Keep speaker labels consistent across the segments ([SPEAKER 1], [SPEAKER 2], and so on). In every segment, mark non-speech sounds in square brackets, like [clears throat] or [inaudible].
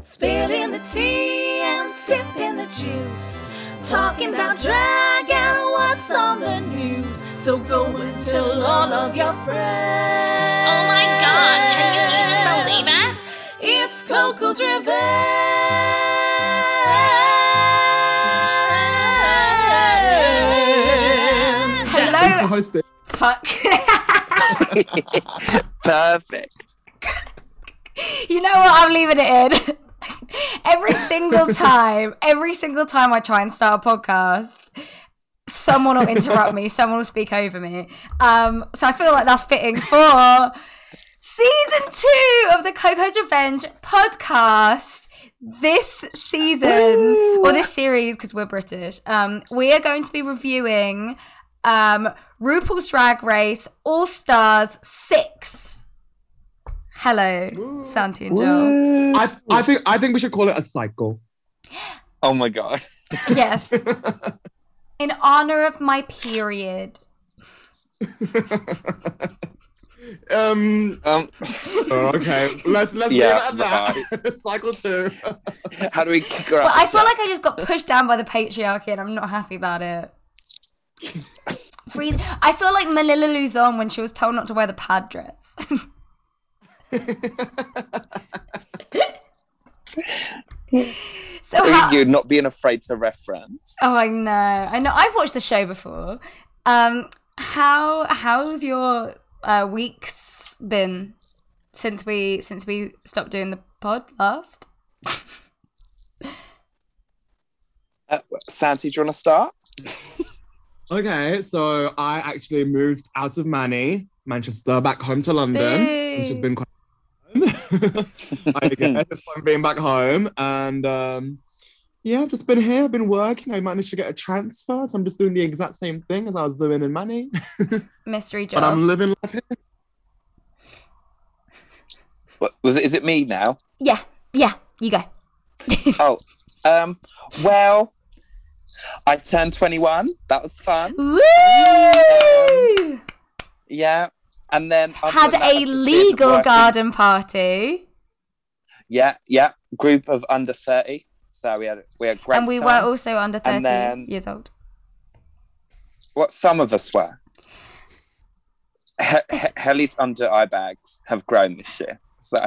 [SPEAKER 1] Spilling the tea and sipping the juice. Talking about drag and what's on the news. So go and tell all of your friends.
[SPEAKER 2] Oh my god, can you even believe it?
[SPEAKER 1] It's Coco's Revenge.
[SPEAKER 3] Hello.
[SPEAKER 4] Hi, Steve.
[SPEAKER 3] Fuck. [laughs]
[SPEAKER 5] Perfect.
[SPEAKER 3] you know what? I'm leaving it in. [laughs] every single time, every single time I try and start a podcast, someone will interrupt me, someone will speak over me. Um, so I feel like that's fitting for season two of the Coco's Revenge podcast. This season or this series, because we're British, um, we are going to be reviewing um, RuPaul's Drag Race All Stars Six. Hello, Santi and Joel.
[SPEAKER 4] I, I think I think we should call it a cycle.
[SPEAKER 5] Oh my god.
[SPEAKER 3] Yes. In honor of my period.
[SPEAKER 4] um.
[SPEAKER 5] Um, [laughs]
[SPEAKER 4] Oh, Okay. Let's let's
[SPEAKER 5] Yeah,
[SPEAKER 4] leave it at that. [laughs] cycle two.
[SPEAKER 5] how do we kick her out?
[SPEAKER 3] But I
[SPEAKER 5] the
[SPEAKER 3] feel
[SPEAKER 5] chat?
[SPEAKER 3] like I just got pushed down by the patriarchy and I'm not happy about it. Free- I feel like Melilla Luzon when she was told not to wear the pad dress. [laughs] so
[SPEAKER 5] Look
[SPEAKER 3] how-
[SPEAKER 5] at you not being afraid to reference.
[SPEAKER 3] Oh, I know. I know. I've watched the show before. Um, how how's your uh, weeks been since we since we stopped doing the pod last?
[SPEAKER 5] Uh, Santi, do you want to start?
[SPEAKER 4] Okay, so I actually moved out of Manny, Manchester, back home to London, which has
[SPEAKER 3] Boo.
[SPEAKER 4] been quite fun. [laughs] I guess it's fun being back home. And um, yeah, I've just been here, I've been working. I managed to get a transfer, so I'm just doing the exact same thing as I was doing in Manny.
[SPEAKER 3] Mystery
[SPEAKER 4] But
[SPEAKER 3] job.
[SPEAKER 4] I'm living life here.
[SPEAKER 5] What, was it, is it me now?
[SPEAKER 3] Yeah, yeah. You go.
[SPEAKER 5] Oh, um, well, I turned 21. That was fun.
[SPEAKER 3] Woo!
[SPEAKER 5] Yeah. And then I've
[SPEAKER 3] Had
[SPEAKER 5] done that, I've
[SPEAKER 3] a
[SPEAKER 5] just been
[SPEAKER 3] legal
[SPEAKER 5] working-
[SPEAKER 3] garden party,
[SPEAKER 5] Yeah, yeah. Group of under 30. So we had we had great
[SPEAKER 3] and we
[SPEAKER 5] time.
[SPEAKER 3] were also under thirty
[SPEAKER 5] And then-
[SPEAKER 3] years
[SPEAKER 5] [laughs]
[SPEAKER 3] old. [laughs]
[SPEAKER 5] what some of us were. He- he- Helly's under eye bags have grown this year. So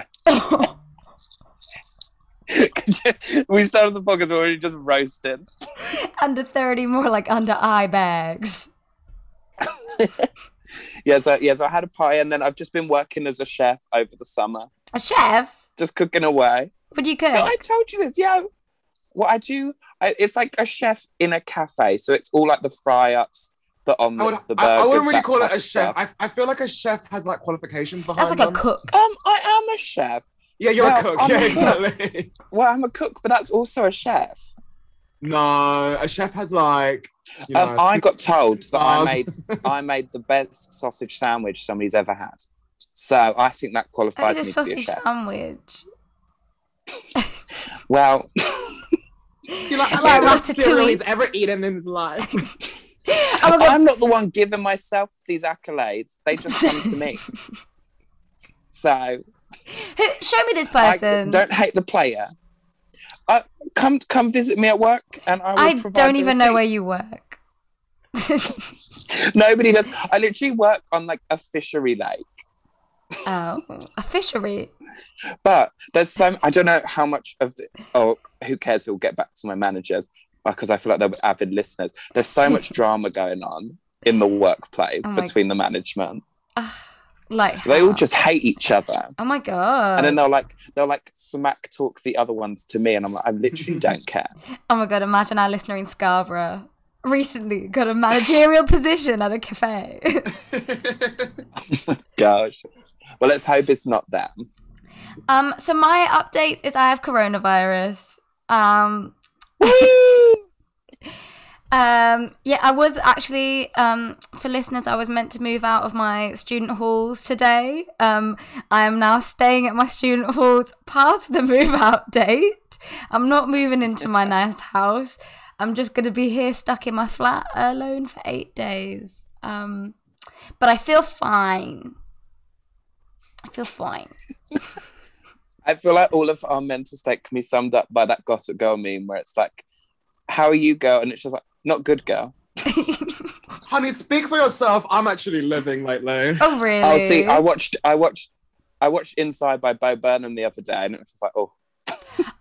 [SPEAKER 5] we started the podcast already just roasted.
[SPEAKER 3] under thirty, more like under eye bags.
[SPEAKER 5] Yeah, so yeah, so I had a pie and then I've just been working as a chef over the summer,
[SPEAKER 3] A chef?
[SPEAKER 5] just cooking away.
[SPEAKER 3] What do you cook?
[SPEAKER 5] No, I told you this. Yeah, what I do, I, it's like a chef in a cafe. So it's all like the fry ups, the
[SPEAKER 4] I, would,
[SPEAKER 5] omelets, the
[SPEAKER 4] I,
[SPEAKER 5] burgers.
[SPEAKER 4] I wouldn't really
[SPEAKER 5] that
[SPEAKER 4] call it
[SPEAKER 5] type
[SPEAKER 4] a
[SPEAKER 5] of
[SPEAKER 4] chef.
[SPEAKER 5] stuff.
[SPEAKER 4] I, I feel like a chef has like qualifications behind
[SPEAKER 3] That's like a
[SPEAKER 4] them.
[SPEAKER 3] cook.
[SPEAKER 5] um, I am a chef.
[SPEAKER 4] Yeah, you're
[SPEAKER 5] Well,
[SPEAKER 4] a cook.
[SPEAKER 5] I'm
[SPEAKER 4] yeah,
[SPEAKER 5] a cook.
[SPEAKER 4] exactly.
[SPEAKER 5] Well, I'm a cook, but that's also a chef.
[SPEAKER 4] no, a chef has like, you know,
[SPEAKER 5] Um, I got told that I
[SPEAKER 4] Um,
[SPEAKER 5] made I made the best sausage sandwich somebody's ever had. So I think that
[SPEAKER 3] That
[SPEAKER 5] qualifies
[SPEAKER 3] is a
[SPEAKER 5] me to be a
[SPEAKER 3] sausage
[SPEAKER 5] chef.
[SPEAKER 3] sandwich.
[SPEAKER 5] Well,
[SPEAKER 4] you like,
[SPEAKER 3] like
[SPEAKER 4] like the best
[SPEAKER 3] ratatouille.
[SPEAKER 4] cereal he's ever eaten in his life. [laughs]
[SPEAKER 3] Oh my god,
[SPEAKER 5] I'm not the one giving myself these accolades. They just come to
[SPEAKER 3] [laughs]
[SPEAKER 5] me. So
[SPEAKER 3] Who, show me this
[SPEAKER 5] I
[SPEAKER 3] person.
[SPEAKER 5] don't hate the player. Uh, come come visit me at work, and I will
[SPEAKER 3] I
[SPEAKER 5] provide
[SPEAKER 3] don't
[SPEAKER 5] the
[SPEAKER 3] even know
[SPEAKER 5] receipt.
[SPEAKER 3] where you work.
[SPEAKER 5] Nobody does. I literally work on like a fishery lake.
[SPEAKER 3] Oh, a fishery.
[SPEAKER 5] But there's some. I don't know how much of the. Oh, who cares? We'll get back to my managers because I feel like they'll be avid listeners. There's so
[SPEAKER 3] [laughs]
[SPEAKER 5] much drama going on in the workplace
[SPEAKER 3] Oh my-
[SPEAKER 5] between the management.
[SPEAKER 3] Like
[SPEAKER 5] They all
[SPEAKER 3] how?
[SPEAKER 5] just hate each other,
[SPEAKER 3] Oh my god.
[SPEAKER 5] and then they'll like they'll like smack talk the other ones to me, and I'm like, I literally don't care.
[SPEAKER 3] Oh my god, imagine our listener in Scarborough recently got a managerial [laughs] position at a cafe.
[SPEAKER 5] Gosh. Well, let's hope it's not them.
[SPEAKER 3] um, so my update is I have coronavirus. Um, [laughs] um, yeah, I was actually um, for listeners, I was meant to move out of my student halls today. Um, I am now staying at my student halls past the move out date. I'm not moving into my nice house. I'm just gonna be here stuck in my flat alone for eight days. Um, but I feel fine. I feel fine.
[SPEAKER 5] I feel like all of our mental state can be summed up by that gossip girl meme where it's like, "How are you, girl?" and it's just like, "Not good, girl."
[SPEAKER 4] Honey, speak for yourself. I'm actually living lately.
[SPEAKER 3] Oh really?
[SPEAKER 5] I'll see. I watched. I watched. I watched Inside by Bo Burnham the other day, and it was just like, "Oh,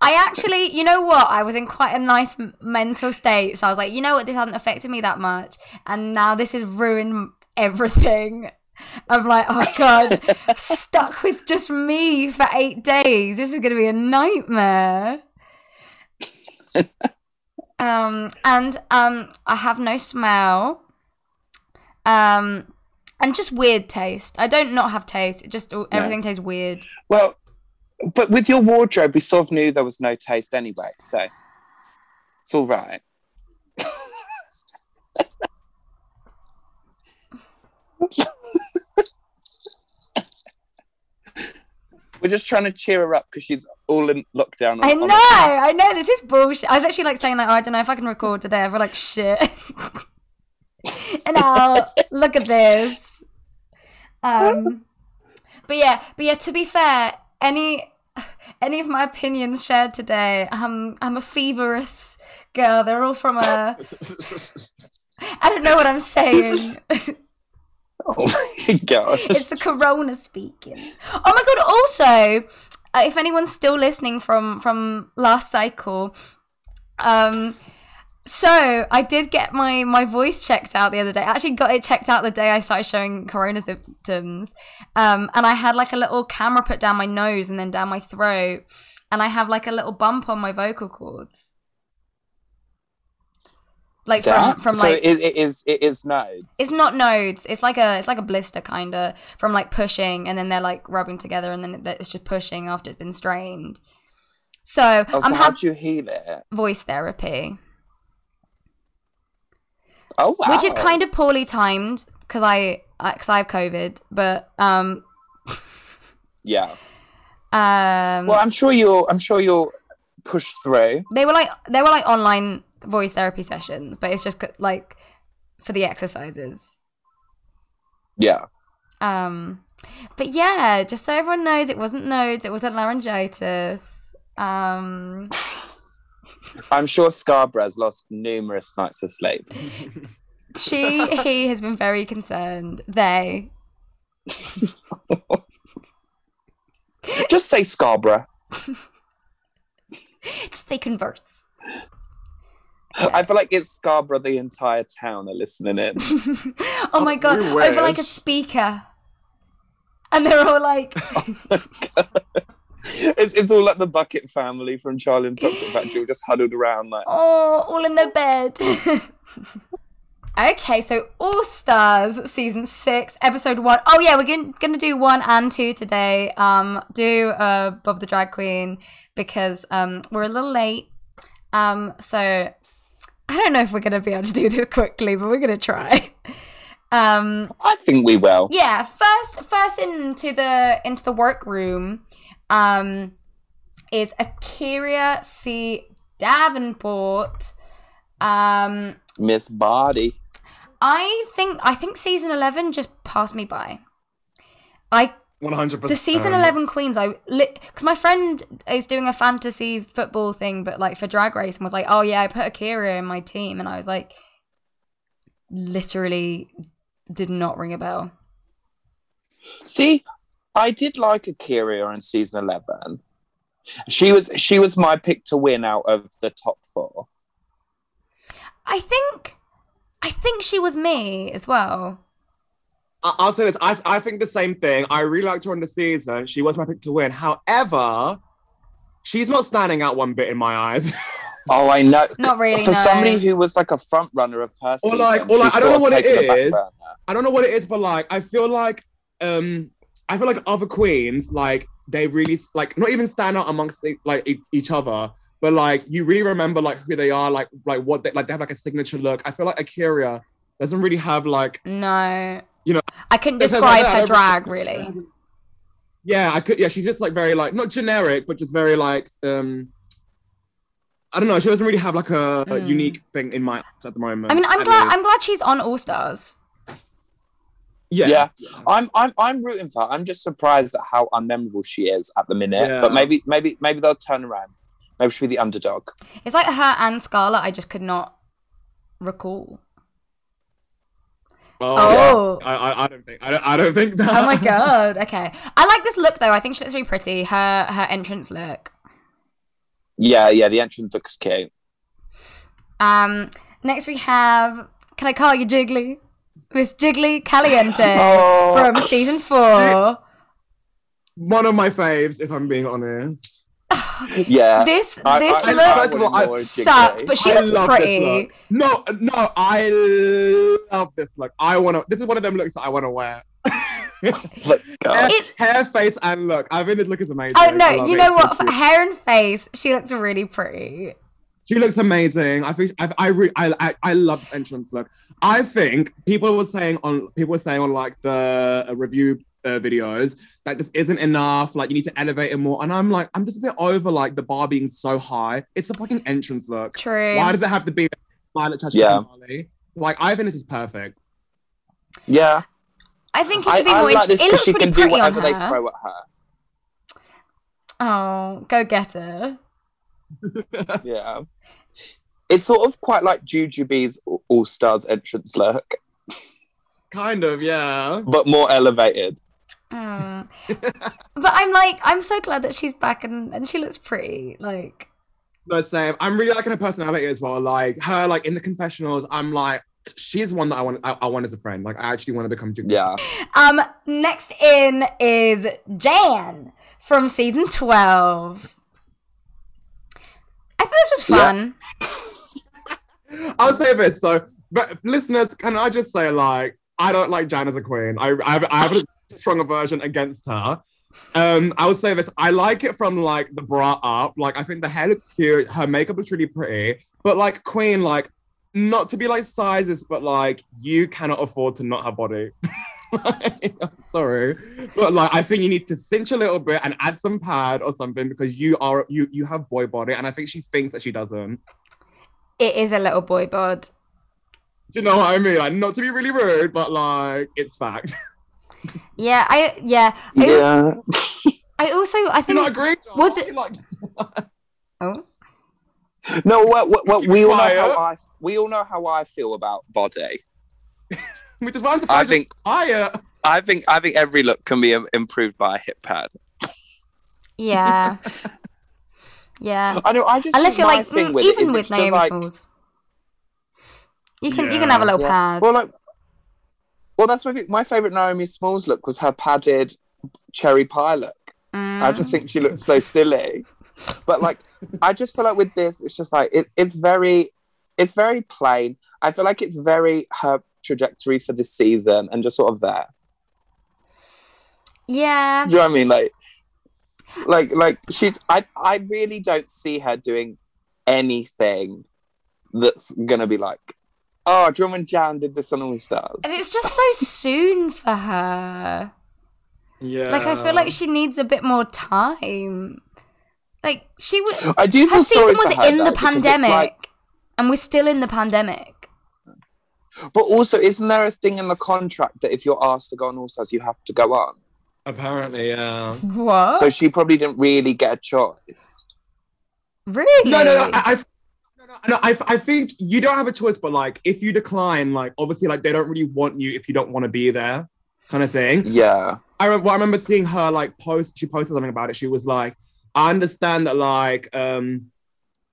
[SPEAKER 3] I actually, you know what? I was in quite a nice m- mental state, so I was like, you know what? This hasn't affected me that much, and now this has ruined everything. [laughs] I'm like, oh god, stuck with just me for eight days. This is gonna be a
[SPEAKER 5] [laughs]
[SPEAKER 3] nightmare. um, and um, I have no smell. Um, and just weird taste. I don't not have taste. It just everything tastes weird.
[SPEAKER 5] well." But with your wardrobe, we sort of knew there was no taste anyway, so it's all right. We're just trying to cheer her up because she's all in lockdown. on-
[SPEAKER 3] I
[SPEAKER 5] on
[SPEAKER 3] know,
[SPEAKER 5] it.
[SPEAKER 3] I know. This is bullshit. I was actually like saying like, oh, I don't know if I can record today. I feel like shit. [laughs] and I'll look at this. Um, but yeah, but yeah. To be fair, any any of my opinions shared today, um, I'm a feverish girl. They're all from
[SPEAKER 5] [laughs]
[SPEAKER 3] a. I don't know what I'm saying.
[SPEAKER 5] Oh my [laughs] gosh.
[SPEAKER 3] it's the corona speaking oh my god also uh, if anyone's still listening from from last cycle um so i did get my my voice checked out the other day i actually got it checked out the day i started showing corona symptoms um and i had like a little camera put down my nose and then down my throat and i have like a little bump on my vocal cords like
[SPEAKER 5] That?
[SPEAKER 3] from from
[SPEAKER 5] so
[SPEAKER 3] like
[SPEAKER 5] it, it is it is nodes.
[SPEAKER 3] it's not nodes. It's like a it's like a blister kind of from like pushing, and then they're like rubbing together, and then it- it's just pushing after it's been strained. So
[SPEAKER 5] Oh, so
[SPEAKER 3] I'm
[SPEAKER 5] how
[SPEAKER 3] having
[SPEAKER 5] do you heal it?
[SPEAKER 3] voice therapy,
[SPEAKER 5] Oh wow.
[SPEAKER 3] which is kind of poorly timed because I because I have COVID, but um
[SPEAKER 5] yeah.
[SPEAKER 3] um
[SPEAKER 5] Well, I'm sure you'll I'm sure you'll push through.
[SPEAKER 3] they were like they were like online voice therapy sessions, but it's just like for the exercises.
[SPEAKER 5] Yeah.
[SPEAKER 3] Um, but yeah, just so everyone knows, it wasn't nodes; it was a laryngitis. Um,
[SPEAKER 5] I'm sure Scarborough's lost numerous nights of sleep.
[SPEAKER 3] she, he has been very concerned. They,
[SPEAKER 5] Just say Scarborough.
[SPEAKER 3] just they converse. [laughs]
[SPEAKER 5] I feel like it's Scarborough the entire town are listening in.
[SPEAKER 3] oh, my god!
[SPEAKER 4] we
[SPEAKER 3] Over like a
[SPEAKER 4] wish.
[SPEAKER 3] speaker, and they're all like,
[SPEAKER 5] it's, it's all like the Bucket family from Charlie and Chocolate Factory all just huddled around like
[SPEAKER 3] "Oh, all in their bed." okay, so All Stars season six, episode one. Oh yeah, we're gonna gonna do one and two today. Um, do uh Bob the Drag Queen because um we're a little late. Um, so I don't know if we're gonna be able to do this quickly, but we're gonna try. [laughs] Um,
[SPEAKER 5] I think we will.
[SPEAKER 3] yeah first first into the into the workroom um is akira c davenport um
[SPEAKER 5] Miss Barty.
[SPEAKER 3] i think i think season 11 just passed me by i
[SPEAKER 4] 100%.
[SPEAKER 3] the season
[SPEAKER 4] um,
[SPEAKER 3] 11 queens i because my friend is doing a fantasy football thing but like for drag race and was like oh yeah i put akira in my team and i was like literally did not ring a bell
[SPEAKER 5] See, I did like Akira in season eleven. She was she was my pick to win out of the top four.
[SPEAKER 3] I think I think she was me as well.
[SPEAKER 4] I- I'll say this. I, I think the same thing. I really liked her on the season. She was my pick to win. However, she's not standing out one bit in my eyes.
[SPEAKER 5] Oh, I know.
[SPEAKER 3] Not really.
[SPEAKER 5] For
[SPEAKER 3] no.
[SPEAKER 5] somebody who was like a front runner of her,
[SPEAKER 4] Or
[SPEAKER 5] season,
[SPEAKER 4] like- or like,
[SPEAKER 5] she's
[SPEAKER 4] I don't
[SPEAKER 5] sort
[SPEAKER 4] know
[SPEAKER 5] of
[SPEAKER 4] what it
[SPEAKER 5] taken a back
[SPEAKER 4] is.
[SPEAKER 5] burner.
[SPEAKER 4] I don't know what it is, but like I feel like um I feel like other queens like they really like not even stand out amongst e- like e- each other, but like you really remember like who they are, like like what they like they have like a signature look. I feel like Akira doesn't really have like
[SPEAKER 3] no,
[SPEAKER 4] You know,
[SPEAKER 3] I couldn't
[SPEAKER 4] it's like
[SPEAKER 3] describe
[SPEAKER 4] that,
[SPEAKER 3] her
[SPEAKER 4] every-
[SPEAKER 3] drag really.
[SPEAKER 4] yeah I could yeah she's just like very like not generic but just very like um I don't know she doesn't really have like a, a
[SPEAKER 3] Mm.
[SPEAKER 4] unique thing in mind at the moment.
[SPEAKER 3] I mean, I'm
[SPEAKER 4] at
[SPEAKER 3] glad
[SPEAKER 4] least.
[SPEAKER 3] I'm glad she's on All Stars.
[SPEAKER 4] Yeah.
[SPEAKER 5] Yeah. I'm I'm I'm rooting for her. I'm just surprised at how unmemorable she is at the minute.
[SPEAKER 4] Yeah.
[SPEAKER 5] But maybe maybe maybe they'll turn around. Maybe she'll be the underdog.
[SPEAKER 3] It's like her and Scarlett. I just could not recall. Oh.
[SPEAKER 4] I, I, I don't think I don't, I don't think that.
[SPEAKER 3] Oh
[SPEAKER 5] [laughs]
[SPEAKER 3] my god. Okay. I like this look though. I think she looks really pretty. Her her entrance look.
[SPEAKER 5] Yeah, yeah, the entrance looks
[SPEAKER 3] Uh,
[SPEAKER 5] cute.
[SPEAKER 3] Um. Next we have. Can I call you Jiggly? Miss Jiggly Caliente
[SPEAKER 5] Oh.
[SPEAKER 3] from season
[SPEAKER 5] [laughs]
[SPEAKER 3] four.
[SPEAKER 4] [laughs] One of my faves, if I'm being honest.
[SPEAKER 5] Yeah.
[SPEAKER 3] This
[SPEAKER 5] I-
[SPEAKER 3] this
[SPEAKER 5] I- I
[SPEAKER 3] look
[SPEAKER 4] First of all, I-
[SPEAKER 5] would adore Jiggly.
[SPEAKER 3] sucked, but she
[SPEAKER 4] I
[SPEAKER 3] looks
[SPEAKER 4] love
[SPEAKER 3] pretty.
[SPEAKER 4] This look. No, no, I love this look. I wanna. This is one of them looks that I wanna wear.
[SPEAKER 5] Look, girl.
[SPEAKER 4] Hair,
[SPEAKER 3] It-
[SPEAKER 4] hair, face, and look. I think this look is amazing.
[SPEAKER 3] Oh
[SPEAKER 4] I
[SPEAKER 3] no!
[SPEAKER 4] love
[SPEAKER 3] You
[SPEAKER 4] it.
[SPEAKER 3] know
[SPEAKER 4] So
[SPEAKER 3] what? For
[SPEAKER 4] cute.
[SPEAKER 3] hair and face, she looks really pretty.
[SPEAKER 4] She looks amazing. I think I I re- I, I, I love this entrance look. I think people were saying on people were saying on like the uh, review uh, videos that this isn't enough. Like you need to elevate it more. And I'm like, I'm just a bit over like the bar being so high. It's a fucking entrance look.
[SPEAKER 3] True.
[SPEAKER 4] Why does it have to be Violet Chachki
[SPEAKER 5] Yeah.
[SPEAKER 4] Like I think this is perfect.
[SPEAKER 5] Yeah.
[SPEAKER 3] I think it
[SPEAKER 5] I,
[SPEAKER 3] could be
[SPEAKER 5] I
[SPEAKER 3] more
[SPEAKER 5] like this
[SPEAKER 3] interesting. It
[SPEAKER 5] because
[SPEAKER 3] looks
[SPEAKER 5] she
[SPEAKER 3] really
[SPEAKER 5] can
[SPEAKER 3] pretty on
[SPEAKER 5] do whatever they
[SPEAKER 3] her.
[SPEAKER 5] throw at her.
[SPEAKER 3] Oh, go get her.
[SPEAKER 5] Yeah. It's sort of quite like Jujubee's All Stars entrance look,
[SPEAKER 4] Kind of, yeah.
[SPEAKER 5] but more elevated. [laughs]
[SPEAKER 3] Mm. but I'm like, I'm so glad that she's back and, and she looks pretty. Like,
[SPEAKER 4] The same. I'm really liking her personality as well. Like her, like in the confessionals, I'm like, she's one that I want. I, I want as a friend. Like I actually want to become. Jigglypuff.
[SPEAKER 5] Yeah.
[SPEAKER 3] um, next in is Jan from season twelve. I thought this was
[SPEAKER 5] Yeah.
[SPEAKER 3] fun.
[SPEAKER 4] I'll say this. So, but listeners, can I just say, like, I don't like Jan as a queen. I, I, have, I have a strong aversion against her. Um, I would say this. I like it from like the bra up. Like, I think the hair looks cute. Her makeup looks really pretty. But like, queen, like, not to be like sizes, but like, you cannot afford to not have body. [laughs] like, I'm sorry, but like, I think you need to cinch a little bit and add some pad or something because you are you you have boy body, and I think she thinks that she doesn't.
[SPEAKER 3] It is a little boy bod.
[SPEAKER 4] Do you know what I mean? Like, not to be really rude, but like, it's fact. [laughs]
[SPEAKER 3] Yeah, I yeah. I,
[SPEAKER 5] Yeah.
[SPEAKER 3] I also I
[SPEAKER 4] Do you
[SPEAKER 3] think
[SPEAKER 4] not agree? John?
[SPEAKER 3] Was it-
[SPEAKER 4] Like,
[SPEAKER 3] oh,
[SPEAKER 5] No, well, well, well, we all know
[SPEAKER 4] Quiet.
[SPEAKER 5] how I we all know how I feel about body.
[SPEAKER 4] which is why I'm
[SPEAKER 5] I
[SPEAKER 4] surprised.
[SPEAKER 5] think
[SPEAKER 4] I
[SPEAKER 5] I think I think every look can be im- improved by a hip pad.
[SPEAKER 3] yeah. yeah.
[SPEAKER 5] I know. I just
[SPEAKER 3] Unless you're
[SPEAKER 5] think my
[SPEAKER 3] like
[SPEAKER 5] thing
[SPEAKER 3] mm,
[SPEAKER 5] with it
[SPEAKER 3] even
[SPEAKER 5] is
[SPEAKER 3] with
[SPEAKER 5] it's just
[SPEAKER 3] Naomi
[SPEAKER 5] like-
[SPEAKER 3] Smalls. You can you
[SPEAKER 4] Yeah.
[SPEAKER 3] can have a little
[SPEAKER 5] Yeah.
[SPEAKER 3] pad.
[SPEAKER 5] Well, like, well, that's my thing. my favorite Naomi Smalls look was her padded cherry pie look. I
[SPEAKER 3] Mm.
[SPEAKER 5] just think she looks so silly.
[SPEAKER 3] [laughs]
[SPEAKER 5] But like, I just feel like with this, it's just like it's it's very, it's very plain. I feel like it's very her trajectory for this season and just sort of there.
[SPEAKER 3] yeah.
[SPEAKER 5] Do you know what I mean? Like, like, like she's. I I really don't see her doing anything that's gonna be like, oh, do you remember when Jan did this on All Stars?
[SPEAKER 3] And it's just so soon for her.
[SPEAKER 4] yeah.
[SPEAKER 3] Like I feel like she needs a bit more time. Like she
[SPEAKER 5] [gasps]
[SPEAKER 3] was
[SPEAKER 5] I do.
[SPEAKER 3] her
[SPEAKER 5] feel sorry
[SPEAKER 3] season
[SPEAKER 5] for
[SPEAKER 3] was
[SPEAKER 5] her,
[SPEAKER 3] in
[SPEAKER 5] though,
[SPEAKER 3] the
[SPEAKER 5] because it's
[SPEAKER 3] pandemic.
[SPEAKER 5] like-
[SPEAKER 3] and we're still in the pandemic.
[SPEAKER 5] but also, isn't there a thing in the contract that if you're asked to go on All Stars, you have to go on?
[SPEAKER 4] apparently, yeah.
[SPEAKER 3] What?
[SPEAKER 5] So she probably didn't really get a choice.
[SPEAKER 3] really?
[SPEAKER 4] No, no, no. I, I no, no, no, I, I think you don't have a choice, but like, if you decline, like, obviously, like, they don't really want you if you don't want to be there, kind of thing.
[SPEAKER 5] Yeah.
[SPEAKER 4] I, re- well, I remember seeing her like post. She posted something about it. She was like, "I understand that like um,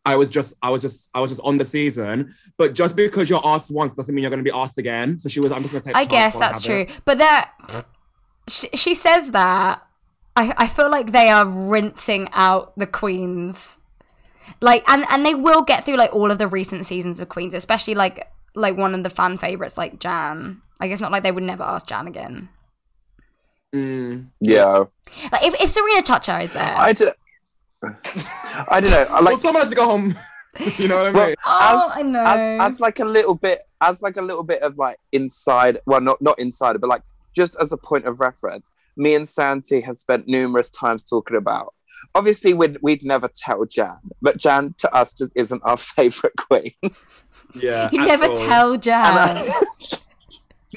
[SPEAKER 4] I was just, I was just, I was just on the season, but just because you're asked once doesn't mean you're going to be asked again." So she was, "I'm just going to take."
[SPEAKER 3] I
[SPEAKER 4] a chance
[SPEAKER 3] guess
[SPEAKER 4] on
[SPEAKER 3] that's
[SPEAKER 4] having
[SPEAKER 3] true.
[SPEAKER 4] it."
[SPEAKER 3] But that she, she says that I, I feel like they are rinsing out the queens. Like and and they will get through like all of the recent seasons of queens, especially like like one of the fan favorites like Jan. Like it's not like they would never ask Jan again.
[SPEAKER 4] Mm.
[SPEAKER 5] Yeah.
[SPEAKER 3] Like if, if Serena Chacha is there.
[SPEAKER 5] I don't. I don't know. I
[SPEAKER 4] Well,
[SPEAKER 5] like
[SPEAKER 4] someone has to go home. [laughs] you know what I mean?
[SPEAKER 5] Well,
[SPEAKER 3] oh,
[SPEAKER 5] as-
[SPEAKER 3] I know.
[SPEAKER 5] as, as like a little bit as like a little bit of like inside well not not insider but like just as a point of reference me and santi have spent numerous times talking about obviously we'd, we'd never tell jan but jan to us just isn't [laughs] our favorite queen
[SPEAKER 4] yeah.
[SPEAKER 3] you
[SPEAKER 4] at
[SPEAKER 3] never
[SPEAKER 4] all.
[SPEAKER 3] tell Jan.
[SPEAKER 5] And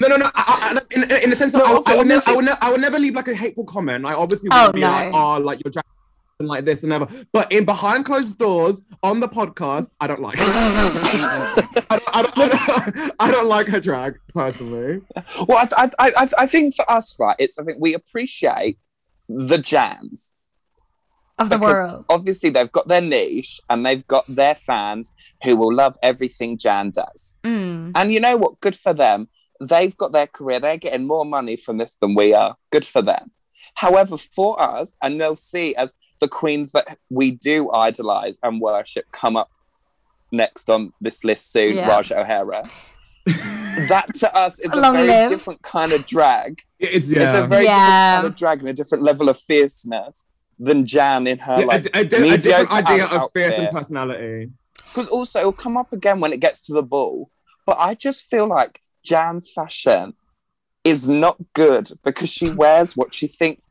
[SPEAKER 4] No, no, no. I, I, in, in the sense that
[SPEAKER 5] No,
[SPEAKER 4] I, I, would ne-
[SPEAKER 5] obviously-
[SPEAKER 4] I, would ne- I would never leave like a hateful comment. I obviously
[SPEAKER 3] Oh,
[SPEAKER 4] would be
[SPEAKER 3] no.
[SPEAKER 4] like, oh, like you're drag and like this and ever. But in behind closed doors on the podcast, I
[SPEAKER 3] [laughs]
[SPEAKER 4] don't like. I, don't, I, don't, I, don't, I don't like her drag personally.
[SPEAKER 5] Well, I, I, I- I, I think for us, right, it's I think we appreciate the jams.
[SPEAKER 3] of the
[SPEAKER 5] Because-
[SPEAKER 3] world.
[SPEAKER 5] Obviously, they've got their niche and they've got their fans who will love everything Jan does.
[SPEAKER 3] Mm.
[SPEAKER 5] And you know what? Good for them. They've got their career. They're getting more money from this than we are. Good for them. However, for us, and they'll see as the queens that we do idolize and worship come up next on this list soon,
[SPEAKER 3] Yeah.
[SPEAKER 5] Raja O'Hara. that to us is a
[SPEAKER 3] Long
[SPEAKER 5] very
[SPEAKER 3] live.
[SPEAKER 5] different kind of drag.
[SPEAKER 4] It- It's
[SPEAKER 5] It's a
[SPEAKER 4] yeah.
[SPEAKER 5] very
[SPEAKER 3] Yeah.
[SPEAKER 5] different kind of drag and a different level of fierceness than Jan in her
[SPEAKER 4] Yeah,
[SPEAKER 5] like.
[SPEAKER 4] a, a di- a different
[SPEAKER 5] mediocre
[SPEAKER 4] idea
[SPEAKER 5] out-
[SPEAKER 4] of fierce and
[SPEAKER 5] outfit.
[SPEAKER 4] personality.
[SPEAKER 5] Because also it'll come up again when it gets to the ball. But I just feel like Jan's fashion is not good because she wears what she thinks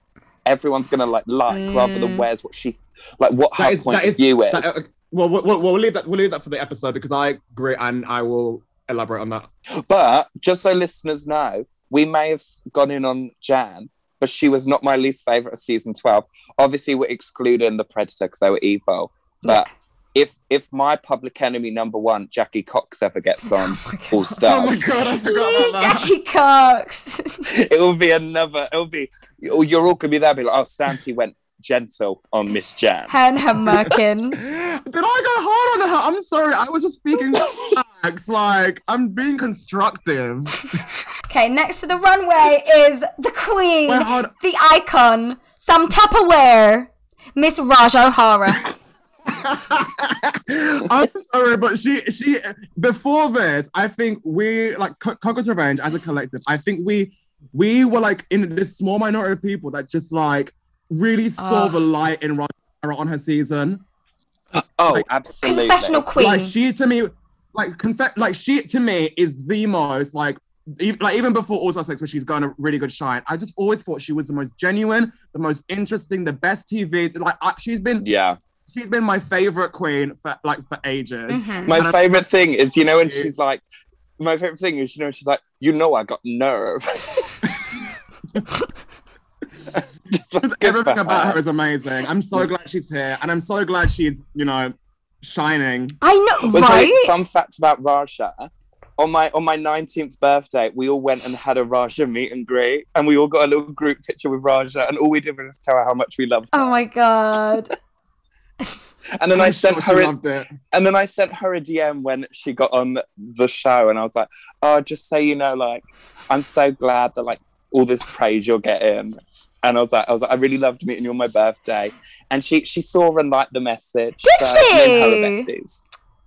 [SPEAKER 5] everyone's gonna like like rather than
[SPEAKER 3] Mm.
[SPEAKER 5] wears what she like what
[SPEAKER 4] That
[SPEAKER 5] her
[SPEAKER 4] is-
[SPEAKER 5] point
[SPEAKER 4] that
[SPEAKER 5] of
[SPEAKER 4] is-
[SPEAKER 5] view is.
[SPEAKER 4] That- uh, well, we'll, we'll, we'll leave that. We'll leave that for the episode because I agree and I will elaborate on that.
[SPEAKER 5] But just so listeners know, we may have gone in on Jan, but she was not my least favorite of season twelve. Obviously, we're excluding the Predator because they were evil. But if if my public enemy number one, Jackie Cox, ever gets on
[SPEAKER 3] [laughs] Oh my God.
[SPEAKER 5] All
[SPEAKER 4] Oh my
[SPEAKER 5] Stars,
[SPEAKER 4] god, I forgot
[SPEAKER 3] You,
[SPEAKER 4] about that.
[SPEAKER 3] Jackie Cox. [laughs]
[SPEAKER 5] [laughs] it will be another. It'll be you- you're all gonna be there. Be like, oh, Stanty went gentle on Miss Jan.
[SPEAKER 3] her
[SPEAKER 4] [laughs]
[SPEAKER 3] and her merkin.
[SPEAKER 4] Did I go hard on her? I'm sorry. I was just speaking facts. Like I'm being constructive. [laughs]
[SPEAKER 3] Okay, next to the runway is the queen,
[SPEAKER 4] Wait, hold-
[SPEAKER 3] the icon, some Tupperware, Miss Raj
[SPEAKER 5] [laughs]
[SPEAKER 3] O'Hara.
[SPEAKER 4] I'm sorry, but she she before this, I think we like Co- Coco's Revenge as a collective. I think we we were like in this small minority of people that just like really saw
[SPEAKER 3] Ugh.
[SPEAKER 4] the light in Rara on her season.
[SPEAKER 5] Oh, absolutely.
[SPEAKER 3] Confessional queen.
[SPEAKER 4] Like she to me, like confess, like she to me is the most like. e- Like even before All Star Six, where she's gotten a really good shine, I just always thought she was the most genuine, the most interesting, the best TV. Like I, she's been,
[SPEAKER 5] Yeah.
[SPEAKER 4] she's been my favorite queen for like for ages.
[SPEAKER 3] Mhm.
[SPEAKER 5] My favorite thing is you know when she's like. My favorite thing is, you know, she's like, you know, I got nerve. [laughs] Just like,
[SPEAKER 4] Because
[SPEAKER 5] good
[SPEAKER 4] everything
[SPEAKER 5] for
[SPEAKER 4] about her is amazing. I'm so glad she's here, and I'm so glad she's you know shining.
[SPEAKER 3] I know,
[SPEAKER 5] Was there
[SPEAKER 3] right?
[SPEAKER 5] a fun fact about Raja. On my on my 19th birthday, we all went and had a Raja meet and greet, and we all got a little group picture with Raja, and all we did was tell her how much we loved. her.
[SPEAKER 3] Oh my god.
[SPEAKER 5] and then I
[SPEAKER 4] I'm sure
[SPEAKER 5] sent
[SPEAKER 4] she
[SPEAKER 5] her, a,
[SPEAKER 4] loved it.
[SPEAKER 5] and then I sent her a DM when she got on the show, and I was like, "Oh, just so you know, like, I'm so glad that like all this praise you're getting." And I was like, I was like, I really loved meeting you on my birthday, and she she saw and liked the message.
[SPEAKER 3] Did
[SPEAKER 5] so me and her
[SPEAKER 3] she?
[SPEAKER 5] are besties.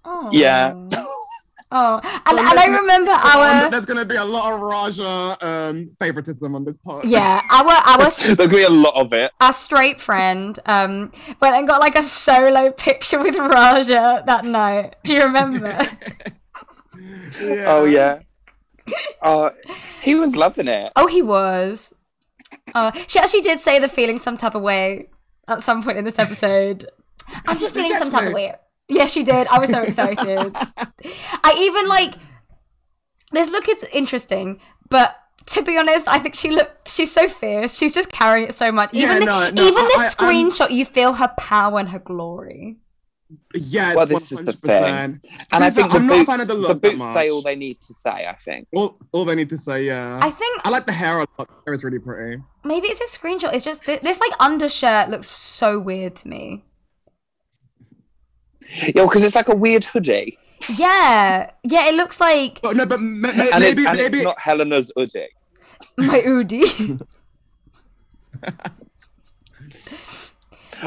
[SPEAKER 3] Oh.
[SPEAKER 5] [laughs] Yeah.
[SPEAKER 3] Oh, and,
[SPEAKER 4] So
[SPEAKER 3] and I
[SPEAKER 4] let's-
[SPEAKER 3] remember
[SPEAKER 4] Um,
[SPEAKER 3] our
[SPEAKER 4] There's gonna be a lot of Raja um, favoritism on this pod.
[SPEAKER 3] yeah our
[SPEAKER 4] [laughs]
[SPEAKER 3] our
[SPEAKER 5] There'll be a lot of it.
[SPEAKER 3] our straight friend um went and got like a solo picture with Raja that night. Do you remember?
[SPEAKER 4] [laughs]
[SPEAKER 5] Oh yeah. Uh, he was loving it.
[SPEAKER 3] oh, he was. Uh, she actually did say the feeling some type of way at some point in this episode. [laughs] I'm just feeling some type of way. Yeah, she did. I was so excited. [laughs] I even like this look is interesting, but to be honest, I think she look she's so fierce. She's just carrying it so much.
[SPEAKER 4] Yeah,
[SPEAKER 3] Even the,
[SPEAKER 4] no, no,
[SPEAKER 3] even
[SPEAKER 4] I-
[SPEAKER 3] the
[SPEAKER 4] I- I'm-
[SPEAKER 3] screenshot, you feel her power and her glory.
[SPEAKER 4] Yes,
[SPEAKER 5] Well, this is the thing.
[SPEAKER 4] 100%.
[SPEAKER 5] And I
[SPEAKER 4] Because
[SPEAKER 5] think the
[SPEAKER 4] I'm not a fan
[SPEAKER 5] boots,
[SPEAKER 4] of the
[SPEAKER 5] the,
[SPEAKER 4] look that
[SPEAKER 5] boots say
[SPEAKER 4] much.
[SPEAKER 5] all they need to say. I think.
[SPEAKER 4] All, all they need to say, yeah.
[SPEAKER 3] I think
[SPEAKER 4] I like the hair a lot. The hair is really pretty.
[SPEAKER 3] Maybe it's a screenshot. It's just th- this like undershirt looks so weird to [laughs] me.
[SPEAKER 5] Yeah, because it's like a weird hoodie,
[SPEAKER 3] Yeah, yeah, it looks like
[SPEAKER 4] But no, but ma- ma-
[SPEAKER 5] and,
[SPEAKER 4] maybe
[SPEAKER 5] it's, and
[SPEAKER 4] maybe
[SPEAKER 5] it's not Helena's hoodie.
[SPEAKER 3] my Udi.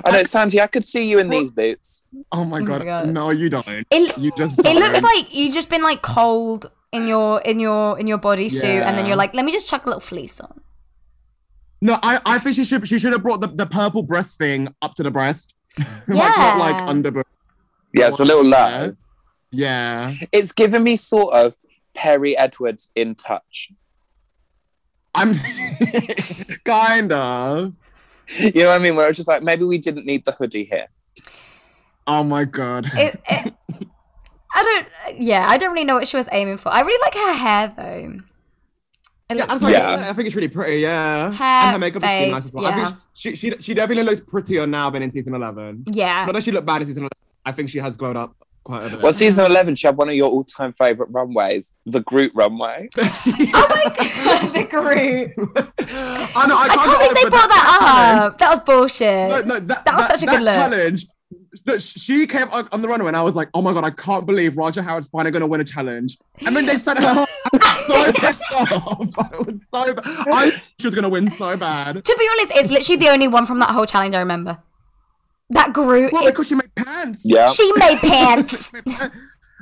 [SPEAKER 5] I know, Sandy. I could see you in these boots.
[SPEAKER 4] Oh my
[SPEAKER 3] my
[SPEAKER 4] god.
[SPEAKER 3] God.
[SPEAKER 4] No, you don't.
[SPEAKER 3] [laughs] It
[SPEAKER 4] You just
[SPEAKER 3] it
[SPEAKER 4] don't.
[SPEAKER 3] looks like you've just been like cold in your in your in your bodysuit, and then
[SPEAKER 4] Yeah.
[SPEAKER 3] you're like, let me just chuck a little fleece on.
[SPEAKER 4] [laughs] No, I, I think she should she should have brought the, the purple breast thing up to the breast. [laughs] like
[SPEAKER 3] Yeah.
[SPEAKER 4] not like under
[SPEAKER 5] Yeah, it's a little low.
[SPEAKER 4] Yeah.
[SPEAKER 5] It's given me sort of Perry Edwards in touch.
[SPEAKER 4] I'm [laughs] kind of.
[SPEAKER 5] You know what I mean? Where it's just like maybe we didn't need the hoodie here.
[SPEAKER 4] Oh my god.
[SPEAKER 3] It, it, I don't. Yeah, I don't really know what she was aiming for. I really like her hair though. It
[SPEAKER 4] Yeah,
[SPEAKER 3] looks
[SPEAKER 4] I, think,
[SPEAKER 5] Yeah.
[SPEAKER 4] I think it's really pretty. Yeah,
[SPEAKER 3] Hair,
[SPEAKER 4] and her makeup is really
[SPEAKER 3] face,
[SPEAKER 4] nice as well. I
[SPEAKER 3] yeah.
[SPEAKER 4] think she, she she definitely looks prettier now than in season eleven.
[SPEAKER 3] yeah.
[SPEAKER 4] [laughs] Not that she looked bad in season eleven. I think she has glowed up quite a bit.
[SPEAKER 5] Well, season 11, she had one of your all time favorite runways, the Groot
[SPEAKER 4] [laughs]
[SPEAKER 5] runway.
[SPEAKER 3] Oh my god, [laughs] the Groot.
[SPEAKER 4] [laughs] I know. I,
[SPEAKER 3] I
[SPEAKER 4] can't
[SPEAKER 3] can't
[SPEAKER 4] get
[SPEAKER 3] believe
[SPEAKER 4] over
[SPEAKER 3] they brought that up. That was bullshit.
[SPEAKER 4] No, no, that,
[SPEAKER 3] That was such a good look.
[SPEAKER 4] challenge. that She came on, on the runway and I was like, oh my god, I can't believe Roger Howard's finally going to win a challenge. And then they sent
[SPEAKER 3] [laughs]
[SPEAKER 4] her home. I was so pissed off. I was so bad. I knew she was going to win so bad.
[SPEAKER 3] To be honest, it's literally the only one from that whole challenge I remember. That Groot.
[SPEAKER 4] Well,
[SPEAKER 3] it-
[SPEAKER 4] because she made pants.
[SPEAKER 5] Yeah. [laughs]
[SPEAKER 3] she made
[SPEAKER 4] [laughs]
[SPEAKER 3] pants.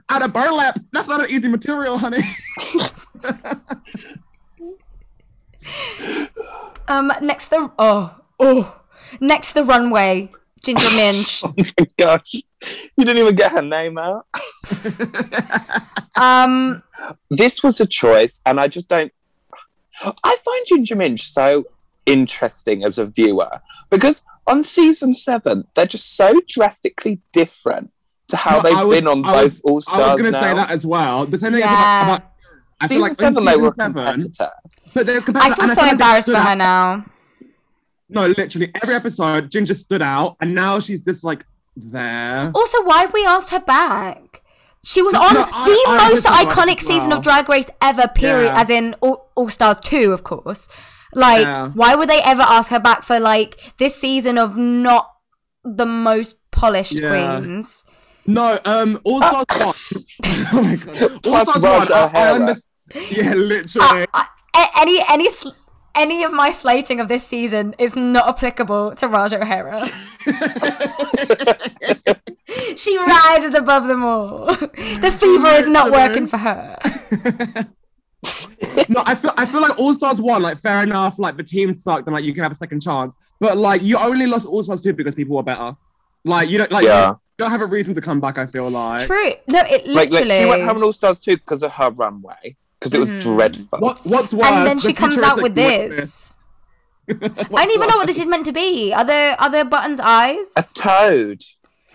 [SPEAKER 4] Out of burlap. That's not an easy material, honey.
[SPEAKER 3] Um, next the oh oh, next the runway. Ginger
[SPEAKER 4] [laughs]
[SPEAKER 3] Minch.
[SPEAKER 5] Oh
[SPEAKER 4] Oh,
[SPEAKER 5] Gosh, you didn't even get her name out.
[SPEAKER 3] Um,
[SPEAKER 5] This was a choice, and I just don't. I find Ginger Minch so interesting as a viewer because on season seven, they're just so drastically different to how
[SPEAKER 4] Well,
[SPEAKER 5] they've
[SPEAKER 4] I was-
[SPEAKER 5] been on
[SPEAKER 4] I
[SPEAKER 5] both
[SPEAKER 4] was-
[SPEAKER 5] All
[SPEAKER 4] I was
[SPEAKER 5] Stars
[SPEAKER 4] going to
[SPEAKER 5] now.
[SPEAKER 4] say that as well. The same thing
[SPEAKER 3] Yeah.
[SPEAKER 4] about, about- I feel
[SPEAKER 5] season
[SPEAKER 4] like in
[SPEAKER 5] seven, they
[SPEAKER 4] season
[SPEAKER 5] were
[SPEAKER 4] seven-
[SPEAKER 5] competitor.
[SPEAKER 4] but they're competitor,
[SPEAKER 3] I feel
[SPEAKER 4] and
[SPEAKER 3] so
[SPEAKER 4] like they
[SPEAKER 3] embarrassed
[SPEAKER 4] stood
[SPEAKER 3] for
[SPEAKER 4] out.
[SPEAKER 3] her now.
[SPEAKER 4] No, literally every episode, Ginger stood out, and now she's just like there.
[SPEAKER 3] Also, why have we asked her back? She was
[SPEAKER 4] No,
[SPEAKER 3] on
[SPEAKER 4] no,
[SPEAKER 3] the
[SPEAKER 4] I- I
[SPEAKER 3] most
[SPEAKER 4] understand why
[SPEAKER 3] iconic
[SPEAKER 4] as
[SPEAKER 3] season
[SPEAKER 4] well.
[SPEAKER 3] of Drag Race ever, period,
[SPEAKER 4] Yeah.
[SPEAKER 3] as in All, All Stars 2, of course. Like,
[SPEAKER 4] Yeah.
[SPEAKER 3] why would they ever ask her back for, like, this season of not the most polished
[SPEAKER 4] Yeah.
[SPEAKER 3] queens?
[SPEAKER 4] No, um, All Stars One. [laughs] oh my god, All
[SPEAKER 5] Ah. Plus
[SPEAKER 4] Stars
[SPEAKER 5] Raj
[SPEAKER 4] One. I, I
[SPEAKER 5] O'Hara.
[SPEAKER 4] understand. Yeah,
[SPEAKER 3] I-
[SPEAKER 4] literally.
[SPEAKER 3] I- a- any, any, sl- any of my slating of this season is not applicable to Raja O'Hara. she rises above them all. the fever is not working for her.
[SPEAKER 4] no, I feel I feel like All Stars One. Like, fair enough. Like the team sucked, and like you can have a second chance. But like, you only lost All Stars Two because people were better. Like you don't like
[SPEAKER 5] Yeah.
[SPEAKER 4] you don't have a reason to come back. I feel like.
[SPEAKER 3] True. No, it literally.
[SPEAKER 5] Like, like she went home on All Stars too because of her runway because it was dreadful.
[SPEAKER 4] Mm. What what's worse?
[SPEAKER 3] and then she
[SPEAKER 4] the
[SPEAKER 3] comes out
[SPEAKER 4] futuristic
[SPEAKER 3] with this.
[SPEAKER 4] witness.
[SPEAKER 3] I don't even know what
[SPEAKER 4] What's
[SPEAKER 3] this is meant to be. Are there are there buttons eyes?
[SPEAKER 5] A toad.
[SPEAKER 4] worse?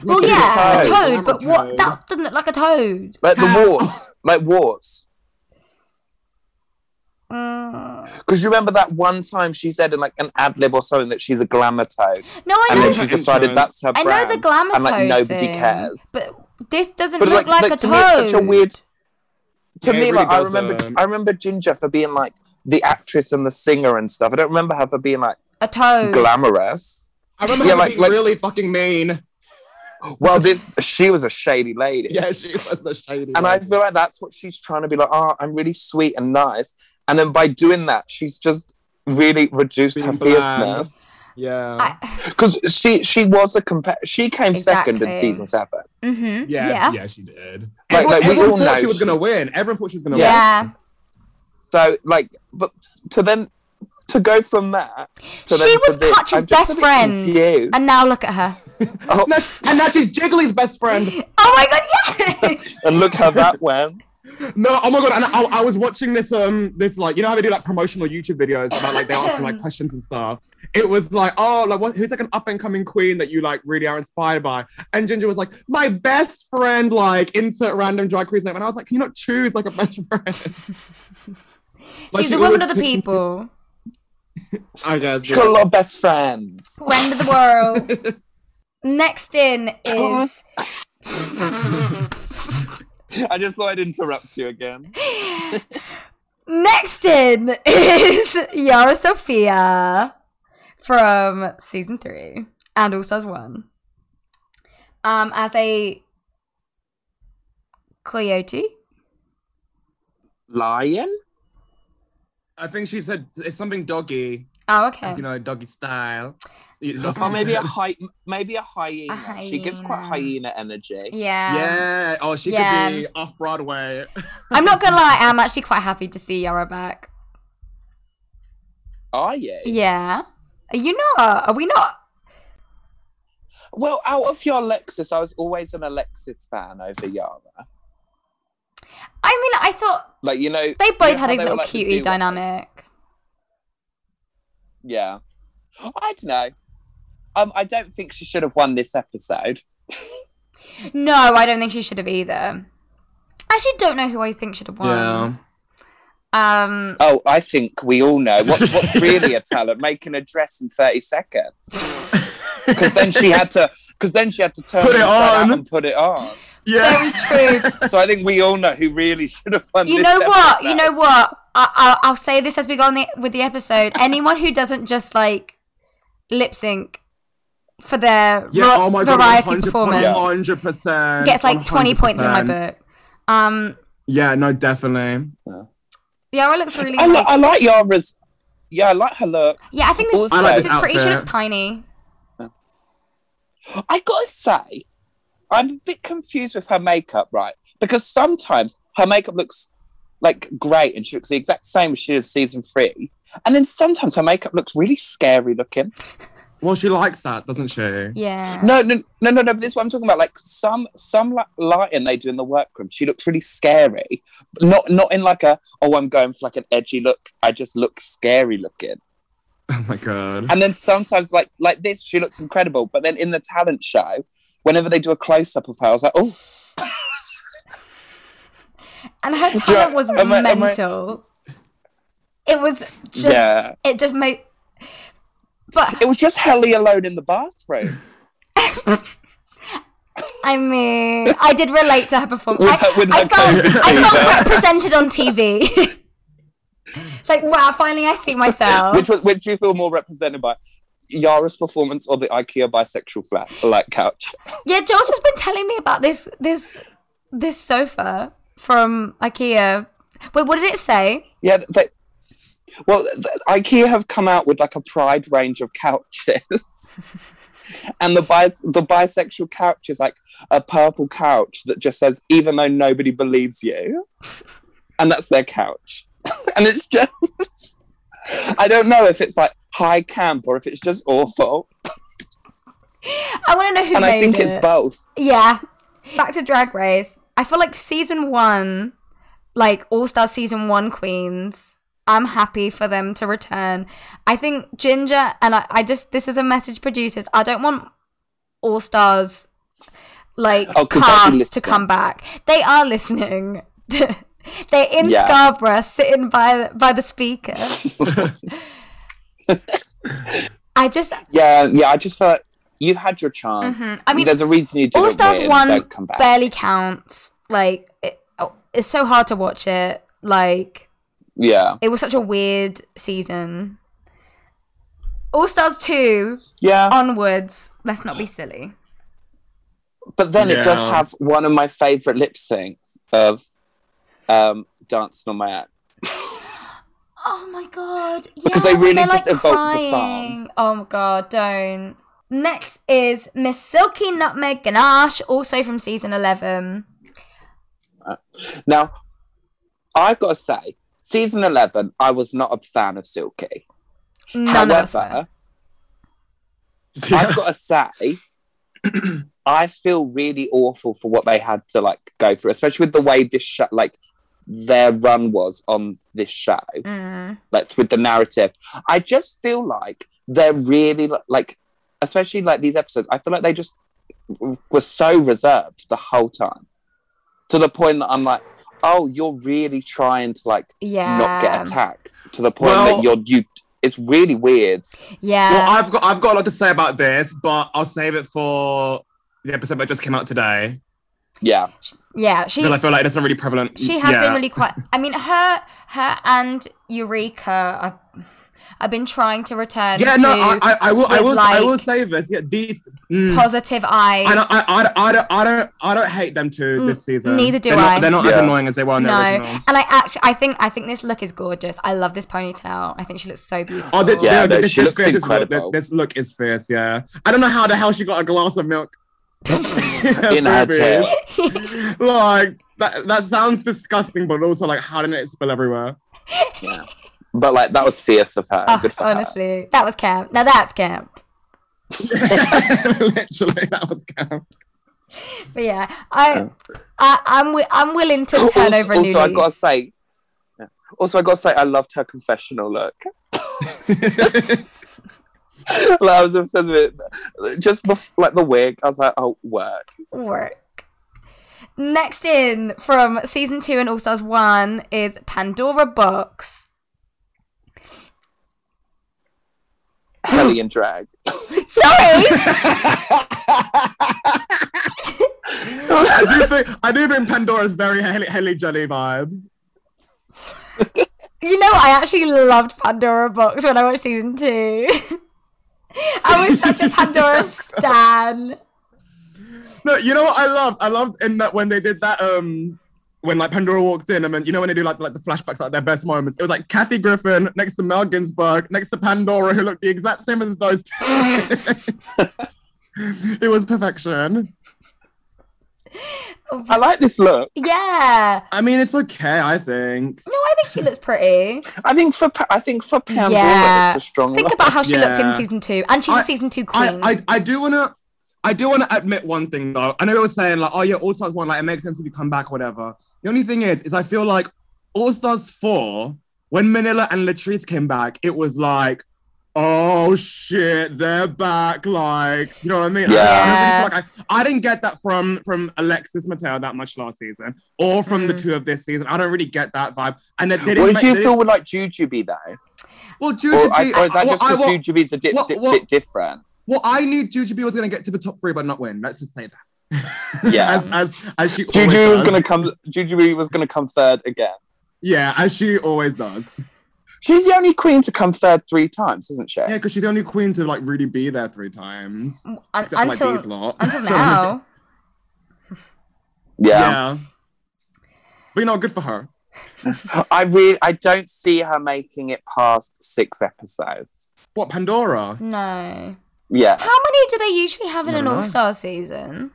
[SPEAKER 3] well, yeah, a
[SPEAKER 5] it's a
[SPEAKER 3] toad,
[SPEAKER 5] toad.
[SPEAKER 3] but what? That doesn't look like a toad.
[SPEAKER 5] Like the
[SPEAKER 4] How?
[SPEAKER 5] warts. Like warts.
[SPEAKER 3] Mm.
[SPEAKER 5] Because you remember that one time she said in like an ad lib or something that she's a glamour toad.
[SPEAKER 3] No, I
[SPEAKER 5] And
[SPEAKER 3] know.
[SPEAKER 5] then
[SPEAKER 4] her
[SPEAKER 5] she decided
[SPEAKER 4] entrance.
[SPEAKER 5] that's her
[SPEAKER 3] I
[SPEAKER 5] brand.
[SPEAKER 3] know the glamour
[SPEAKER 5] and, like,
[SPEAKER 3] toad
[SPEAKER 5] nobody
[SPEAKER 3] thing,
[SPEAKER 5] cares.
[SPEAKER 3] But this doesn't
[SPEAKER 5] But,
[SPEAKER 3] look
[SPEAKER 5] like-
[SPEAKER 3] like,
[SPEAKER 5] like,
[SPEAKER 3] a
[SPEAKER 5] to
[SPEAKER 3] toad.
[SPEAKER 5] me it's such a weird-
[SPEAKER 4] Yeah,
[SPEAKER 5] to
[SPEAKER 4] it
[SPEAKER 5] me,
[SPEAKER 4] really
[SPEAKER 5] like, I
[SPEAKER 4] does,
[SPEAKER 5] remember
[SPEAKER 4] um,
[SPEAKER 5] I remember Ginger for being like the actress and the singer and stuff. I don't remember her for being like
[SPEAKER 3] A toad.
[SPEAKER 5] glamorous.
[SPEAKER 4] [laughs] I remember
[SPEAKER 5] Yeah,
[SPEAKER 4] her
[SPEAKER 5] like-
[SPEAKER 4] being
[SPEAKER 5] like-
[SPEAKER 4] really fucking mean. [laughs]
[SPEAKER 5] Well, this she was a shady lady.
[SPEAKER 4] Yeah, she was the shady.
[SPEAKER 5] And I
[SPEAKER 4] one.
[SPEAKER 5] feel like that's what she's trying to be like, oh, I'm really sweet and nice. And then by doing that, she's just really reduced her
[SPEAKER 4] Being bland.
[SPEAKER 5] fierceness.
[SPEAKER 4] yeah.
[SPEAKER 3] I-
[SPEAKER 5] Because she she was a compet she came second in
[SPEAKER 3] Exactly.
[SPEAKER 5] season seven.
[SPEAKER 3] Mhm.
[SPEAKER 4] Yeah,
[SPEAKER 3] Yeah.
[SPEAKER 4] yeah, she did.
[SPEAKER 5] Like-
[SPEAKER 4] Everyone,
[SPEAKER 5] like, we
[SPEAKER 4] everyone
[SPEAKER 5] all
[SPEAKER 4] thought
[SPEAKER 5] know
[SPEAKER 4] she was
[SPEAKER 5] she-
[SPEAKER 4] gonna win. Everyone thought she was gonna
[SPEAKER 5] Yeah.
[SPEAKER 3] Yeah.
[SPEAKER 5] So like but to then to go from that
[SPEAKER 3] She
[SPEAKER 5] to then
[SPEAKER 3] was
[SPEAKER 5] to this,
[SPEAKER 3] Hutch's
[SPEAKER 5] I'm just
[SPEAKER 3] best
[SPEAKER 5] a bit
[SPEAKER 3] friend.
[SPEAKER 5] confused.
[SPEAKER 3] And now look at her.
[SPEAKER 5] Oh,
[SPEAKER 4] win.
[SPEAKER 5] [laughs]
[SPEAKER 4] No, she- and now she's Jiggly's best friend.
[SPEAKER 3] Oh my [laughs] god, yes!
[SPEAKER 5] and look how that went.
[SPEAKER 4] No, oh my god! And I, I was watching this, um, this like you know how they do like promotional YouTube videos about like they're
[SPEAKER 3] [laughs]
[SPEAKER 4] asking like questions and stuff. It was like, oh, like what, who's like an up and coming queen that you like really are inspired by? And Ginger was like, my best friend, like insert random drag queen's name. And I was like, can you not choose like a best friend?
[SPEAKER 3] [laughs]
[SPEAKER 4] Like,
[SPEAKER 3] She's
[SPEAKER 4] she
[SPEAKER 3] a woman
[SPEAKER 4] always
[SPEAKER 3] of the
[SPEAKER 4] picked-
[SPEAKER 3] people,
[SPEAKER 4] I guess.
[SPEAKER 5] She's got a
[SPEAKER 4] Yeah.
[SPEAKER 5] lot of best friends.
[SPEAKER 3] [laughs] friend of the world.
[SPEAKER 4] [laughs]
[SPEAKER 3] Next in is
[SPEAKER 5] I just thought I'd interrupt you again.
[SPEAKER 3] Next in is [laughs] Yara Sophia from season three and All Stars One. Um, as a coyote.
[SPEAKER 5] Lion?
[SPEAKER 4] I think she said it's something doggy,
[SPEAKER 3] Oh,
[SPEAKER 4] as
[SPEAKER 3] okay.
[SPEAKER 4] you know, doggy style. You- that's what she [laughs]
[SPEAKER 5] Or Oh, [laughs] maybe a
[SPEAKER 4] said.
[SPEAKER 5] hy- maybe a hyena. She gives quite
[SPEAKER 3] hyena.
[SPEAKER 5] hyena energy.
[SPEAKER 3] Yeah.
[SPEAKER 4] Yeah. Oh, she
[SPEAKER 3] Yeah.
[SPEAKER 4] could be off Broadway.
[SPEAKER 3] I'm not gonna lie, I'm actually quite happy to see Yara back.
[SPEAKER 5] Are you?
[SPEAKER 3] Yeah. Are you not? Are we not?
[SPEAKER 5] Well, out of your Alexis, I was always an Alexis fan over Yara.
[SPEAKER 3] I mean, I thought
[SPEAKER 5] Like you know,
[SPEAKER 3] they both
[SPEAKER 5] know
[SPEAKER 3] had
[SPEAKER 5] how
[SPEAKER 3] a
[SPEAKER 5] they were
[SPEAKER 3] little
[SPEAKER 5] like the
[SPEAKER 3] cutie
[SPEAKER 5] duo?
[SPEAKER 3] dynamic.
[SPEAKER 5] yeah. I don't know. Um, I don't think she should have won this episode.
[SPEAKER 3] No, I don't think she should have either. I actually don't know who I think should have won. Um,
[SPEAKER 5] Oh, I think we all know
[SPEAKER 6] [laughs]
[SPEAKER 5] what, what's really a talent: making a dress in thirty seconds. Because then she had to, because then she had to turn
[SPEAKER 6] Put it
[SPEAKER 5] inside out
[SPEAKER 6] on.
[SPEAKER 5] and put it on.
[SPEAKER 6] Yeah.
[SPEAKER 3] very true.
[SPEAKER 5] So I think we all know who really should have won.
[SPEAKER 3] you
[SPEAKER 5] this
[SPEAKER 3] know what?
[SPEAKER 5] episode.
[SPEAKER 3] You know what? I, I, I'll say this as we go on the, with the episode. Anyone who doesn't just like lip sync for their
[SPEAKER 6] Yeah.
[SPEAKER 3] va-
[SPEAKER 6] Oh my god.
[SPEAKER 3] variety
[SPEAKER 6] 100%,
[SPEAKER 3] performance
[SPEAKER 6] Hundred percent.
[SPEAKER 3] gets like 20 points in my book. Um,
[SPEAKER 6] Yeah. No. Definitely.
[SPEAKER 3] Yara looks really.
[SPEAKER 5] I, li-
[SPEAKER 3] like,
[SPEAKER 5] I like Yara's. Yeah, I like her look.
[SPEAKER 3] yeah, I think this,
[SPEAKER 5] also- I like
[SPEAKER 3] this
[SPEAKER 6] this
[SPEAKER 3] is pretty. She
[SPEAKER 6] outfit.
[SPEAKER 3] looks tiny.
[SPEAKER 5] I gotta say, I'm a bit confused with her makeup, right? Because sometimes her makeup looks like great and she looks the exact same as she did in season three. And then sometimes her makeup looks really scary looking.
[SPEAKER 6] Well, she likes that, doesn't she?
[SPEAKER 3] Yeah.
[SPEAKER 5] No, no, no, no, no. But this is what I'm talking about. Like some, some like lighting they do in the workroom. She looks really scary, but not, not in like a oh, I'm going for like an edgy look. I just look scary looking.
[SPEAKER 6] [laughs] Oh my god. [laughs]
[SPEAKER 5] And then sometimes like like this, she looks incredible. But then in the talent show, whenever they do a close up of her, I was like, oh,
[SPEAKER 3] And her
[SPEAKER 5] you know-
[SPEAKER 3] talent was
[SPEAKER 5] am I- am I-
[SPEAKER 3] mental. It was just.
[SPEAKER 5] yeah.
[SPEAKER 3] It just made. But
[SPEAKER 5] It was just Helly alone in the bathroom
[SPEAKER 3] I mean, I did relate to her performance.
[SPEAKER 5] with
[SPEAKER 3] I,
[SPEAKER 5] her, with
[SPEAKER 3] I
[SPEAKER 5] her
[SPEAKER 3] felt,
[SPEAKER 5] COVID
[SPEAKER 3] I felt
[SPEAKER 5] fever,
[SPEAKER 3] represented on TV. it's like, wow, finally I see myself.
[SPEAKER 5] which was, which do you feel more represented by? Yara's performance or the IKEA bisexual flat like couch.
[SPEAKER 3] Yeah, George has been telling me about this this this sofa from IKEA. Wait, what did it say?
[SPEAKER 5] Yeah, they, well, th IKEA have come out with like a pride range of
[SPEAKER 3] [laughs]
[SPEAKER 5] couches, and the bis- the bisexual couch is like a purple couch that just says "Even though nobody believes
[SPEAKER 3] [laughs]
[SPEAKER 5] you," and that's their couch, [laughs] and it's just. I don't know if it's like high camp or if it's just awful,
[SPEAKER 3] I want to know who
[SPEAKER 5] and
[SPEAKER 3] made
[SPEAKER 5] I think
[SPEAKER 3] it.
[SPEAKER 5] it's both.
[SPEAKER 3] Yeah. Back to Drag Race. I feel like season one, like All Star season one queens, I'm happy for them to return. I think Ginger and I, I just this is a message producers. I don't want All Stars like
[SPEAKER 5] Oh, 'cause they'll be
[SPEAKER 3] cast to
[SPEAKER 5] listening.
[SPEAKER 3] come back. They are listening. [laughs] They're in
[SPEAKER 5] Yeah.
[SPEAKER 3] Scarborough, sitting by by the
[SPEAKER 5] [laughs]
[SPEAKER 3] speaker. I just
[SPEAKER 5] Yeah, yeah. I just feel like you've had your chance.
[SPEAKER 3] Mhm. I mean,
[SPEAKER 5] there's a reason you did
[SPEAKER 3] All Stars one
[SPEAKER 5] Don't come back.
[SPEAKER 3] barely counts. Like it, oh, it's so hard to watch it. Like
[SPEAKER 5] yeah,
[SPEAKER 3] it was such a weird season. All Stars two
[SPEAKER 5] yeah.
[SPEAKER 3] onwards. Let's not be silly.
[SPEAKER 5] But then it does
[SPEAKER 6] Yeah.
[SPEAKER 5] have one of my favorite lip syncs of um, "Dancing on My Own."
[SPEAKER 3] Oh my god! Yeah,
[SPEAKER 5] Because they
[SPEAKER 3] when
[SPEAKER 5] really
[SPEAKER 3] they're,
[SPEAKER 5] just
[SPEAKER 3] like,
[SPEAKER 5] evoke the song.
[SPEAKER 3] crying. Oh my god! Don't. Next is Miss Silky Nutmeg Ganache, also from season eleven.
[SPEAKER 5] Now, I've got to say, season eleven, I was not a fan of Silky.
[SPEAKER 3] None of us were.
[SPEAKER 5] However,
[SPEAKER 6] Yeah.
[SPEAKER 5] [laughs] I've got to say, [clears throat] I feel really awful for what they had to like go through, especially with the way this show, like their run was on this show.
[SPEAKER 3] Mm.
[SPEAKER 5] like with the narrative. I just feel like they're really like, especially like these episodes. I feel like they just were so reserved the whole time, to the point that I'm like, oh, you're really trying to like
[SPEAKER 3] Yeah.
[SPEAKER 5] not get attacked. To the point
[SPEAKER 6] Well-
[SPEAKER 5] that you're you. It's really weird.
[SPEAKER 3] Yeah.
[SPEAKER 6] Well, I've got I've got a lot to say about this, but I'll save it for the episode that just came out today.
[SPEAKER 5] Yeah,
[SPEAKER 3] yeah. She.
[SPEAKER 6] Because I feel like that's not really prevalent.
[SPEAKER 3] she has
[SPEAKER 6] yeah.
[SPEAKER 3] been really quite i mean her her and eureka i've, I've been trying to return
[SPEAKER 6] Yeah,
[SPEAKER 3] to
[SPEAKER 6] no, I, I, I will, I
[SPEAKER 3] with,
[SPEAKER 6] will, I will
[SPEAKER 3] like,
[SPEAKER 6] say this. Yeah, these. Mm,
[SPEAKER 3] positive eyes
[SPEAKER 6] I don't, I, I, I don't, I don't, I don't hate them too
[SPEAKER 3] Mm,
[SPEAKER 6] this season.
[SPEAKER 3] neither do
[SPEAKER 6] they're not-
[SPEAKER 3] I.
[SPEAKER 6] they're not as
[SPEAKER 5] Yeah.
[SPEAKER 6] annoying as they were
[SPEAKER 5] Oh,
[SPEAKER 6] on
[SPEAKER 3] no
[SPEAKER 6] the original.
[SPEAKER 3] and i actually i think i think this look is gorgeous i love this ponytail i think she looks so beautiful
[SPEAKER 5] [laughs]
[SPEAKER 6] Oh, the,
[SPEAKER 5] Yeah,
[SPEAKER 6] yeah,
[SPEAKER 5] no,
[SPEAKER 6] this,
[SPEAKER 5] she
[SPEAKER 6] this
[SPEAKER 5] looks
[SPEAKER 6] face is-
[SPEAKER 5] incredible.
[SPEAKER 6] This, this look is fierce. Yeah, I don't know how the hell she got a glass of milk
[SPEAKER 5] [laughs] in her tail.
[SPEAKER 3] [laughs]
[SPEAKER 6] Like that, that sounds disgusting, but also like, how did it spill everywhere? [laughs]
[SPEAKER 5] But like that was fierce of her.
[SPEAKER 3] Ugh,
[SPEAKER 5] Good for her.
[SPEAKER 3] Ah, Oh, honestly that was camp now that's camp
[SPEAKER 6] Literally, that was [laughs] camp.
[SPEAKER 3] but yeah i I, I'm wi- I'm willing to turn
[SPEAKER 5] [laughs] also,
[SPEAKER 3] over a new
[SPEAKER 5] also I
[SPEAKER 3] leaf.
[SPEAKER 5] gotta say. yeah. Also, I gotta say, I loved her confessional look. like, I was obsessed with it. Just bef- like the wig, I was like, "Oh, work."
[SPEAKER 3] work. Next in from season two and All Stars one is Pandora Box. [laughs]
[SPEAKER 5] Helly and drag.
[SPEAKER 3] Sorry,
[SPEAKER 4] I do think I do think Pandora's very Helly, Helly Jelly vibes.
[SPEAKER 3] you know I actually loved Pandora Box when I watched season two. [laughs] I was such a
[SPEAKER 5] [laughs]
[SPEAKER 3] Pandora stan.
[SPEAKER 4] No, you know what I loved? I loved in that when they did that, um, when like Pandora walked in, and then you know when they do like like the flashbacks, like their best moments. It was like Kathy Griffin next to Mel Ginsburg, next to Pandora, who looked the exact same as those two. [laughs] it was perfection.
[SPEAKER 5] I like this look.
[SPEAKER 3] Yeah.
[SPEAKER 4] I mean, it's okay, I think.
[SPEAKER 3] No, I think she looks pretty.
[SPEAKER 5] I think for Pa- I think for Pandora,
[SPEAKER 3] Yeah.
[SPEAKER 5] it's a strong
[SPEAKER 3] Think
[SPEAKER 5] look.
[SPEAKER 3] about how she looked in
[SPEAKER 4] Yeah.
[SPEAKER 3] season two, and she's a
[SPEAKER 4] I-
[SPEAKER 3] season two queen.
[SPEAKER 4] I, I, I do wanna I do wanna admit one thing though. I know you were saying like, oh yeah, All Stars one, like it makes sense if you come back, whatever. The only thing is, is I feel like All Stars four, when Manila and Latrice came back, it was like, oh shit, they're back. Like, you know what I mean? I- I,
[SPEAKER 3] Yeah.
[SPEAKER 4] don't really feel like I, I didn't get that from from Alexis Mateo that much last season, or from
[SPEAKER 3] Mm.
[SPEAKER 4] the two of this season. I don't really get that vibe. And they, they didn't
[SPEAKER 5] What
[SPEAKER 4] make-
[SPEAKER 5] did you
[SPEAKER 4] they
[SPEAKER 5] feel
[SPEAKER 4] didn't-
[SPEAKER 5] would like Jujubee though?
[SPEAKER 4] Well, Juju,
[SPEAKER 5] Or, I, or is that
[SPEAKER 4] well,
[SPEAKER 5] just
[SPEAKER 4] I
[SPEAKER 5] because
[SPEAKER 4] wa-
[SPEAKER 5] Jujubee's a di-
[SPEAKER 4] what-
[SPEAKER 5] di-
[SPEAKER 4] what-
[SPEAKER 5] bit different?
[SPEAKER 4] Well, I knew Juju B was going to get to the top three but not win. Let's just say that. [laughs]
[SPEAKER 5] Yeah.
[SPEAKER 4] as, as, as she always
[SPEAKER 5] Juju
[SPEAKER 4] does.
[SPEAKER 5] was gonna come. Jujubee was gonna come third again.
[SPEAKER 4] Yeah, as she always does.
[SPEAKER 5] She's the only queen to come third three times, isn't she?
[SPEAKER 4] Yeah, because she's the only queen to like really be there three times.
[SPEAKER 3] Un-
[SPEAKER 4] Except for, like, these
[SPEAKER 3] until
[SPEAKER 4] lot. [laughs]
[SPEAKER 3] until now.
[SPEAKER 5] Yeah.
[SPEAKER 4] yeah. But you know, good for her.
[SPEAKER 5] I really, I don't see her making it past six episodes.
[SPEAKER 4] What Pandora?
[SPEAKER 3] No.
[SPEAKER 5] Yeah,
[SPEAKER 3] How many do they usually have in
[SPEAKER 4] Never
[SPEAKER 3] an
[SPEAKER 4] know.
[SPEAKER 3] all star season?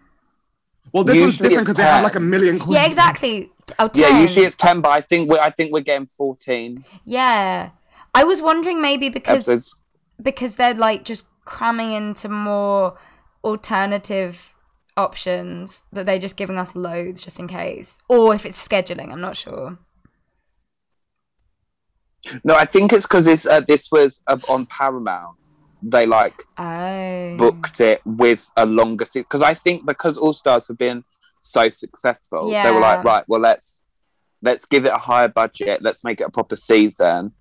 [SPEAKER 4] Well, this one's
[SPEAKER 5] Usually
[SPEAKER 4] different
[SPEAKER 5] it's
[SPEAKER 4] because they have
[SPEAKER 5] 10.
[SPEAKER 4] like a million queens.
[SPEAKER 3] Yeah, exactly. Oh, 10.
[SPEAKER 5] yeah. Usually it's ten, but I think we're, I think we're getting fourteen
[SPEAKER 3] Yeah. I was wondering maybe because
[SPEAKER 5] episodes.
[SPEAKER 3] because they're like just cramming into more alternative options that they're just giving us loads just in case, or if it's scheduling. I'm not sure.
[SPEAKER 5] No, I think it's because this uh, this was uh, on Paramount. They like
[SPEAKER 3] Oh.
[SPEAKER 5] booked it with a longer season because I think because All Stars have been so successful, they were
[SPEAKER 3] Yeah.
[SPEAKER 5] like, right, well let's let's give it a higher budget, let's make it a proper season,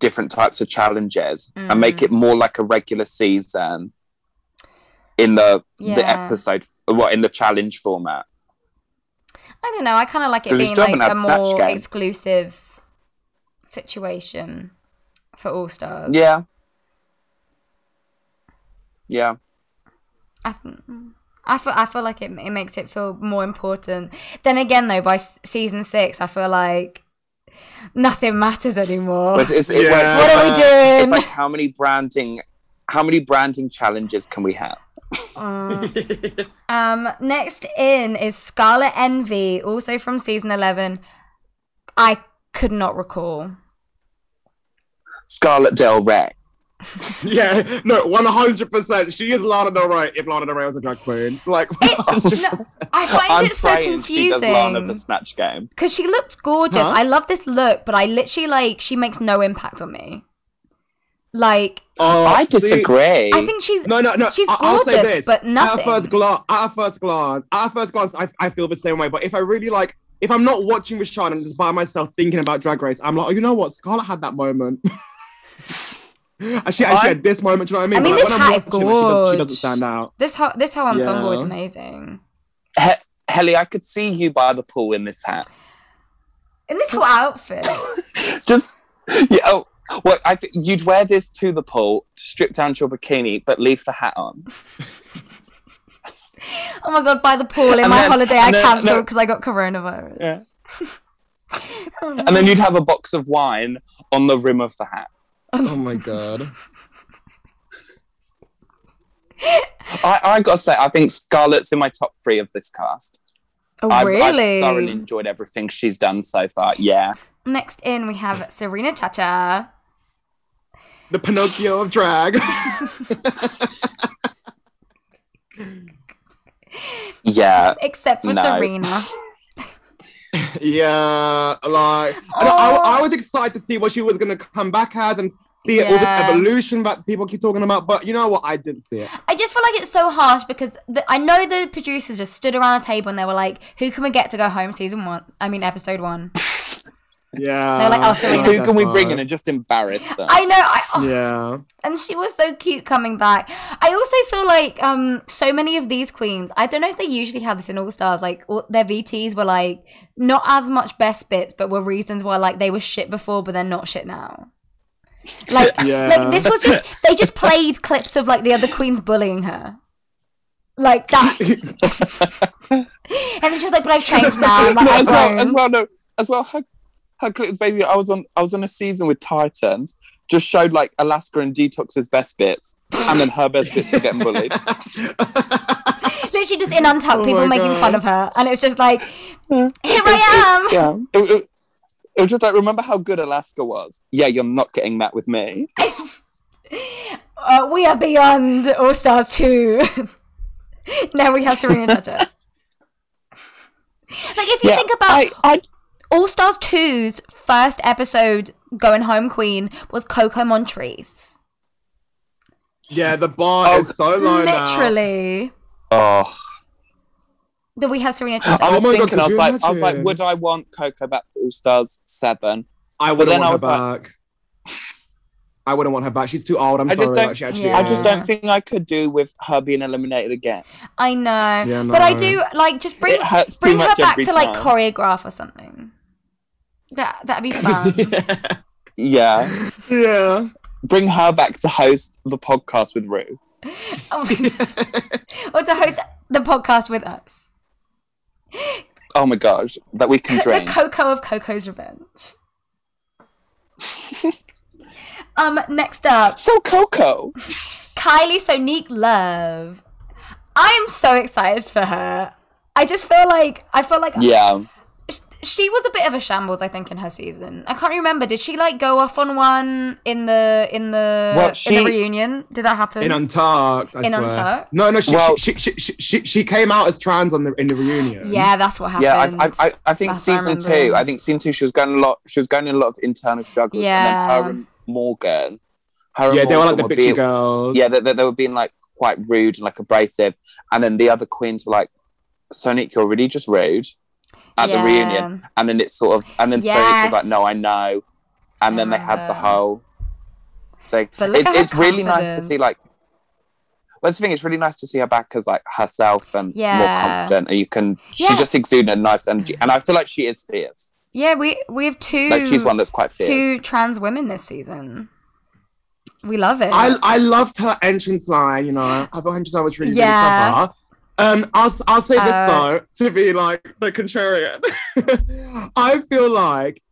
[SPEAKER 5] different types of challenges, and make
[SPEAKER 3] Mm.
[SPEAKER 5] it more like a regular season in the the
[SPEAKER 3] Yeah.
[SPEAKER 5] episode, what in the challenge format.
[SPEAKER 3] I don't know. I kind of like it
[SPEAKER 5] Because we
[SPEAKER 3] being
[SPEAKER 5] still
[SPEAKER 3] like
[SPEAKER 5] haven't
[SPEAKER 3] a
[SPEAKER 5] had Snatch
[SPEAKER 3] more
[SPEAKER 5] Game.
[SPEAKER 3] exclusive situation for all stars.
[SPEAKER 5] Yeah. Yeah.
[SPEAKER 3] I th- I feel I feel like it it makes it feel more important. Then again, though, by s- season six, I feel like nothing matters anymore.
[SPEAKER 5] But it's, it's, it-
[SPEAKER 4] Yeah.
[SPEAKER 3] what are we doing?
[SPEAKER 5] it's like how many branding how many branding challenges can we have?
[SPEAKER 3] Mm. [laughs] um, next in is Scarlet Envy, also from season eleven. I could not recall.
[SPEAKER 5] Scarlet Del Rey.
[SPEAKER 4] [laughs] Yeah, no, one hundred percent. She is Lana Del Rey. If Lana Del Rey was a drag queen, like
[SPEAKER 5] [laughs]
[SPEAKER 3] It, no, I find
[SPEAKER 5] I'm
[SPEAKER 3] it so
[SPEAKER 5] praying she does Lana the
[SPEAKER 3] confusing
[SPEAKER 5] Snatch Game.
[SPEAKER 3] because she looks gorgeous.
[SPEAKER 4] Huh?
[SPEAKER 3] I love this look, but I literally like she makes no impact on me. Like
[SPEAKER 4] Oh,
[SPEAKER 5] I
[SPEAKER 4] see-
[SPEAKER 5] disagree.
[SPEAKER 3] I think she's
[SPEAKER 4] No, no, no.
[SPEAKER 3] She's
[SPEAKER 4] I- I'll say
[SPEAKER 3] gorgeous,
[SPEAKER 4] this.
[SPEAKER 3] but nothing.
[SPEAKER 4] At first glance, at first glance, at first glance, I, I feel the same way. But if I really like, if I'm not watching with Sean and just by myself thinking about Drag Race, I'm like, oh, you know what? Scarlett had that moment. [laughs] she actually
[SPEAKER 5] I-
[SPEAKER 4] had this moment. Do you know what I mean?
[SPEAKER 3] I mean,
[SPEAKER 4] But,
[SPEAKER 3] this
[SPEAKER 4] when
[SPEAKER 3] hat is
[SPEAKER 4] watching it, she, does, she
[SPEAKER 3] gorge.
[SPEAKER 4] doesn't stand out.
[SPEAKER 3] This whole this whole ensemble
[SPEAKER 4] Yeah.
[SPEAKER 3] is amazing.
[SPEAKER 5] He- Helly, I could see you by the pool in this hat.
[SPEAKER 3] And this whole outfit.
[SPEAKER 5] Just yeah. Oh, well, I th- you'd wear this to the pool, strip down to your bikini, but leave the hat on.
[SPEAKER 3] Oh my god, by the pool in
[SPEAKER 5] And
[SPEAKER 3] my
[SPEAKER 5] then-
[SPEAKER 3] holiday I
[SPEAKER 5] and then-
[SPEAKER 3] cancelled
[SPEAKER 5] no.
[SPEAKER 3] because I got coronavirus. Oh,
[SPEAKER 5] Yeah.
[SPEAKER 3] [laughs]
[SPEAKER 5] And then you'd have a box of wine on the rim of the hat.
[SPEAKER 4] Oh my god.
[SPEAKER 5] I, I gotta say, I think Scarlett's in my top three of this cast.
[SPEAKER 3] oh
[SPEAKER 5] I've,
[SPEAKER 3] really?
[SPEAKER 5] I've thoroughly enjoyed everything she's done so far. Yeah.
[SPEAKER 3] Next in we have Serena Chacha.
[SPEAKER 4] [laughs] The Pinocchio of drag. [laughs] [laughs]
[SPEAKER 5] Yeah.
[SPEAKER 3] Except for
[SPEAKER 5] Uh, No.
[SPEAKER 3] Serena. Oh.
[SPEAKER 4] yeah, like I, I, I was excited to see what she was gonna come back as and see it, all this
[SPEAKER 3] Yeah.
[SPEAKER 4] evolution that people keep talking about. But you know what? I didn't see it.
[SPEAKER 3] I just feel like it's so harsh because the, I know the producers just stood around a table and they were like, "Who can we get to go home?" Season one, I mean episode one.
[SPEAKER 4] Yeah.
[SPEAKER 3] They're like, oh, sorry.
[SPEAKER 5] Who can we bring in and just embarrass them? [laughs]
[SPEAKER 3] I know, I, oh, [laughs]
[SPEAKER 4] Yeah.
[SPEAKER 3] and she was so cute coming back. I also feel like um so many of these queens. I don't know if they usually have this in All Stars. Like all, their VTs were like not as much best bits, but were reasons why like they were shit before, but they're not shit now. Like,
[SPEAKER 5] [laughs]
[SPEAKER 4] Yeah.
[SPEAKER 3] like this was just they just played clips of like the other queens bullying her. Like
[SPEAKER 5] [laughs]
[SPEAKER 3] that, and then she was like, "But I've changed now." I'm like,
[SPEAKER 5] no,
[SPEAKER 3] "I've
[SPEAKER 5] as well,
[SPEAKER 3] grown."
[SPEAKER 5] as well, no, as well. Her, her clip was basically I was on I was on a season with Titans, just showed like Alaska and Detox's best bits, and then her best bits were
[SPEAKER 4] [laughs]
[SPEAKER 5] getting bullied.
[SPEAKER 3] Literally, just in untucked,
[SPEAKER 4] Oh
[SPEAKER 3] people
[SPEAKER 4] my
[SPEAKER 3] making
[SPEAKER 4] God.
[SPEAKER 3] fun of her, and it's just
[SPEAKER 5] [laughs]
[SPEAKER 3] like, "Here I am."
[SPEAKER 5] yeah, it, it- it was just like remember how good Alaska was. Yeah, you're not getting that with me.
[SPEAKER 3] uh, we are beyond All Stars 2. [laughs] now we have Serena
[SPEAKER 5] [laughs]
[SPEAKER 3] Toucher. like, if you
[SPEAKER 5] Yeah,
[SPEAKER 3] think about
[SPEAKER 5] I, I
[SPEAKER 3] All Stars 2's first episode, Going Home Queen, was Coco Montrese.
[SPEAKER 4] Yeah, the bar is so low now.
[SPEAKER 3] Literally.
[SPEAKER 5] oh,
[SPEAKER 3] That we have Serena
[SPEAKER 5] [gasps]
[SPEAKER 3] Toucher.
[SPEAKER 5] I was
[SPEAKER 4] oh my God,
[SPEAKER 5] thinking,
[SPEAKER 4] could
[SPEAKER 5] I was
[SPEAKER 4] you
[SPEAKER 5] like, I was like,
[SPEAKER 4] imagine?
[SPEAKER 5] would I want Coco back for All Stars Seven?
[SPEAKER 4] I
[SPEAKER 5] But
[SPEAKER 4] wouldn't
[SPEAKER 5] then
[SPEAKER 4] want
[SPEAKER 5] I
[SPEAKER 4] her
[SPEAKER 5] was like-
[SPEAKER 4] back. I wouldn't want her back. She's too old. I'm
[SPEAKER 5] I just
[SPEAKER 4] sorry.
[SPEAKER 5] don't-
[SPEAKER 4] like, she actually
[SPEAKER 3] Yeah.
[SPEAKER 5] I
[SPEAKER 4] is.
[SPEAKER 5] just don't think I could do with her being eliminated again.
[SPEAKER 3] I know.
[SPEAKER 4] Yeah,
[SPEAKER 3] But I
[SPEAKER 4] no.
[SPEAKER 3] do, like, just bring,
[SPEAKER 5] it hurts too
[SPEAKER 3] bring her
[SPEAKER 5] much
[SPEAKER 3] back
[SPEAKER 5] every
[SPEAKER 3] to, like,
[SPEAKER 5] time.
[SPEAKER 3] choreograph or something. That, that'd be
[SPEAKER 5] [laughs]
[SPEAKER 3] fun.
[SPEAKER 5] yeah.
[SPEAKER 4] Yeah.
[SPEAKER 5] bring her back to host the podcast with Rue.
[SPEAKER 3] Oh my- [laughs] or to host the podcast with us.
[SPEAKER 5] Oh my gosh, that we can
[SPEAKER 3] Co-
[SPEAKER 5] drink.
[SPEAKER 3] The Coco of Coco's Revenge. um, next up,
[SPEAKER 5] so Coco,
[SPEAKER 3] Kylie Sonique Love. I am so excited for her. I just feel like I feel like
[SPEAKER 5] yeah,
[SPEAKER 3] sh- she was a bit of a shambles. I think in her season, I can't remember. Did she like go off on one in the in the
[SPEAKER 5] Well,
[SPEAKER 3] in
[SPEAKER 5] she-
[SPEAKER 3] the reunion? Did that happen?
[SPEAKER 4] In Untucked. I
[SPEAKER 3] In
[SPEAKER 4] swear.
[SPEAKER 3] Untucked?
[SPEAKER 4] No, no, she,
[SPEAKER 5] Well-
[SPEAKER 4] she, she, she, she, she came out as trans on the, in the reunion.
[SPEAKER 3] yeah, that's what happened.
[SPEAKER 5] yeah. I, I, I, I think
[SPEAKER 3] That's what I
[SPEAKER 5] season
[SPEAKER 3] remember.
[SPEAKER 5] two. I think season two. She was going a lot. She was going in a lot of internal struggles.
[SPEAKER 3] Yeah.
[SPEAKER 5] And then her and Morgan. Her and
[SPEAKER 4] Yeah, they were like
[SPEAKER 5] Morgan
[SPEAKER 4] the
[SPEAKER 5] being-
[SPEAKER 4] bitchy girls.
[SPEAKER 5] Yeah, they, they, they were being like quite rude and like abrasive, and then the other queens were like, "Sonic, you're really just rude." At
[SPEAKER 3] Yeah.
[SPEAKER 5] the reunion, and then it's sort of, and then Sonic was
[SPEAKER 3] Yes.
[SPEAKER 5] like, "No, I know," and
[SPEAKER 3] I
[SPEAKER 5] then they had
[SPEAKER 3] remember.
[SPEAKER 5] the whole thing.
[SPEAKER 3] But look
[SPEAKER 5] it's
[SPEAKER 3] at her
[SPEAKER 5] it's really nice to
[SPEAKER 3] confidence.
[SPEAKER 5] see like. Well, that's the thing. It's really nice to see her back as like herself and
[SPEAKER 3] Yeah.
[SPEAKER 5] more confident, and you can.
[SPEAKER 3] Yeah.
[SPEAKER 5] She just exuding a nice energy, and I feel like she is fierce.
[SPEAKER 3] yeah, we we have two
[SPEAKER 5] Like she's one that's quite fierce.
[SPEAKER 3] two trans women this season. We love it.
[SPEAKER 4] I, I loved her entrance line, you know. I thought her entrance line was really,
[SPEAKER 3] Yeah.
[SPEAKER 4] really clever. Um, I'll, I'll say this
[SPEAKER 3] Uh,
[SPEAKER 4] though, to be like the contrarian. [laughs] I feel like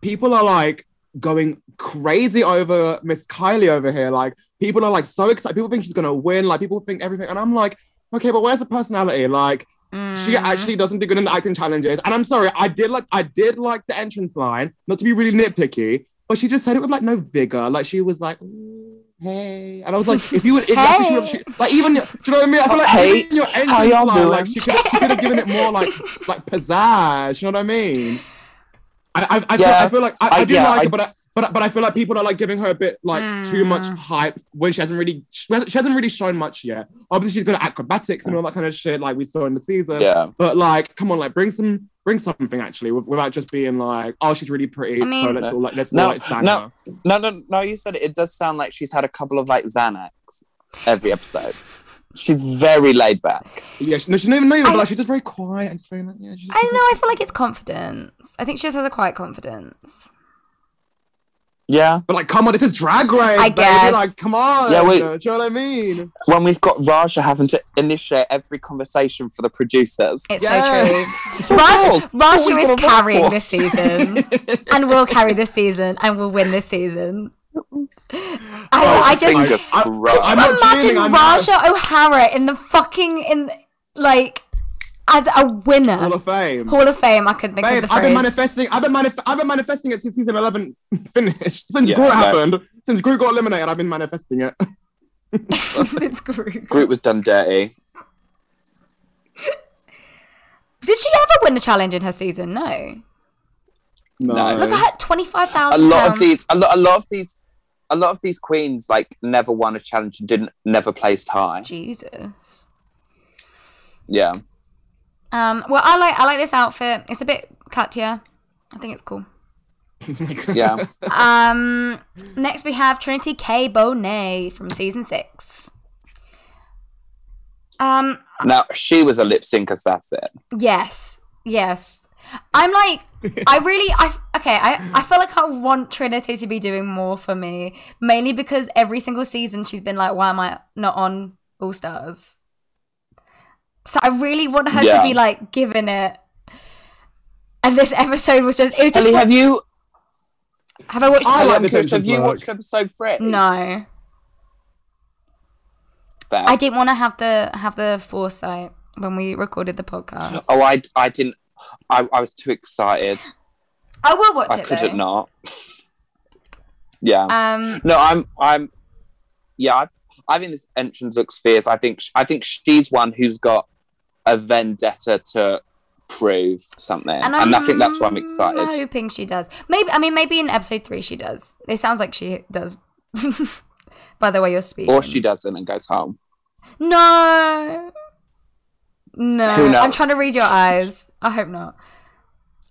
[SPEAKER 4] people are like going crazy over Miss Kylie over here. Like, people are like so excited. People think she's going to win. Like, people think everything. And I'm like, okay, but where's the personality? Like, she
[SPEAKER 3] Mm.
[SPEAKER 4] actually doesn't do good in the acting challenges. And I'm sorry, I did like I did like the entrance line, not to be really nitpicky, but she just said it with like no vigor. Like she was like, "Ooh, hey. And I was like, if you would if that's what she,
[SPEAKER 3] Hey.
[SPEAKER 4] she- like even do you know what I mean? I feel like
[SPEAKER 5] Hey,
[SPEAKER 4] even your entrance
[SPEAKER 5] how y'all
[SPEAKER 4] line, like
[SPEAKER 5] doing?
[SPEAKER 4] she could she could have given it more like like pizzazz, you know what I mean? I I, I,
[SPEAKER 5] Yeah.
[SPEAKER 4] feel, I feel like I, I
[SPEAKER 5] I-
[SPEAKER 4] do
[SPEAKER 5] yeah,
[SPEAKER 4] like
[SPEAKER 5] I-
[SPEAKER 4] it, but I but, I- but I feel like people are like giving her a bit like too much
[SPEAKER 3] Mm.
[SPEAKER 4] hype when she hasn't really she hasn't, she hasn't really shown much yet. Obviously she's good at acrobatics and all that kind of shit like we saw in the season.
[SPEAKER 5] Yeah.
[SPEAKER 4] But like, come on, like bring some bring something actually wi- without just being like, oh, she's really pretty.
[SPEAKER 3] I mean-
[SPEAKER 4] so let's all like let's
[SPEAKER 5] No,
[SPEAKER 4] all, like stand
[SPEAKER 5] no.
[SPEAKER 4] her.
[SPEAKER 5] No, no, no. You said it. It does sound like she's had a couple of like Xanax every episode. She's very laid back.
[SPEAKER 4] Yeah, she, no, she's not even not even
[SPEAKER 3] I-
[SPEAKER 4] like she's just very quiet and just very like, yeah, she's
[SPEAKER 3] I don't know. I feel like it's confidence. I think she just has a quiet confidence.
[SPEAKER 5] Yeah.
[SPEAKER 4] But like, come on, this is drag race.
[SPEAKER 3] I
[SPEAKER 4] baby.
[SPEAKER 3] guess.
[SPEAKER 4] Like, come on.
[SPEAKER 5] Yeah, wait.
[SPEAKER 4] Do you know what I mean?
[SPEAKER 5] When we've got Raja having to initiate every conversation for the producers.
[SPEAKER 3] It's
[SPEAKER 4] Yeah. [laughs]
[SPEAKER 3] so true. Rasha,
[SPEAKER 5] girls, what we
[SPEAKER 3] Rasha
[SPEAKER 5] gonna
[SPEAKER 3] is
[SPEAKER 5] vote
[SPEAKER 3] carrying
[SPEAKER 5] for?
[SPEAKER 3] this season, and will carry this season, and will win this season. I, I just
[SPEAKER 5] fingers
[SPEAKER 4] I-
[SPEAKER 5] crossed.
[SPEAKER 4] Oh, I'm not
[SPEAKER 3] imagine
[SPEAKER 4] dreaming, I'm not-
[SPEAKER 3] Raja O'Hara in the fucking in like as a winner
[SPEAKER 4] Hall of Fame.
[SPEAKER 3] Hall of Fame. I could think
[SPEAKER 4] Babe,
[SPEAKER 3] of the
[SPEAKER 4] I've been
[SPEAKER 3] phrase.
[SPEAKER 4] manifesting. I've been manif- I've been manifesting it since season eleven [laughs] finished. Since
[SPEAKER 5] Yeah,
[SPEAKER 4] Gru
[SPEAKER 5] no.
[SPEAKER 4] happened. Since Gru got eliminated, I've been manifesting it. [laughs]
[SPEAKER 3] [laughs] it's Groot.
[SPEAKER 5] Group was done dirty.
[SPEAKER 3] Did she ever win a challenge in her season? No.
[SPEAKER 5] No.
[SPEAKER 3] Look at her, twenty five
[SPEAKER 5] A
[SPEAKER 3] thousand.
[SPEAKER 5] lot of these, a lot, a lot of these, a lot of these queens like never won a challenge and didn't never placed high.
[SPEAKER 3] Jesus.
[SPEAKER 5] Yeah.
[SPEAKER 3] Um, well, I like I like this outfit. It's a bit Katya. I think it's cool. [laughs]
[SPEAKER 5] Yeah.
[SPEAKER 3] Um, [laughs] next we have Trinity K. Bonet from season six. Um,
[SPEAKER 5] Now she was a lip sync assassin.
[SPEAKER 3] yes, yes. I'm like,
[SPEAKER 5] [laughs]
[SPEAKER 3] I really, I okay. I I feel like I want Trinity to be doing more for me, mainly because every single season she's been like, why am I not on All Stars? So I really want her
[SPEAKER 5] Yeah.
[SPEAKER 3] to be like given it. And this episode was just, it was just,
[SPEAKER 5] Ellie, have you?
[SPEAKER 3] have I watched
[SPEAKER 4] I
[SPEAKER 5] Ellie,
[SPEAKER 4] like
[SPEAKER 5] I'm
[SPEAKER 4] the
[SPEAKER 5] curious, have
[SPEAKER 4] tension
[SPEAKER 5] you
[SPEAKER 4] work.
[SPEAKER 5] watched episode three? oh.
[SPEAKER 3] No.
[SPEAKER 5] Fair.
[SPEAKER 3] I didn't want to have the have the foresight when we recorded the podcast.
[SPEAKER 5] Oh, I, I didn't. I, I was too excited.
[SPEAKER 3] I will watch
[SPEAKER 5] I
[SPEAKER 3] it.
[SPEAKER 5] couldn't
[SPEAKER 3] though.
[SPEAKER 5] not. yeah.
[SPEAKER 3] Um,
[SPEAKER 5] no, I'm. I'm. Yeah. I, I think this entrance looks fierce. I think. Sh- I think she's one who's got a vendetta to prove something, and, I think that's why I'm excited.
[SPEAKER 3] hoping she does. Maybe I mean maybe in episode three she does. It sounds like she does. [laughs] By the way you're speaking.
[SPEAKER 5] Or she doesn't and goes home.
[SPEAKER 3] No. No.
[SPEAKER 5] Who
[SPEAKER 3] I'm
[SPEAKER 5] knows?
[SPEAKER 3] trying to read your eyes. I hope not.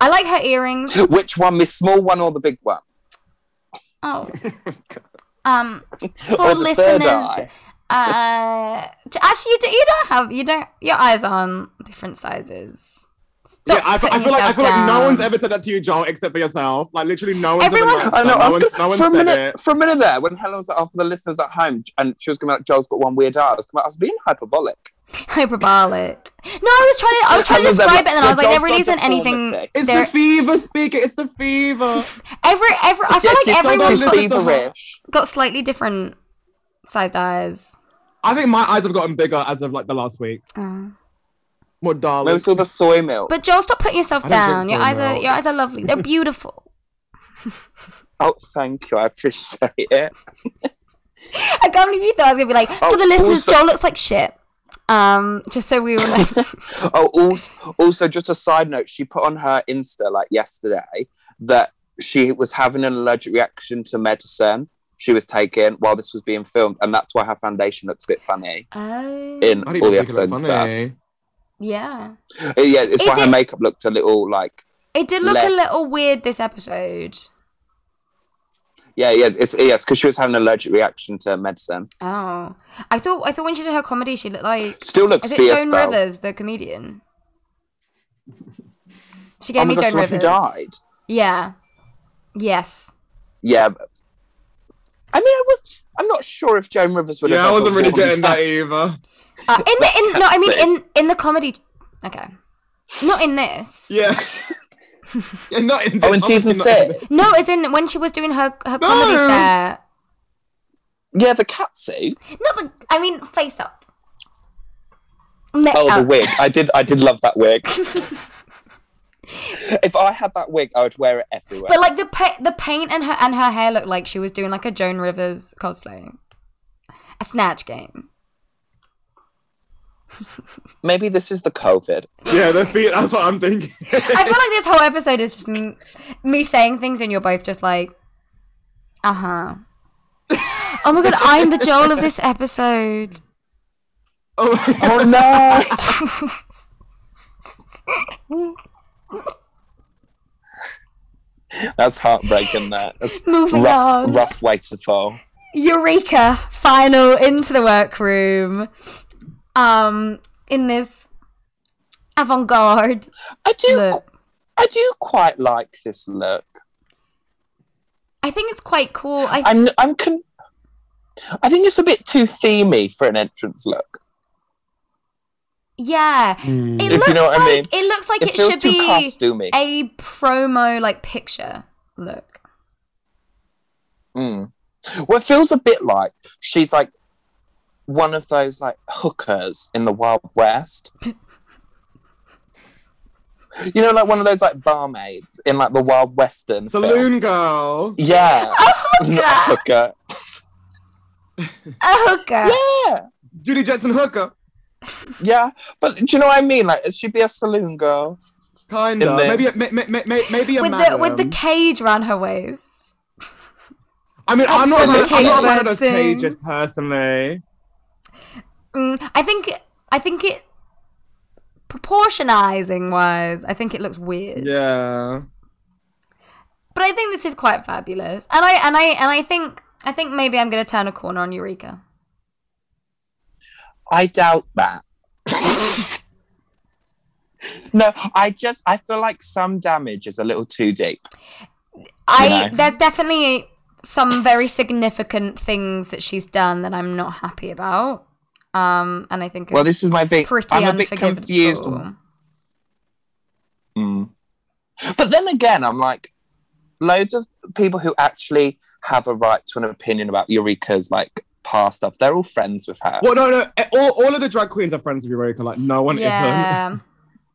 [SPEAKER 3] I like her
[SPEAKER 5] [gasps]
[SPEAKER 3] earrings.
[SPEAKER 5] Which one, Miss Small One or the Big One? [laughs]
[SPEAKER 3] Oh. Um. For
[SPEAKER 5] or the third
[SPEAKER 3] listeners,
[SPEAKER 5] eye?
[SPEAKER 3] Uh, t- actually, you, do, you don't have you don't your eyes aren't different sizes. Stop
[SPEAKER 4] yeah, I, I feel
[SPEAKER 3] putting
[SPEAKER 4] like I
[SPEAKER 3] yourself
[SPEAKER 4] feel like no one's
[SPEAKER 3] down.
[SPEAKER 4] ever said that to you, Joel, except for yourself. Like literally, no one's
[SPEAKER 3] Everyone-
[SPEAKER 4] Ever
[SPEAKER 5] I know.
[SPEAKER 4] no
[SPEAKER 5] I was
[SPEAKER 4] one's,
[SPEAKER 5] gonna,
[SPEAKER 4] no one's
[SPEAKER 5] for a
[SPEAKER 4] said
[SPEAKER 5] minute,
[SPEAKER 4] it.
[SPEAKER 5] for a minute there, when Helen was like, "Oh, for the listeners at home," and she was going like, "Joel's got one weird eye," I was, gonna- I was being hyperbolic.
[SPEAKER 3] hyperbolic. No, I was trying to I was trying to
[SPEAKER 5] Helen was like,
[SPEAKER 3] describe it, and then I was like,
[SPEAKER 5] "Your
[SPEAKER 3] there
[SPEAKER 5] doll's
[SPEAKER 3] really
[SPEAKER 5] got
[SPEAKER 3] isn't anything.
[SPEAKER 5] deformity."
[SPEAKER 4] It's
[SPEAKER 3] There,
[SPEAKER 4] the fever speaker. It's the fever.
[SPEAKER 3] every every I feel
[SPEAKER 5] Yeah,
[SPEAKER 3] like
[SPEAKER 5] she's got
[SPEAKER 3] everyone's
[SPEAKER 5] one
[SPEAKER 4] little-
[SPEAKER 3] got,
[SPEAKER 4] got-
[SPEAKER 5] feverish.
[SPEAKER 3] got slightly different uh, sized eyes.
[SPEAKER 4] I think my eyes have gotten bigger as of like the last week.
[SPEAKER 3] Oh.
[SPEAKER 4] More darling.
[SPEAKER 5] Most of the soy milk.
[SPEAKER 3] But Joel, stop putting yourself
[SPEAKER 4] I don't
[SPEAKER 3] down.
[SPEAKER 4] think
[SPEAKER 3] Your
[SPEAKER 4] so,
[SPEAKER 3] eyes are
[SPEAKER 4] no.
[SPEAKER 3] your eyes are lovely. They're beautiful.
[SPEAKER 5] oh, thank you. I appreciate it.
[SPEAKER 3] I can't believe you thought I was gonna be like for
[SPEAKER 5] Oh,
[SPEAKER 3] the listeners.
[SPEAKER 5] also-
[SPEAKER 3] Joel looks like shit. Um, just so we all know.
[SPEAKER 5] Oh, also, also, just a side note. She put on her Insta like yesterday that she was having an allergic reaction to medicine she was taking while this was being filmed, and that's why her foundation looks a bit funny
[SPEAKER 3] Oh,
[SPEAKER 5] in
[SPEAKER 4] I
[SPEAKER 5] all
[SPEAKER 4] don't even
[SPEAKER 5] the
[SPEAKER 4] think it's
[SPEAKER 5] episodes. There.
[SPEAKER 4] funny.
[SPEAKER 3] yeah.
[SPEAKER 5] Uh, Yeah, it's
[SPEAKER 3] It
[SPEAKER 5] why her
[SPEAKER 3] did-
[SPEAKER 5] makeup looked a little like.
[SPEAKER 3] It did look a
[SPEAKER 5] less-
[SPEAKER 3] little weird this episode.
[SPEAKER 5] Yeah, yeah, it's yes, because she was having an allergic reaction to medicine.
[SPEAKER 3] Oh, I thought I thought when she did her comedy, she looked like
[SPEAKER 5] Still looks
[SPEAKER 3] is it
[SPEAKER 5] fierce
[SPEAKER 3] Joan
[SPEAKER 5] though.
[SPEAKER 3] Rivers, the
[SPEAKER 5] [laughs]
[SPEAKER 3] comedian? She gave
[SPEAKER 5] oh my
[SPEAKER 3] me
[SPEAKER 5] gosh,
[SPEAKER 3] Joan
[SPEAKER 5] the one
[SPEAKER 3] Rivers.
[SPEAKER 5] who died.
[SPEAKER 3] Yeah. Yes.
[SPEAKER 5] Yeah. but- I mean, I was, I'm not sure if Joan Rivers would.
[SPEAKER 4] Yeah,
[SPEAKER 5] have
[SPEAKER 4] I
[SPEAKER 5] ever
[SPEAKER 4] wasn't really
[SPEAKER 5] worn
[SPEAKER 4] getting that either.
[SPEAKER 5] [laughs]
[SPEAKER 3] Uh, in the in no, I mean
[SPEAKER 5] That's it.
[SPEAKER 3] in in the comedy. Okay. Not in this.
[SPEAKER 4] Yeah.
[SPEAKER 3] [laughs]
[SPEAKER 4] yeah not in
[SPEAKER 5] Oh, in
[SPEAKER 4] obviously
[SPEAKER 5] season
[SPEAKER 4] not in
[SPEAKER 5] six.
[SPEAKER 3] No, as in when she was doing her her comedy
[SPEAKER 4] No.
[SPEAKER 3] set.
[SPEAKER 5] Yeah, the catsuit.
[SPEAKER 3] Not the. I mean, face up. Ne-
[SPEAKER 5] Oh,
[SPEAKER 3] uh,
[SPEAKER 5] the wig. I did. I did love that [laughs] wig. if I had that wig, I would wear it everywhere.
[SPEAKER 3] But like the pa- the paint and her and her hair looked like she was doing like a Joan Rivers cosplay, a snatch game.
[SPEAKER 5] Maybe this is the COVID.
[SPEAKER 4] Yeah, the feet. That's what I'm thinking.
[SPEAKER 3] I feel like this whole episode is just m- me saying things and you're both just like, uh huh. oh my god, I'm the Joel of this episode.
[SPEAKER 4] [laughs] oh,
[SPEAKER 5] [laughs] Oh no! That's heartbreaking. That. That's
[SPEAKER 3] Moving
[SPEAKER 5] rough,
[SPEAKER 3] on.
[SPEAKER 5] rough way to fall.
[SPEAKER 3] Eureka! Final into the workroom. Um, in this avant-garde
[SPEAKER 5] I do.
[SPEAKER 3] look.
[SPEAKER 5] I do quite like this look.
[SPEAKER 3] I think it's quite cool. I
[SPEAKER 5] I'm I'm con- I think it's a bit too themey for an entrance look.
[SPEAKER 3] yeah. It
[SPEAKER 5] Hmm. If you
[SPEAKER 3] looks
[SPEAKER 5] know what I
[SPEAKER 3] like
[SPEAKER 5] mean.
[SPEAKER 3] it looks like
[SPEAKER 5] It,
[SPEAKER 3] it,
[SPEAKER 5] feels
[SPEAKER 3] should
[SPEAKER 5] too
[SPEAKER 3] be
[SPEAKER 5] costumey.
[SPEAKER 3] a promo like picture look.
[SPEAKER 5] Mm. Well, it feels a bit like she's like one of those like hookers in the Wild West. you know, like one of those like barmaids in like the Wild Western film.
[SPEAKER 4] Saloon girl.
[SPEAKER 3] [laughs]
[SPEAKER 5] Yeah, Not
[SPEAKER 3] hooker.
[SPEAKER 5] hooker.
[SPEAKER 3] A hooker.
[SPEAKER 5] Yeah,
[SPEAKER 4] Judy Jetson Hooker.
[SPEAKER 5] yeah. But do you know what I mean? Like, she'd be a saloon girl.
[SPEAKER 4] Kind
[SPEAKER 5] In
[SPEAKER 4] of.
[SPEAKER 5] this.
[SPEAKER 4] Maybe, a- may, may, may, may- maybe a
[SPEAKER 3] With the
[SPEAKER 4] madam.
[SPEAKER 3] with the cage around her waist.
[SPEAKER 4] I mean, I'm not,
[SPEAKER 3] Absolutely
[SPEAKER 4] a fan- I'm not a fan of
[SPEAKER 3] Kate
[SPEAKER 4] those
[SPEAKER 3] Hudson.
[SPEAKER 4] cages personally.
[SPEAKER 3] Mm, I think I think it proportionizing wise, I think it looks weird.
[SPEAKER 4] Yeah.
[SPEAKER 3] But I think this is quite fabulous. And I and I and I think I think maybe I'm gonna turn a corner on Eureka.
[SPEAKER 5] I doubt that. [laughs] no, I just I feel like some damage is a little too deep.
[SPEAKER 3] I
[SPEAKER 5] know.
[SPEAKER 3] there's definitely some very significant things that she's done that I'm not happy about. Um and I think
[SPEAKER 5] Well,
[SPEAKER 3] it's
[SPEAKER 5] this is my big.
[SPEAKER 3] pretty
[SPEAKER 5] I'm a bit
[SPEAKER 3] unforgivable.
[SPEAKER 5] confused. Mm. But then again, I'm like, loads of people who actually have a right to an opinion about Eureka's like past stuff. They're all friends with her.
[SPEAKER 4] Well, no, no. eh, All, all of the drag queens are friends with Eureka. Like, no one isn't.
[SPEAKER 3] Yeah.
[SPEAKER 5] [laughs]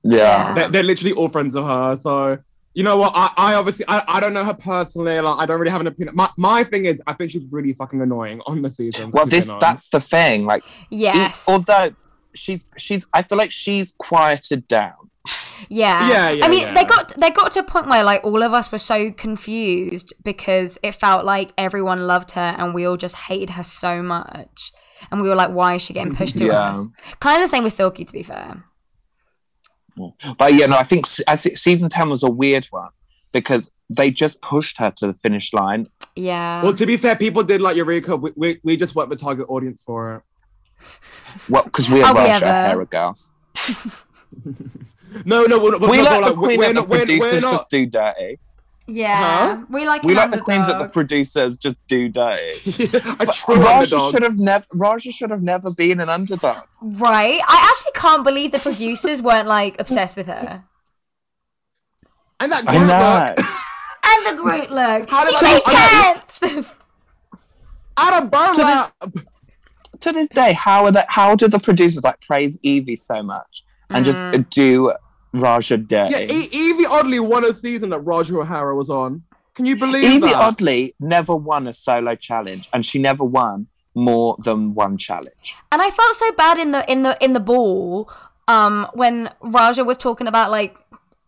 [SPEAKER 5] Yeah.
[SPEAKER 4] They're, they're literally all friends of her. So, you know what? I, I obviously, I, I don't know her personally. Like, I don't really have an opinion. My, my thing is, I think she's really fucking annoying on the season.
[SPEAKER 5] Well,
[SPEAKER 4] to be
[SPEAKER 5] this
[SPEAKER 4] honest.
[SPEAKER 5] that's the thing. Like, e-
[SPEAKER 3] Yes.
[SPEAKER 5] although she's she's, I feel like she's quieted down.
[SPEAKER 3] Yeah.
[SPEAKER 4] Yeah, yeah,
[SPEAKER 3] I mean,
[SPEAKER 4] yeah.
[SPEAKER 3] they got they got to a point where like all of us were so confused because it felt like everyone loved her and we all just hated her so much. And we were like, why is she getting pushed to
[SPEAKER 5] Yeah.
[SPEAKER 3] us? Kind of the same with Silky, to be fair.
[SPEAKER 5] But yeah, no, I think I think season ten was a weird one because they just pushed her to the finish line.
[SPEAKER 3] Yeah.
[SPEAKER 4] Well, to be fair, people did like Eureka. We, we, we just weren't the target audience for it.
[SPEAKER 5] Well, because we're
[SPEAKER 3] Are we
[SPEAKER 5] Roger
[SPEAKER 3] ever?
[SPEAKER 5] O'Hara girls.
[SPEAKER 4] No, no, we're not. We're,
[SPEAKER 5] We
[SPEAKER 4] not,
[SPEAKER 5] let
[SPEAKER 4] like,
[SPEAKER 5] the queen
[SPEAKER 4] we're
[SPEAKER 5] and the
[SPEAKER 4] not, we're,
[SPEAKER 5] producers
[SPEAKER 4] we're not. [laughs]
[SPEAKER 5] just do dirty.
[SPEAKER 3] yeah.
[SPEAKER 4] Huh?
[SPEAKER 3] We like
[SPEAKER 5] We
[SPEAKER 3] an
[SPEAKER 5] let the queens and the
[SPEAKER 3] underdog.
[SPEAKER 5] producers just do dirty.
[SPEAKER 4] a
[SPEAKER 5] But
[SPEAKER 4] true
[SPEAKER 5] Raja
[SPEAKER 4] underdog.
[SPEAKER 5] should have never. Raja should have never been an underdog.
[SPEAKER 3] Right. I actually can't believe the producers weren't like obsessed with her.
[SPEAKER 4] And that group work
[SPEAKER 3] And the Groot look.
[SPEAKER 4] How
[SPEAKER 3] She
[SPEAKER 4] did
[SPEAKER 3] changed
[SPEAKER 4] I-
[SPEAKER 3] pants. [laughs]
[SPEAKER 4] out of burlap.
[SPEAKER 5] to this day, how are that? How do the producers like praise Evie so much and
[SPEAKER 3] Mm.
[SPEAKER 5] just do Raja dirty?
[SPEAKER 4] Yeah, e- Evie oddly won a season that Roger O'Hara was on. Can you believe
[SPEAKER 5] Evie
[SPEAKER 4] that?
[SPEAKER 5] oddly never won a solo challenge, and she never won more than one challenge.
[SPEAKER 3] And I felt so bad in the in the in the ball um when Raja was talking about like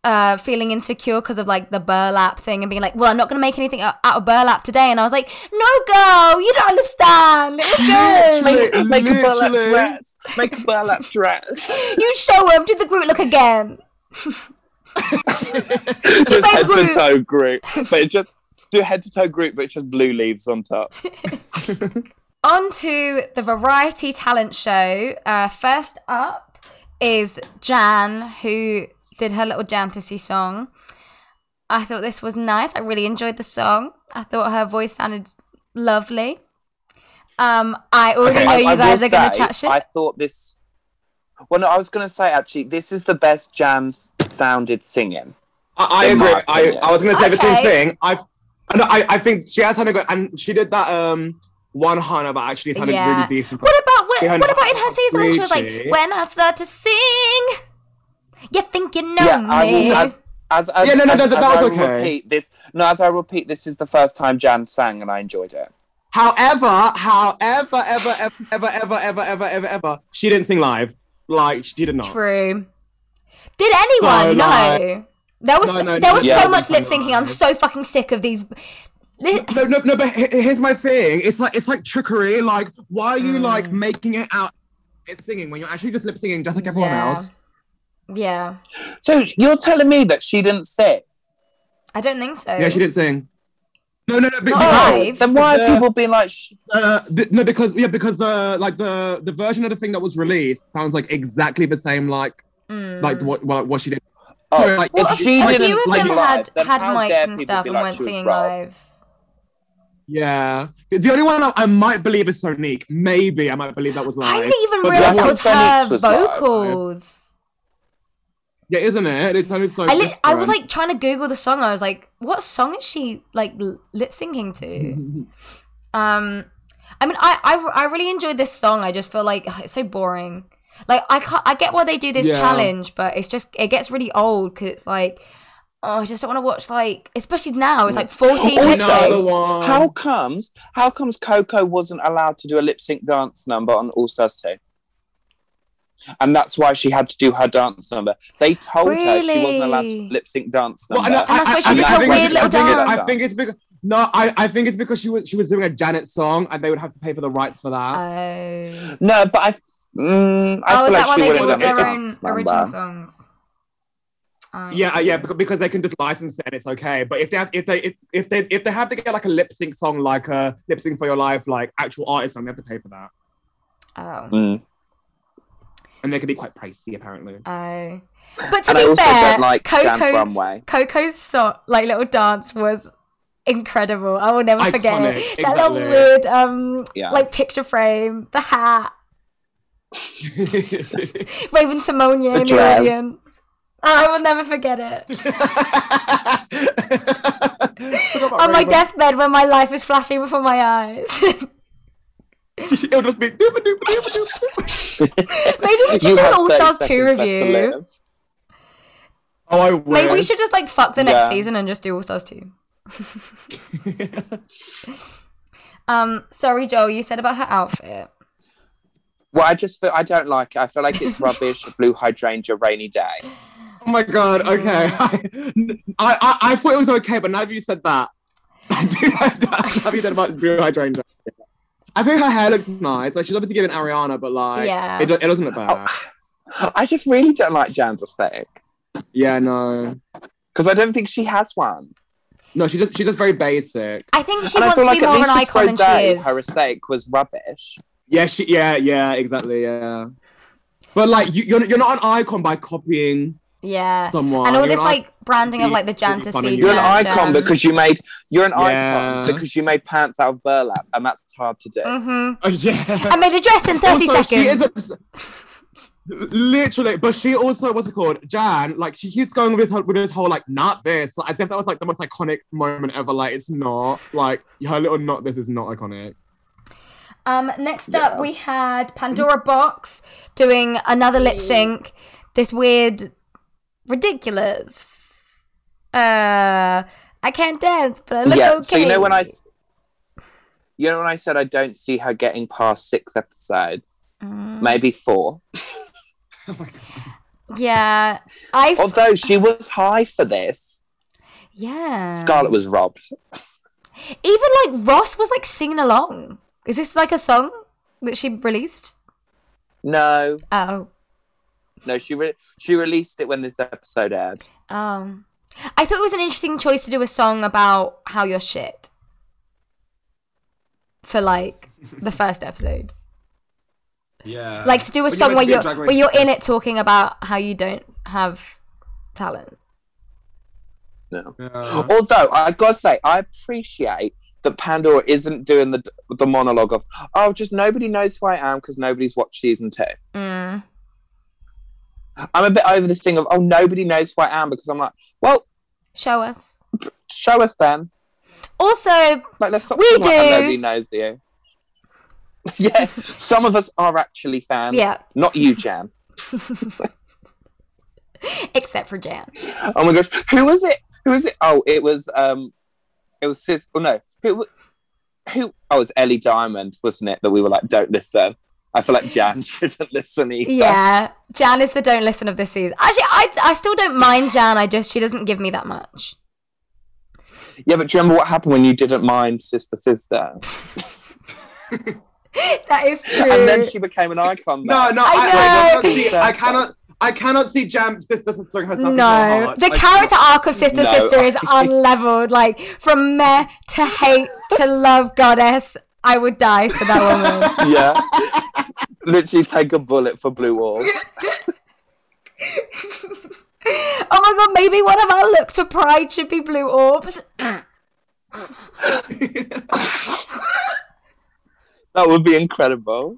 [SPEAKER 3] uh feeling insecure because of like the burlap thing and being like, "Well, I'm not going to make anything out out of burlap today." And I was like, "No, girl, you don't understand. It was good.
[SPEAKER 4] Literally,
[SPEAKER 5] Make, [laughs] make a burlap
[SPEAKER 4] literally.
[SPEAKER 5] dress. Make a burlap dress.
[SPEAKER 3] you show him. Do the Groot look again."
[SPEAKER 5] just
[SPEAKER 3] my
[SPEAKER 5] head
[SPEAKER 3] group.
[SPEAKER 5] to toe group, but it just do head to toe group, but it's just blue leaves on top.
[SPEAKER 3] On to the variety talent show. Uh, first up is Jan, who did her little Jantasy song. I thought this was nice. I really enjoyed the song. I thought her voice sounded lovely. Um, I already know you
[SPEAKER 5] I- I
[SPEAKER 3] guys [laughs]
[SPEAKER 5] will
[SPEAKER 3] are going to
[SPEAKER 5] say,
[SPEAKER 3] chat shit.
[SPEAKER 5] I thought this. Well, no, I was going to say actually, this is the best Jam's sounded singing.
[SPEAKER 4] I, I
[SPEAKER 5] In my
[SPEAKER 4] agree. I,
[SPEAKER 5] opinion.
[SPEAKER 4] I was going to say the
[SPEAKER 3] Okay.
[SPEAKER 4] same thing. I, no, I, I think she has something good, and she did that um one Hana, but actually sounded
[SPEAKER 3] Yeah.
[SPEAKER 4] really decent.
[SPEAKER 3] what about what,
[SPEAKER 4] Yeah,
[SPEAKER 3] what
[SPEAKER 4] no,
[SPEAKER 3] about in her season when she was like,
[SPEAKER 4] Richie.
[SPEAKER 3] "When I start to sing, you think you know
[SPEAKER 5] yeah, I
[SPEAKER 3] me."
[SPEAKER 5] will. As, as, as,
[SPEAKER 4] Yeah, no, no,
[SPEAKER 5] as,
[SPEAKER 4] no, that
[SPEAKER 5] as
[SPEAKER 4] was
[SPEAKER 5] I
[SPEAKER 4] okay.
[SPEAKER 5] Repeat this, no, as I repeat, this is the first time Jan sang, and I enjoyed it.
[SPEAKER 4] However, however, ever, ever, ever, ever, ever, ever, ever, ever, she didn't sing live. Like she did not.
[SPEAKER 3] True. Did anyone?
[SPEAKER 4] Oh. So,
[SPEAKER 3] no.
[SPEAKER 4] like-
[SPEAKER 3] There was
[SPEAKER 4] No, no,
[SPEAKER 3] there
[SPEAKER 4] no,
[SPEAKER 3] was
[SPEAKER 5] yeah,
[SPEAKER 3] so
[SPEAKER 5] we
[SPEAKER 3] much
[SPEAKER 4] can
[SPEAKER 3] lip syncing. I'm
[SPEAKER 4] lie.
[SPEAKER 3] so fucking sick of these. Li-
[SPEAKER 4] No, no, no. But he- he- here's my thing. It's like it's like trickery. Like why are you
[SPEAKER 3] Mm.
[SPEAKER 4] like making it out? It's singing when you're actually just lip singing, just like everyone
[SPEAKER 3] Yeah.
[SPEAKER 4] else.
[SPEAKER 3] Yeah,
[SPEAKER 5] So you're telling me that she didn't sing?
[SPEAKER 3] I don't think so.
[SPEAKER 4] Yeah, she didn't sing. No, no, no. be-
[SPEAKER 3] Not
[SPEAKER 4] because-
[SPEAKER 3] live.
[SPEAKER 5] Oh, Then why
[SPEAKER 4] The-
[SPEAKER 5] are people being like, sh-
[SPEAKER 4] Uh, th- no, because yeah, because uh, like the the version of the thing that was released sounds like exactly the same like
[SPEAKER 3] Mm.
[SPEAKER 4] like what what, what she did.
[SPEAKER 5] oh,
[SPEAKER 4] like,
[SPEAKER 3] well,
[SPEAKER 5] if
[SPEAKER 3] if,
[SPEAKER 5] she
[SPEAKER 3] if
[SPEAKER 5] didn't
[SPEAKER 3] you
[SPEAKER 5] sing
[SPEAKER 3] of them
[SPEAKER 5] live,
[SPEAKER 3] had
[SPEAKER 5] then
[SPEAKER 3] had
[SPEAKER 5] how dare
[SPEAKER 3] mics and
[SPEAKER 5] people
[SPEAKER 3] stuff
[SPEAKER 5] be
[SPEAKER 3] and
[SPEAKER 5] like
[SPEAKER 3] weren't
[SPEAKER 5] she was
[SPEAKER 3] singing
[SPEAKER 5] wrong?
[SPEAKER 3] live?
[SPEAKER 4] Yeah, the, the only one I, I might believe is Sonique. Maybe I might believe that was
[SPEAKER 3] I
[SPEAKER 4] live.
[SPEAKER 3] didn't even
[SPEAKER 4] But
[SPEAKER 3] realize
[SPEAKER 4] the
[SPEAKER 3] that
[SPEAKER 5] one
[SPEAKER 3] was
[SPEAKER 5] Sonics
[SPEAKER 3] her
[SPEAKER 5] was live, right?
[SPEAKER 3] vocals.
[SPEAKER 4] Yeah, isn't it? It sounded so.
[SPEAKER 3] I li- I was
[SPEAKER 4] different.
[SPEAKER 3] like trying to Google the song. I was like, what song is she like l- lip syncing to? Um, I mean, I, I I really enjoyed this song. I just feel like [sighs] ugh, it's so boring. Like I can't. I get why they do this
[SPEAKER 4] Yeah.
[SPEAKER 3] challenge, but it's just it gets really old because it's like, oh, I just don't want to watch like, especially now. It's like fourteen.
[SPEAKER 4] oh,
[SPEAKER 5] Also-
[SPEAKER 3] lip
[SPEAKER 4] another
[SPEAKER 3] syncs.
[SPEAKER 4] one.
[SPEAKER 5] How comes? How comes Coco wasn't allowed to do a lip sync dance number on All Stars Two? And that's why she had to do her dance number. They told her she wasn't allowed
[SPEAKER 3] Really?
[SPEAKER 5] to lip sync dance
[SPEAKER 4] Well,
[SPEAKER 5] number.
[SPEAKER 4] no,
[SPEAKER 3] And that's why she
[SPEAKER 5] did her
[SPEAKER 4] think-
[SPEAKER 5] weird
[SPEAKER 4] I
[SPEAKER 5] little
[SPEAKER 4] think it- I
[SPEAKER 5] dance.
[SPEAKER 4] think it's because No, I, I think it's because she was she was doing a Janet song and they would have to pay for the rights for that.
[SPEAKER 3] Oh.
[SPEAKER 5] No, but I.
[SPEAKER 3] Oh,
[SPEAKER 5] Mm, I feel
[SPEAKER 3] is
[SPEAKER 5] like
[SPEAKER 3] that why
[SPEAKER 5] she
[SPEAKER 3] they
[SPEAKER 5] would
[SPEAKER 3] did
[SPEAKER 5] have
[SPEAKER 3] with
[SPEAKER 5] done it.
[SPEAKER 3] their
[SPEAKER 5] just
[SPEAKER 3] own
[SPEAKER 5] remember.
[SPEAKER 3] original songs? Um, I
[SPEAKER 4] yeah, uh,
[SPEAKER 3] see.
[SPEAKER 4] yeah, beca- because they can just license it and it's okay. But if they have, if they if, if they if they have to get like a lip sync song, like a lip sync for your life, like actual artist song, they have to pay for that,
[SPEAKER 3] Oh.
[SPEAKER 5] Mm.
[SPEAKER 4] and they can be quite
[SPEAKER 3] [laughs]
[SPEAKER 4] pricey apparently.
[SPEAKER 3] Oh. But to
[SPEAKER 5] And
[SPEAKER 3] be
[SPEAKER 5] I also
[SPEAKER 3] fair,
[SPEAKER 5] don't like Dance
[SPEAKER 3] Coco's
[SPEAKER 5] Runway.
[SPEAKER 3] Coco's so, like little dance was incredible. I will never forget it.
[SPEAKER 4] Iconic,
[SPEAKER 3] That little
[SPEAKER 4] exactly.
[SPEAKER 3] weird um
[SPEAKER 5] Yeah.
[SPEAKER 3] like picture frame, the hat, Raven Simonia
[SPEAKER 5] The
[SPEAKER 3] in
[SPEAKER 5] dress.
[SPEAKER 3] the audience. I will never forget it.
[SPEAKER 4] Forgot [laughs] about
[SPEAKER 3] On my
[SPEAKER 4] Raven.
[SPEAKER 3] deathbed, when my life is flashing before my eyes, [laughs] maybe
[SPEAKER 4] it'll just be. dooba dooba
[SPEAKER 3] [laughs]
[SPEAKER 4] dooba doopa.
[SPEAKER 3] we should
[SPEAKER 5] You
[SPEAKER 3] do an
[SPEAKER 5] have
[SPEAKER 3] All Stars two
[SPEAKER 5] 30 seconds left to
[SPEAKER 3] review.
[SPEAKER 5] live.
[SPEAKER 4] Oh, I wish.
[SPEAKER 3] Maybe we should just like fuck the next
[SPEAKER 5] Yeah.
[SPEAKER 3] season and just do All Stars
[SPEAKER 4] [laughs]
[SPEAKER 3] two. um, sorry, Joel, you said about her outfit.
[SPEAKER 5] Well, I just feel I don't like it. I feel like
[SPEAKER 3] [laughs]
[SPEAKER 5] it's rubbish. Blue hydrangea, rainy day.
[SPEAKER 4] Oh my god.
[SPEAKER 3] [laughs]
[SPEAKER 4] Okay. I, I I thought it was okay, but now that you said that, [laughs] I do like that. Now that you said about blue hydrangea. I think her hair looks nice. Like she's obviously given Ariana, but like
[SPEAKER 3] Yeah. Oh.
[SPEAKER 4] it, do- it doesn't look bad.
[SPEAKER 5] I just really don't like Jan's aesthetic
[SPEAKER 4] Yeah, no,
[SPEAKER 5] because I don't think she has one.
[SPEAKER 4] no. She just she's just very basic.
[SPEAKER 3] I think she
[SPEAKER 5] and
[SPEAKER 3] wants
[SPEAKER 5] I feel
[SPEAKER 3] to
[SPEAKER 5] like
[SPEAKER 3] be
[SPEAKER 5] at
[SPEAKER 3] more of
[SPEAKER 5] least
[SPEAKER 3] an
[SPEAKER 5] with
[SPEAKER 3] icon than she
[SPEAKER 5] Rosé,
[SPEAKER 3] is.
[SPEAKER 5] her aesthetic was rubbish.
[SPEAKER 4] Yeah, she yeah yeah exactly yeah. But like you you're, you're not an icon by copying [laughs]
[SPEAKER 3] yeah.
[SPEAKER 4] someone.
[SPEAKER 3] And all
[SPEAKER 4] You're
[SPEAKER 3] this
[SPEAKER 4] an
[SPEAKER 3] like branding of
[SPEAKER 4] you-
[SPEAKER 3] like the Jan
[SPEAKER 4] you
[SPEAKER 3] to
[SPEAKER 4] find a
[SPEAKER 3] see.
[SPEAKER 4] new-
[SPEAKER 5] You're
[SPEAKER 4] Yeah,
[SPEAKER 5] an icon because you made you're an
[SPEAKER 4] Yeah.
[SPEAKER 5] icon because you made pants out of burlap, and that's hard to do.
[SPEAKER 3] hmm
[SPEAKER 4] icon. Oh, yeah.
[SPEAKER 3] I made a dress in 30
[SPEAKER 4] Also,
[SPEAKER 3] seconds.
[SPEAKER 4] She is obs- literally, but she also what's it called? Jan, like she keeps going with this whole, with this whole like not this, like, as if that was like the most iconic moment ever. Like it's not like her little not this is not iconic.
[SPEAKER 3] Um, next up, we had Pandora Box doing another lip sync. This weird, ridiculous. Uh, I can't dance, but I look
[SPEAKER 5] yeah.
[SPEAKER 3] okay.
[SPEAKER 5] So you know when I, s- you know when I said I don't see her getting past six episodes,
[SPEAKER 3] Mm,
[SPEAKER 5] maybe four.
[SPEAKER 3] yeah, I. f-
[SPEAKER 5] Although she was high for this,
[SPEAKER 3] Yeah.
[SPEAKER 5] Scarlett was robbed.
[SPEAKER 3] Even like Ross was like singing along. Is this like a song that she released?
[SPEAKER 5] No,
[SPEAKER 3] Oh.
[SPEAKER 5] no, she re- she released it when this episode aired.
[SPEAKER 3] Um, I thought it was an interesting choice to do a song about how you're shit for like the
[SPEAKER 6] [laughs]
[SPEAKER 3] first episode.
[SPEAKER 6] Yeah.
[SPEAKER 3] Like to do a
[SPEAKER 6] When you
[SPEAKER 3] song
[SPEAKER 6] went
[SPEAKER 3] where
[SPEAKER 6] to be a
[SPEAKER 3] you're
[SPEAKER 6] Drag Race
[SPEAKER 3] where you're in it talking about how you don't have talent.
[SPEAKER 5] No.
[SPEAKER 3] Mm.
[SPEAKER 6] Yeah.
[SPEAKER 5] Although I gotta say, I appreciate that Pandora isn't doing the the monologue of "Oh, just nobody knows who I am because nobody's watched season two.
[SPEAKER 3] Mm.
[SPEAKER 5] I'm a bit over this thing of "Oh, nobody knows who I am" because I'm like, well,
[SPEAKER 3] Show us.
[SPEAKER 5] show us then.
[SPEAKER 3] Also,
[SPEAKER 5] Like, let's stop.
[SPEAKER 3] We
[SPEAKER 5] being like, "Oh,
[SPEAKER 3] do."
[SPEAKER 5] nobody knows you. [laughs] yeah, some of us are actually fans.
[SPEAKER 3] Yeah.
[SPEAKER 5] not you, Jan.
[SPEAKER 3] except
[SPEAKER 6] [laughs]
[SPEAKER 3] for Jan.
[SPEAKER 5] Oh my gosh, who was it? Who was it? Oh, it was um, it was Sis. Oh no, who? wa- Who? Oh, it was Ellie Diamond, wasn't it? That we were like, don't listen. I feel like Jan [laughs] shouldn't listen either.
[SPEAKER 3] Yeah, Jan is the don't listen of this season. Actually, I I still don't mind Jan. I just she doesn't give me that much. [laughs]
[SPEAKER 5] yeah. But do you remember what happened when you didn't mind Sister Sister?
[SPEAKER 3] That is true.
[SPEAKER 5] And then she became an icon.
[SPEAKER 4] No, no,
[SPEAKER 3] I
[SPEAKER 4] I, I, cannot
[SPEAKER 5] know.
[SPEAKER 4] see, I cannot. I cannot see Jam sister sistering herself. in her
[SPEAKER 3] No,
[SPEAKER 4] heart.
[SPEAKER 3] the
[SPEAKER 4] Like,
[SPEAKER 3] character arc of Sister
[SPEAKER 5] No.
[SPEAKER 3] Sister is unleveled. Like from meh to hate to love goddess, I would die for that woman.
[SPEAKER 5] though. yeah. [laughs] Literally take a bullet for Blue Wall.
[SPEAKER 3] oh my god, maybe one of our looks for pride should be blue orbs.
[SPEAKER 5] That would be incredible.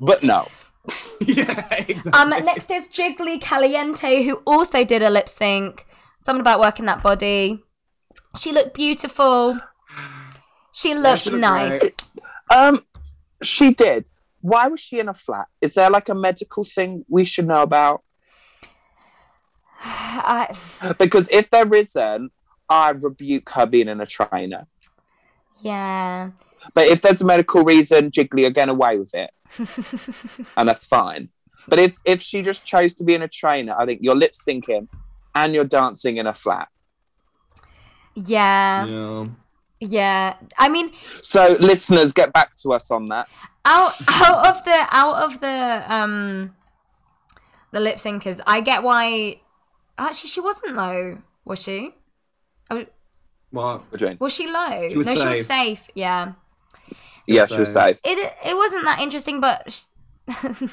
[SPEAKER 5] But no.
[SPEAKER 4] [laughs] yeah, exactly.
[SPEAKER 3] Um, next is Jiggly Caliente, who also did a lip sync. Something about working that body. She looked beautiful. She looked
[SPEAKER 4] she looked
[SPEAKER 3] nice. [sighs]
[SPEAKER 4] great.
[SPEAKER 5] Um, she did. Why was she in a flat? Is there like a medical thing we should know about?
[SPEAKER 3] I-
[SPEAKER 5] Because if there isn't, I rebuke her being in a trainer.
[SPEAKER 3] yeah.
[SPEAKER 5] But if there's a medical reason, Jiggly are getting away with it. and that's fine. But if, if she just chose to be in a trainer, I think you're lip syncing and you're dancing in a flat.
[SPEAKER 3] Yeah.
[SPEAKER 4] Yeah.
[SPEAKER 3] Yeah, I mean,
[SPEAKER 5] So listeners, get back to us on that.
[SPEAKER 3] out [laughs] out of the out of the um the lip syncers, I get why. Actually, she wasn't low, was she?
[SPEAKER 4] What?
[SPEAKER 5] Adrian.
[SPEAKER 3] Was she low?
[SPEAKER 4] She was
[SPEAKER 3] no, she was
[SPEAKER 4] safe.
[SPEAKER 3] safe. Yeah,
[SPEAKER 5] Yeah, she was
[SPEAKER 4] So-
[SPEAKER 5] safe.
[SPEAKER 3] it it wasn't that interesting, but [laughs] she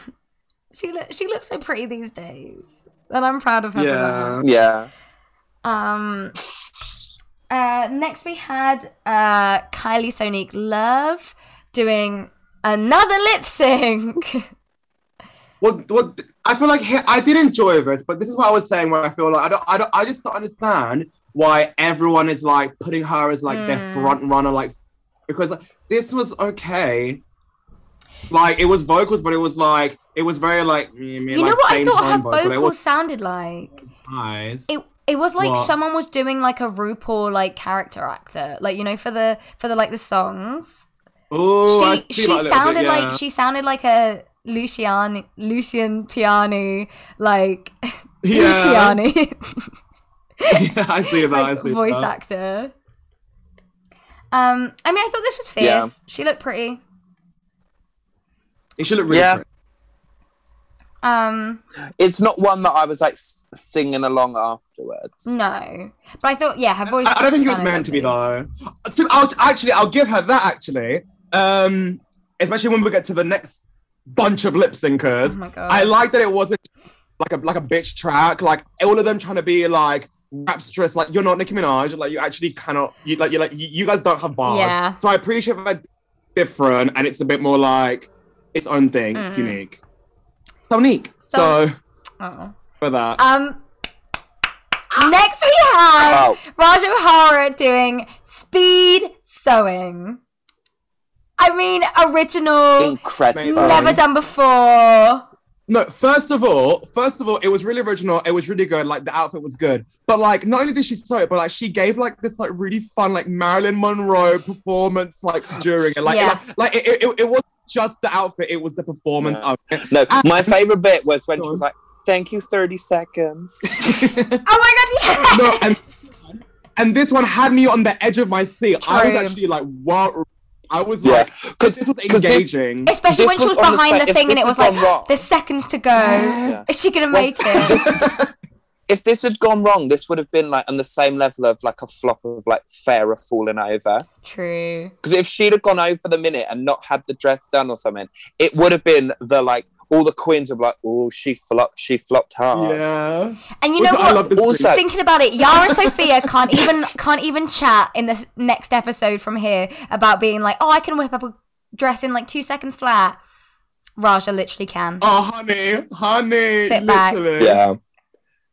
[SPEAKER 3] she, look, she looks so pretty these days, and I'm proud of her. for that.
[SPEAKER 4] Yeah.
[SPEAKER 5] Yeah.
[SPEAKER 3] Um, uh, next we had uh, Kylie Sonique Love doing another lip sync. [laughs]
[SPEAKER 4] Well, well, I feel like he- I did enjoy this, but this is what I was saying. Where I feel like I don't, I don't, I just don't understand why everyone is like putting her as like
[SPEAKER 3] Mm.
[SPEAKER 4] their front runner, like because like, this was okay. Like it was vocals, but it was like it was very like meh, meh,
[SPEAKER 3] you know
[SPEAKER 4] like,
[SPEAKER 3] what I
[SPEAKER 4] same
[SPEAKER 3] thought her
[SPEAKER 4] tone vocal.
[SPEAKER 3] vocals
[SPEAKER 4] It was
[SPEAKER 3] sounded like?
[SPEAKER 4] nice.
[SPEAKER 3] It it was like
[SPEAKER 4] What?
[SPEAKER 3] someone was doing like a RuPaul like character actor, like you know for the for the like the songs.
[SPEAKER 4] Ooh, Oh, I
[SPEAKER 3] she
[SPEAKER 4] see
[SPEAKER 3] she
[SPEAKER 4] that a little bit,
[SPEAKER 3] sounded
[SPEAKER 4] yeah.
[SPEAKER 3] like she sounded like a Lucian Lucian Piani like [laughs]
[SPEAKER 4] yeah.
[SPEAKER 3] Luciani.
[SPEAKER 4] [laughs] yeah, I see that. I
[SPEAKER 3] like
[SPEAKER 4] see
[SPEAKER 3] voice
[SPEAKER 4] that.
[SPEAKER 3] actor. Um, I mean, I thought this was fierce.
[SPEAKER 5] Yeah.
[SPEAKER 3] She looked pretty.
[SPEAKER 4] It should look really
[SPEAKER 5] Yeah.
[SPEAKER 4] pretty.
[SPEAKER 3] Um,
[SPEAKER 5] It's not one that I was like s- singing along afterwards.
[SPEAKER 3] Mm. no, but I thought, yeah, her voice.
[SPEAKER 4] I, I don't think it was
[SPEAKER 3] sounded
[SPEAKER 4] meant to be
[SPEAKER 3] lovely.
[SPEAKER 4] though. So I'll, actually, I'll give her that. Actually, um, especially when we get to the next bunch of lip syncers,
[SPEAKER 3] Oh my god!
[SPEAKER 4] I like that it wasn't like a like a bitch track. Like all of them trying to be like rapstress. Like you're not Nicki Minaj. Like you actually cannot. You like you like you, you guys don't have bars.
[SPEAKER 3] Yeah.
[SPEAKER 4] So I appreciate that different, and it's a bit more like its own thing. It's
[SPEAKER 3] Mhm.
[SPEAKER 4] unique. So unique.
[SPEAKER 3] So-
[SPEAKER 4] So,
[SPEAKER 3] Oh.
[SPEAKER 4] for that,
[SPEAKER 3] Um. Next we have
[SPEAKER 5] Oh.
[SPEAKER 3] Raja O'Hara doing speed sewing. I mean, original,
[SPEAKER 5] Incredible.
[SPEAKER 4] Amazing.
[SPEAKER 3] never done before. Oh
[SPEAKER 4] No, first of all, first of all, it was really original. It was really good. Like the outfit was good. But like, not only did she sew it, but like she gave like this like really fun like Marilyn Monroe performance like during it. Like,
[SPEAKER 3] Yeah.
[SPEAKER 4] like, like, it, it, it, wasn't just the outfit; it was the performance
[SPEAKER 5] Yeah.
[SPEAKER 4] of it.
[SPEAKER 5] No,
[SPEAKER 4] Ah.
[SPEAKER 5] my favorite bit was when she
[SPEAKER 4] Go
[SPEAKER 5] was like, "Thank you, thirty seconds."
[SPEAKER 3] Oh my god!
[SPEAKER 4] No,
[SPEAKER 3] Yes!
[SPEAKER 4] and [laughs] and this one had me on the edge of my seat. I was
[SPEAKER 3] True.
[SPEAKER 4] actually like, wow. I was
[SPEAKER 5] Yeah.
[SPEAKER 4] like, because
[SPEAKER 5] 'Cause-
[SPEAKER 4] this was
[SPEAKER 5] 'cause this-
[SPEAKER 3] [laughs]
[SPEAKER 4] engaging.
[SPEAKER 3] Especially
[SPEAKER 5] This
[SPEAKER 3] when she was
[SPEAKER 5] was on the
[SPEAKER 3] behind the,
[SPEAKER 5] side- if
[SPEAKER 3] thing and
[SPEAKER 5] this
[SPEAKER 3] it was
[SPEAKER 5] had
[SPEAKER 3] like
[SPEAKER 5] gone wrong-
[SPEAKER 3] there's seconds to go.
[SPEAKER 5] [laughs]
[SPEAKER 4] Yeah.
[SPEAKER 3] Is she gonna
[SPEAKER 5] Well,
[SPEAKER 3] make it?
[SPEAKER 5] [laughs] if this had gone wrong, this would have been like on the same level of like a flop of like Farah falling over.
[SPEAKER 3] True.
[SPEAKER 5] Because if she'd have gone over the minute and not had the dress done or something, it would have been the like all the queens of like, "Oh, she flopped. She flopped hard."
[SPEAKER 4] yeah.
[SPEAKER 3] And you
[SPEAKER 4] Also,
[SPEAKER 3] know
[SPEAKER 4] I
[SPEAKER 3] what?
[SPEAKER 4] love this
[SPEAKER 5] Uh-huh. Also-
[SPEAKER 4] thing.
[SPEAKER 3] Thinking about it, Yara Sophia can't even can't even chat in this next episode from here about being like, oh, I can whip up a dress in like two seconds flat. Raja literally can.
[SPEAKER 4] Oh, honey, honey.
[SPEAKER 3] Sit back.
[SPEAKER 4] literally.
[SPEAKER 5] Yeah.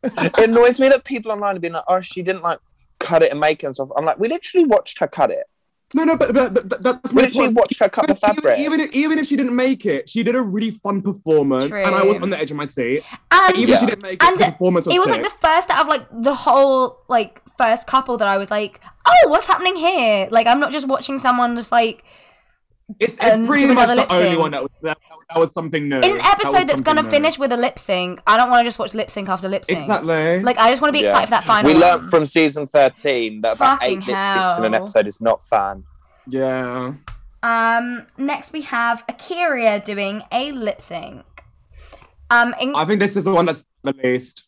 [SPEAKER 5] it annoys me that people online have been like, oh, she didn't like cut it and make it and stuff. I'm like, we literally watched her cut it.
[SPEAKER 4] No, no, but, but, but that's
[SPEAKER 5] We
[SPEAKER 4] my
[SPEAKER 5] literally
[SPEAKER 4] point.
[SPEAKER 5] watched her cut the
[SPEAKER 4] Even-
[SPEAKER 5] fabric.
[SPEAKER 4] Even, if, even if she didn't make it, she did a really fun performance, and I was
[SPEAKER 3] True.
[SPEAKER 4] on the edge of my seat.
[SPEAKER 3] And
[SPEAKER 4] Even if
[SPEAKER 5] Yeah.
[SPEAKER 4] she didn't make it,
[SPEAKER 3] And
[SPEAKER 4] the performance was
[SPEAKER 3] it was
[SPEAKER 4] sick.
[SPEAKER 3] like the first out of like the whole like first couple that I was like, oh, what's happening here? Like I'm not just watching someone just like
[SPEAKER 4] it's, it's
[SPEAKER 3] um,
[SPEAKER 4] pretty
[SPEAKER 3] doing
[SPEAKER 4] much
[SPEAKER 3] another
[SPEAKER 4] the
[SPEAKER 3] lip
[SPEAKER 4] only
[SPEAKER 3] sync.
[SPEAKER 4] one that was that, that was something new.
[SPEAKER 3] in an
[SPEAKER 4] That was
[SPEAKER 3] episode that's
[SPEAKER 4] something
[SPEAKER 3] gonna
[SPEAKER 4] new.
[SPEAKER 3] finish with a lip sync. I don't want to just watch lip sync after lip sync.
[SPEAKER 4] Exactly.
[SPEAKER 3] Like I just want to be
[SPEAKER 5] Yeah.
[SPEAKER 3] excited for that final.
[SPEAKER 5] we learnt
[SPEAKER 3] one.
[SPEAKER 5] from season 13 that about
[SPEAKER 3] Fucking
[SPEAKER 5] eight lip syncs in an
[SPEAKER 3] hell.
[SPEAKER 5] episode is not fun.
[SPEAKER 4] yeah.
[SPEAKER 3] Um, next we have Akiria doing a lip sync. Um, in-
[SPEAKER 4] I think this is the one that's the least.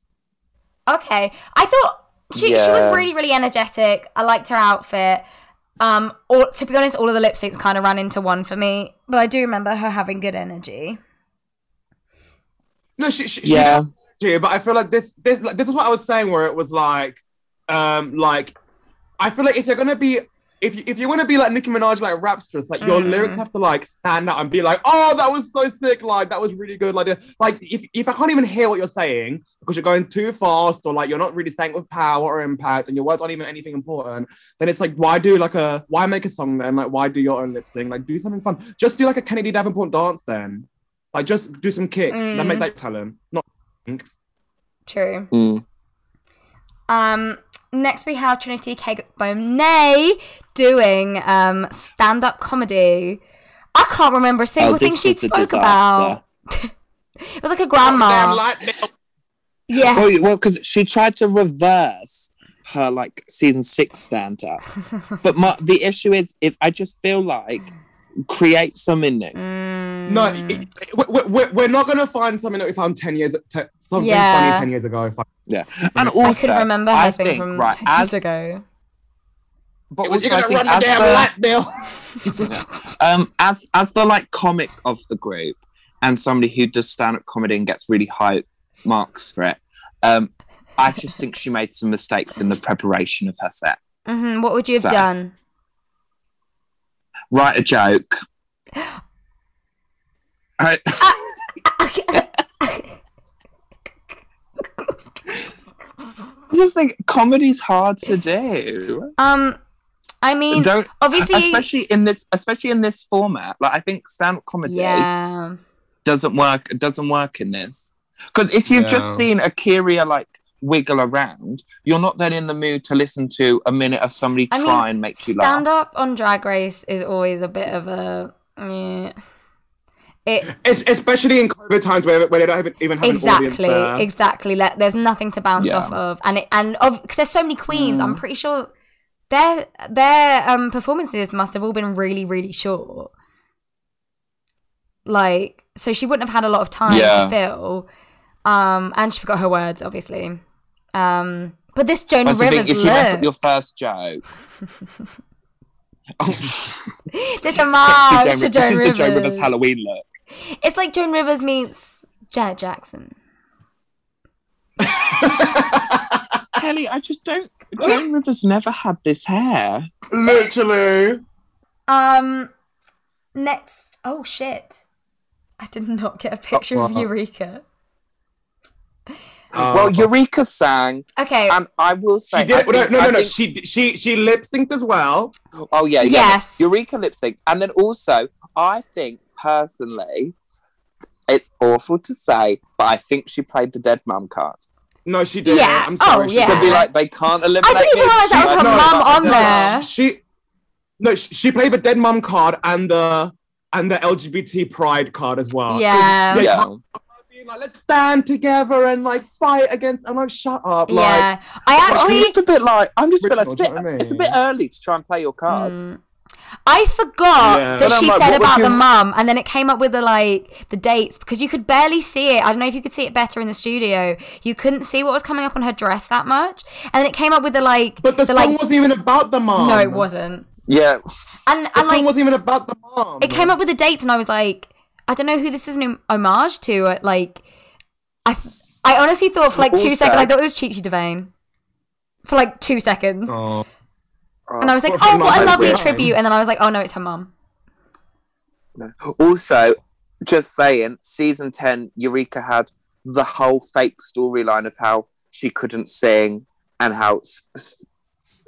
[SPEAKER 3] okay, I thought she she
[SPEAKER 5] Yeah.
[SPEAKER 3] was really really energetic. I liked her outfit. Um, all, to be honest, all of the lip syncs kind of ran into one for me, but I do remember her having good energy.
[SPEAKER 4] No, she, she, she
[SPEAKER 5] Yeah.
[SPEAKER 4] do, but I feel like this this like, this is what I was saying where it was like um like I feel like if you're gonna be if you, if you want to be like Nicki Minaj like rapstress like your
[SPEAKER 3] Mm.
[SPEAKER 4] lyrics have to like stand out and be like oh that was so sick like that was really good like the- like if, if I can't even hear what you're saying because you're going too fast or like you're not really saying it with power or impact and your words aren't even anything important then it's like why do like a why make a song then like why do your own lip sync like do something fun just do like a Kennedy Davenport dance then like just do some kicks
[SPEAKER 3] Mm.
[SPEAKER 4] then make that talent not
[SPEAKER 3] True.
[SPEAKER 5] Mm.
[SPEAKER 3] Um, next we have Trinity K. Bonet doing um stand up comedy. I can't remember Oh, a single thing she spoke about. It was like a grandma.
[SPEAKER 4] Damn lightning.
[SPEAKER 3] yeah.
[SPEAKER 5] Well, because she tried to reverse her like season six stand
[SPEAKER 3] [laughs]
[SPEAKER 5] up. but my, the issue is, is I just feel like create something new.
[SPEAKER 3] Mm.
[SPEAKER 4] No, it, we, we, we're not going to find something that we found 10 years, te- something
[SPEAKER 3] Yeah.
[SPEAKER 4] funny 10 years ago. Fuck.
[SPEAKER 5] And
[SPEAKER 3] Mm-hmm. I
[SPEAKER 5] also,
[SPEAKER 3] couldn't remember her
[SPEAKER 5] I
[SPEAKER 3] thing
[SPEAKER 5] think,
[SPEAKER 3] from
[SPEAKER 5] right,
[SPEAKER 3] 10 years
[SPEAKER 5] as-
[SPEAKER 3] ago.
[SPEAKER 5] but
[SPEAKER 4] It was, you're
[SPEAKER 5] also I
[SPEAKER 4] going to run
[SPEAKER 5] think
[SPEAKER 4] the
[SPEAKER 5] as
[SPEAKER 4] damn
[SPEAKER 5] the-
[SPEAKER 4] light bill.
[SPEAKER 5] um, as as the like comic of the group and somebody who does stand up comedy and gets really high marks for it. Um, I just think she made some mistakes in the preparation of her set.
[SPEAKER 3] hmm What would you have
[SPEAKER 5] So-
[SPEAKER 3] done? [laughs]
[SPEAKER 5] Write a joke. I, [laughs] I just think comedy's hard to do.
[SPEAKER 3] Um, I mean,
[SPEAKER 5] Don't
[SPEAKER 3] obviously,
[SPEAKER 5] especially in this especially in this format. Like I think stand up comedy
[SPEAKER 3] yeah.
[SPEAKER 5] doesn't work it doesn't work in this because if you've
[SPEAKER 4] No.
[SPEAKER 5] just seen a Kyria like wiggle around you're not then in the mood to listen to a minute of somebody
[SPEAKER 3] I mean,
[SPEAKER 5] try and make you
[SPEAKER 3] Stand
[SPEAKER 5] laugh
[SPEAKER 3] up on Drag Race is always a bit of a. Yeah. It
[SPEAKER 4] [laughs] Es- especially in COVID times where, where they don't even, even have an audience
[SPEAKER 3] exactly,
[SPEAKER 4] there.
[SPEAKER 3] exactly. Like, there's nothing to bounce
[SPEAKER 5] Yeah. Mm.
[SPEAKER 3] off of, and it and of because there's so many queens. I'm pretty sure their their um performances must have all been really really short. Like, so she wouldn't have had a lot of time
[SPEAKER 5] Yeah.
[SPEAKER 3] to fill, um, and she forgot her words, obviously. Um, but this Joan
[SPEAKER 5] That's the thing,
[SPEAKER 3] Rivers
[SPEAKER 5] if you mess up
[SPEAKER 3] look,
[SPEAKER 5] your first
[SPEAKER 3] [laughs]
[SPEAKER 5] joke [laughs] Oh, [laughs]
[SPEAKER 3] there's a march to
[SPEAKER 5] sexy Joan,
[SPEAKER 3] Joan
[SPEAKER 5] this is the Joan Rivers
[SPEAKER 3] Rivers.
[SPEAKER 5] Halloween look
[SPEAKER 3] It's like Joan Rivers meets Janet Jackson.
[SPEAKER 5] Kelly I just don't Joan Rivers never had this hair
[SPEAKER 4] Literally.
[SPEAKER 3] Um, next. Oh shit! I did not get a picture of
[SPEAKER 4] wow.
[SPEAKER 3] Eureka.
[SPEAKER 4] Uh,
[SPEAKER 5] well Eureka sang
[SPEAKER 3] Okay.
[SPEAKER 5] and I will say
[SPEAKER 4] She did,
[SPEAKER 5] I
[SPEAKER 4] no,
[SPEAKER 5] think-
[SPEAKER 4] no,
[SPEAKER 5] I
[SPEAKER 4] no, no.
[SPEAKER 5] think-
[SPEAKER 4] She she she lip synced as well.
[SPEAKER 5] Oh yeah, yeah.
[SPEAKER 3] Yes.
[SPEAKER 5] Eureka lip sync, and then also I think personally, it's awful to say, but I think she played the dead mum card.
[SPEAKER 4] No, she did.
[SPEAKER 3] Yeah.
[SPEAKER 4] I'm sorry.
[SPEAKER 3] Oh,
[SPEAKER 4] she
[SPEAKER 3] yeah.
[SPEAKER 5] To
[SPEAKER 4] did.
[SPEAKER 5] be like they can't eliminate.
[SPEAKER 3] I didn't even
[SPEAKER 5] me.
[SPEAKER 3] realise that was
[SPEAKER 5] She-
[SPEAKER 3] her
[SPEAKER 5] no,
[SPEAKER 3] mum
[SPEAKER 5] but-
[SPEAKER 3] on there.
[SPEAKER 4] She no, she, she played the dead mum card and the and the LGBT pride card as well.
[SPEAKER 3] Yeah.
[SPEAKER 4] So,
[SPEAKER 5] Yeah.
[SPEAKER 4] Being like, let's stand together and like fight against. I'm like, shut up. Like,
[SPEAKER 3] yeah, I
[SPEAKER 5] But I'm
[SPEAKER 3] actually.
[SPEAKER 5] just a bit like I'm just a bit like it's a
[SPEAKER 4] Original, do you
[SPEAKER 5] bit,
[SPEAKER 4] know what I
[SPEAKER 5] it's a
[SPEAKER 4] mean?
[SPEAKER 5] bit early to try and play your cards.
[SPEAKER 3] Mm. I forgot
[SPEAKER 4] Yeah.
[SPEAKER 3] that
[SPEAKER 5] But I'm
[SPEAKER 3] she
[SPEAKER 5] like,
[SPEAKER 3] said
[SPEAKER 5] what would
[SPEAKER 3] about the
[SPEAKER 5] you-
[SPEAKER 3] mum, and then it came up with the like the dates because you could barely see it. I don't know if you could see it better in the studio. You couldn't see what was coming up on her dress that much, and then it came up with the like.
[SPEAKER 4] but the,
[SPEAKER 3] the,
[SPEAKER 4] song
[SPEAKER 3] like,
[SPEAKER 4] wasn't even about the mom.
[SPEAKER 3] no, it wasn't.
[SPEAKER 5] Yeah,
[SPEAKER 3] And
[SPEAKER 4] The
[SPEAKER 3] and
[SPEAKER 4] song
[SPEAKER 3] like
[SPEAKER 4] wasn't even about the mom.
[SPEAKER 3] it came up with the dates and i was like i don't know who this is an homage to uh, like i i honestly thought for like two
[SPEAKER 5] Also-
[SPEAKER 3] seconds i thought it was Chichi devane for like two seconds
[SPEAKER 4] Oh.
[SPEAKER 3] and i was like
[SPEAKER 4] Well,
[SPEAKER 3] oh
[SPEAKER 4] from
[SPEAKER 3] what a
[SPEAKER 4] my
[SPEAKER 3] lovely
[SPEAKER 4] background.
[SPEAKER 3] tribute and then i was like oh no it's her mum
[SPEAKER 5] Also, just saying, season 10, Eureka had the whole fake storyline of how she couldn't sing and how s- s-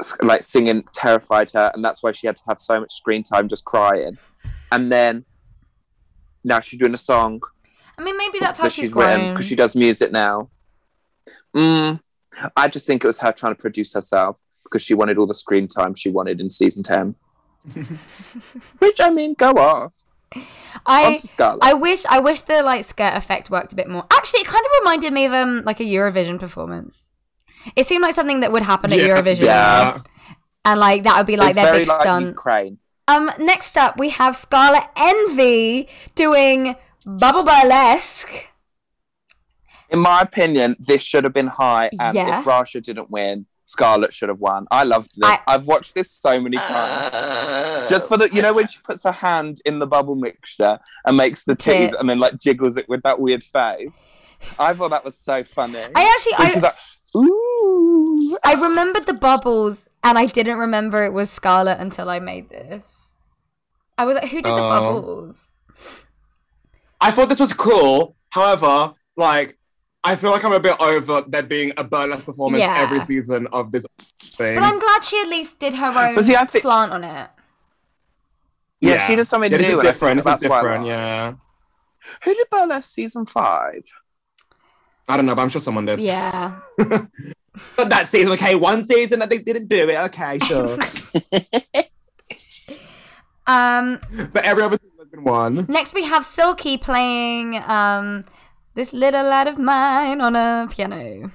[SPEAKER 5] s- like singing terrified her and that's why she had to have so much screen time just crying. And then now she's doing a song
[SPEAKER 3] i mean maybe that's how
[SPEAKER 5] that
[SPEAKER 3] she's,
[SPEAKER 5] she's written
[SPEAKER 3] grown
[SPEAKER 5] because she does music now. Mm, I just think it was her trying to produce herself because she wanted all the screen time she wanted in season 10. Which I mean, go off. On
[SPEAKER 3] i
[SPEAKER 5] to Scarlett.
[SPEAKER 3] I wish I wish the like skirt effect worked a bit more. Actually, it kind of reminded me of um like a Eurovision performance. It seemed like something that would happen at
[SPEAKER 4] Yeah.
[SPEAKER 3] Eurovision,
[SPEAKER 5] Yeah.
[SPEAKER 3] and like that would be like
[SPEAKER 5] it's
[SPEAKER 3] their
[SPEAKER 5] very
[SPEAKER 3] big
[SPEAKER 5] like
[SPEAKER 3] stunt.
[SPEAKER 5] Ukraine.
[SPEAKER 3] Um, next up, we have Scarlet Envy doing Bubble Burlesque.
[SPEAKER 5] In my opinion, this should have been high, and
[SPEAKER 3] Yeah.
[SPEAKER 5] if Rasha didn't win, Scarlett should have won. I loved this.
[SPEAKER 3] I-
[SPEAKER 5] I... have watched this so many times. Just for the, you know, when she puts her hand in the bubble mixture and makes the teeth,
[SPEAKER 3] Tits.
[SPEAKER 5] and then like jiggles it with that weird face. I thought that was so funny.
[SPEAKER 3] I
[SPEAKER 5] When
[SPEAKER 3] actually,
[SPEAKER 5] she's
[SPEAKER 3] I,
[SPEAKER 5] like, ooh.
[SPEAKER 3] I remembered the bubbles, and I didn't remember it was Scarlet until I made this. I was like, who did the
[SPEAKER 4] Oh.
[SPEAKER 5] Um,
[SPEAKER 3] bubbles?
[SPEAKER 4] I thought this was cool. However, like, I feel like I'm a bit over there being a burlesque performance
[SPEAKER 3] Yeah.
[SPEAKER 4] every season of this thing.
[SPEAKER 3] But I'm glad she at least did her own
[SPEAKER 5] But see, I thi-
[SPEAKER 3] slant on it.
[SPEAKER 5] Yeah, she did something
[SPEAKER 4] Yeah, this
[SPEAKER 5] new.
[SPEAKER 4] Is
[SPEAKER 5] and I
[SPEAKER 4] different.
[SPEAKER 5] think
[SPEAKER 4] This is
[SPEAKER 5] that's why I
[SPEAKER 4] different.
[SPEAKER 5] liked it.
[SPEAKER 4] Yeah.
[SPEAKER 5] Who did Burlesque season five?
[SPEAKER 4] I don't know, but I'm sure someone did.
[SPEAKER 3] Yeah.
[SPEAKER 4] But that season, okay, one season that they didn't do it. Okay,
[SPEAKER 3] [laughs]
[SPEAKER 4] sure.
[SPEAKER 3] Um.
[SPEAKER 4] but every other season has been one.
[SPEAKER 3] Next, we have Silky playing um this little lad of mine on a piano.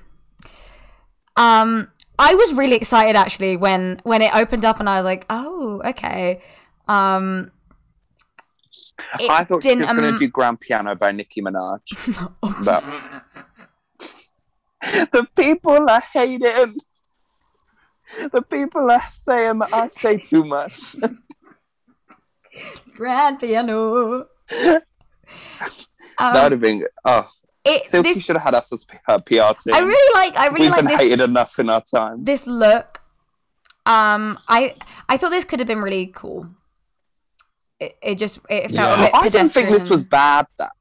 [SPEAKER 3] Um. I was really excited actually when when it opened up and I was like, oh, okay. Um, [laughs] it
[SPEAKER 5] I thought she
[SPEAKER 3] didn't,
[SPEAKER 5] was going
[SPEAKER 3] um,
[SPEAKER 5] to do Grand Piano by Nicki Minaj.
[SPEAKER 3] oh,
[SPEAKER 5] but [laughs] the people are hating. The people are saying that I say too much.
[SPEAKER 3] grand
[SPEAKER 5] [laughs]
[SPEAKER 3] piano.
[SPEAKER 5] [laughs] that would
[SPEAKER 3] Um,
[SPEAKER 5] have been. Oh,
[SPEAKER 3] it,
[SPEAKER 5] Silky
[SPEAKER 3] this,
[SPEAKER 5] should have had us as her PR team.
[SPEAKER 3] I really like. I really
[SPEAKER 5] We've
[SPEAKER 3] like
[SPEAKER 5] been
[SPEAKER 3] this.
[SPEAKER 5] hated enough in our time.
[SPEAKER 3] this look um i i thought this could have been really cool it, it just it felt a
[SPEAKER 4] Yeah.
[SPEAKER 3] bit
[SPEAKER 5] I don't think this
[SPEAKER 3] pedestrian.
[SPEAKER 5] was bad. That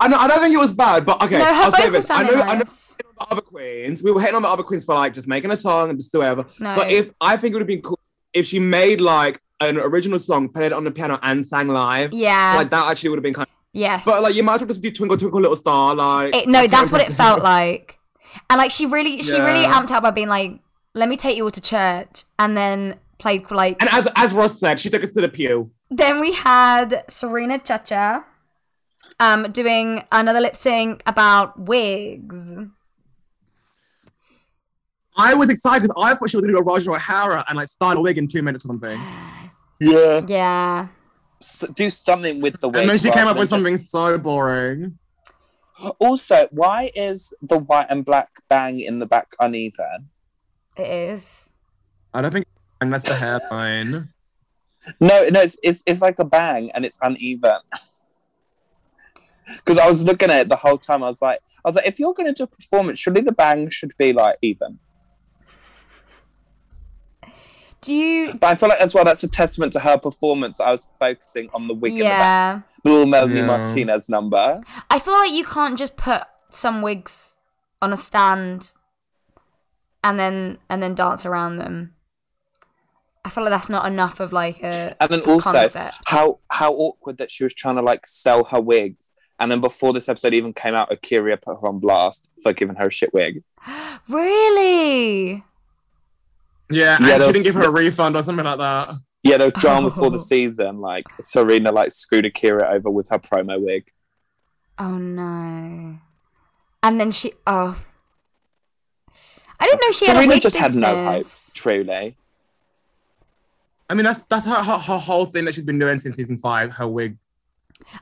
[SPEAKER 7] I know. I don't think it was bad, but okay.
[SPEAKER 3] no her
[SPEAKER 7] I'll say
[SPEAKER 3] vocal
[SPEAKER 7] this. I
[SPEAKER 3] sounded
[SPEAKER 7] know. I know
[SPEAKER 3] nice.
[SPEAKER 7] the other queens. We were hating on the other queens for like just making a song and just do whatever.
[SPEAKER 3] no
[SPEAKER 7] But if I think it would have been cool if she made like an original song, played it on the piano, and sang live.
[SPEAKER 3] yeah
[SPEAKER 7] Like that actually would have been kind. Of,
[SPEAKER 3] yes
[SPEAKER 7] but like you might as well just do Twinkle Twinkle Little Star. Like
[SPEAKER 3] it, no that's what it
[SPEAKER 7] [laughs]
[SPEAKER 3] felt like and like she really she really
[SPEAKER 7] Yeah.
[SPEAKER 3] amped up by being like let me take you all to church and then played like
[SPEAKER 7] And as as Ross said, she took us to the pew.
[SPEAKER 3] Then we had Serena Chacha um, doing another lip sync about
[SPEAKER 7] [sighs]
[SPEAKER 3] wigs.
[SPEAKER 4] I was excited because I thought she was gonna do a Raja O'Hara and like start a wig in two minutes or something.
[SPEAKER 5] yeah,
[SPEAKER 3] Yeah.
[SPEAKER 5] S do something with the wig.
[SPEAKER 4] and then she
[SPEAKER 5] rather
[SPEAKER 4] came up
[SPEAKER 5] than
[SPEAKER 4] with
[SPEAKER 5] just-
[SPEAKER 4] something so boring.
[SPEAKER 5] Also, why is the white and black bang in the back uneven?
[SPEAKER 3] It is.
[SPEAKER 4] I don't think and that's the hairline.
[SPEAKER 5] No, no, it's it's, it's like a bang and it's uneven. [laughs] Because I was looking at it the whole time, I was like, I was like, if you're going to do a performance, surely the bang should be like even.
[SPEAKER 3] Do you?
[SPEAKER 5] But I feel like as well, that's a testament to her performance. I was focusing on the wig in the back,
[SPEAKER 3] yeah.
[SPEAKER 5] the little Melanie
[SPEAKER 4] Yeah.
[SPEAKER 5] Martinez number.
[SPEAKER 3] I feel like you can't just put some wigs on a stand and then and then dance around them. I feel like that's not enough of like a
[SPEAKER 5] And then also,
[SPEAKER 3] concept.
[SPEAKER 5] how how awkward that she was trying to like sell her wig. And then before this episode even came out, Akira put her on blast for giving her a shit wig.
[SPEAKER 3] Really?
[SPEAKER 4] Yeah,
[SPEAKER 5] Yeah,
[SPEAKER 4] and
[SPEAKER 5] there
[SPEAKER 4] she
[SPEAKER 5] was-
[SPEAKER 4] didn't give her a refund or something like that.
[SPEAKER 5] Yeah, there was drama
[SPEAKER 3] [laughs]
[SPEAKER 5] before
[SPEAKER 3] Oh.
[SPEAKER 5] the season. Like Serena like screwed Akira over with her promo wig.
[SPEAKER 3] Oh no. And then she oh I didn't know she had a
[SPEAKER 5] Serena
[SPEAKER 3] wig
[SPEAKER 5] just had no hope,
[SPEAKER 3] business.
[SPEAKER 5] truly.
[SPEAKER 4] I mean, that's that's her, her, her whole thing that she's been doing since season five. Her wig.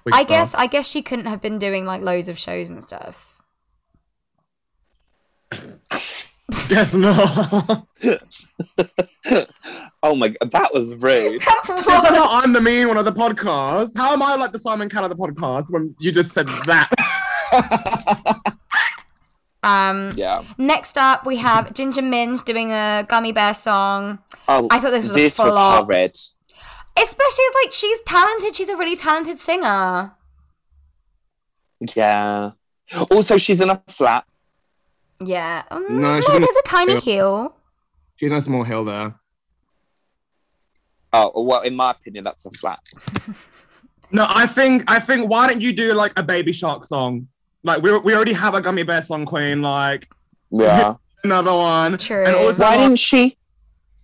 [SPEAKER 4] wig
[SPEAKER 3] I
[SPEAKER 4] stuff.
[SPEAKER 3] guess I guess she couldn't have been doing like loads of shows and stuff.
[SPEAKER 4] [laughs]
[SPEAKER 3] [laughs]
[SPEAKER 4] Guess
[SPEAKER 3] [laughs]
[SPEAKER 4] not.
[SPEAKER 5] Oh my god, that
[SPEAKER 3] [laughs]
[SPEAKER 5] was rude.
[SPEAKER 4] Somehow I'm the mean one of the podcast. How am I like the Simon Cowell of the podcast when you just said that?
[SPEAKER 3] um
[SPEAKER 5] yeah.
[SPEAKER 3] next up we have Ginger Minj doing a gummy bear song.
[SPEAKER 5] Oh,
[SPEAKER 3] I thought this was a
[SPEAKER 5] this was
[SPEAKER 3] flop.
[SPEAKER 5] horrid.
[SPEAKER 3] Especially as like she's talented, she's a really talented singer.
[SPEAKER 5] Yeah. Also, she's in a flat.
[SPEAKER 3] Yeah. Mm,
[SPEAKER 4] No, she
[SPEAKER 3] look,
[SPEAKER 4] didn't-
[SPEAKER 3] there's a tiny heel.
[SPEAKER 4] She's on a small hill there.
[SPEAKER 5] Oh well, in my opinion, that's
[SPEAKER 3] [laughs]
[SPEAKER 5] a flat.
[SPEAKER 4] No, I think I think why don't you do like a baby shark song? Like we we already have a gummy bear song queen. Like
[SPEAKER 5] Yeah.
[SPEAKER 4] another one.
[SPEAKER 3] True.
[SPEAKER 4] And also,
[SPEAKER 5] Why
[SPEAKER 4] like-
[SPEAKER 5] didn't she?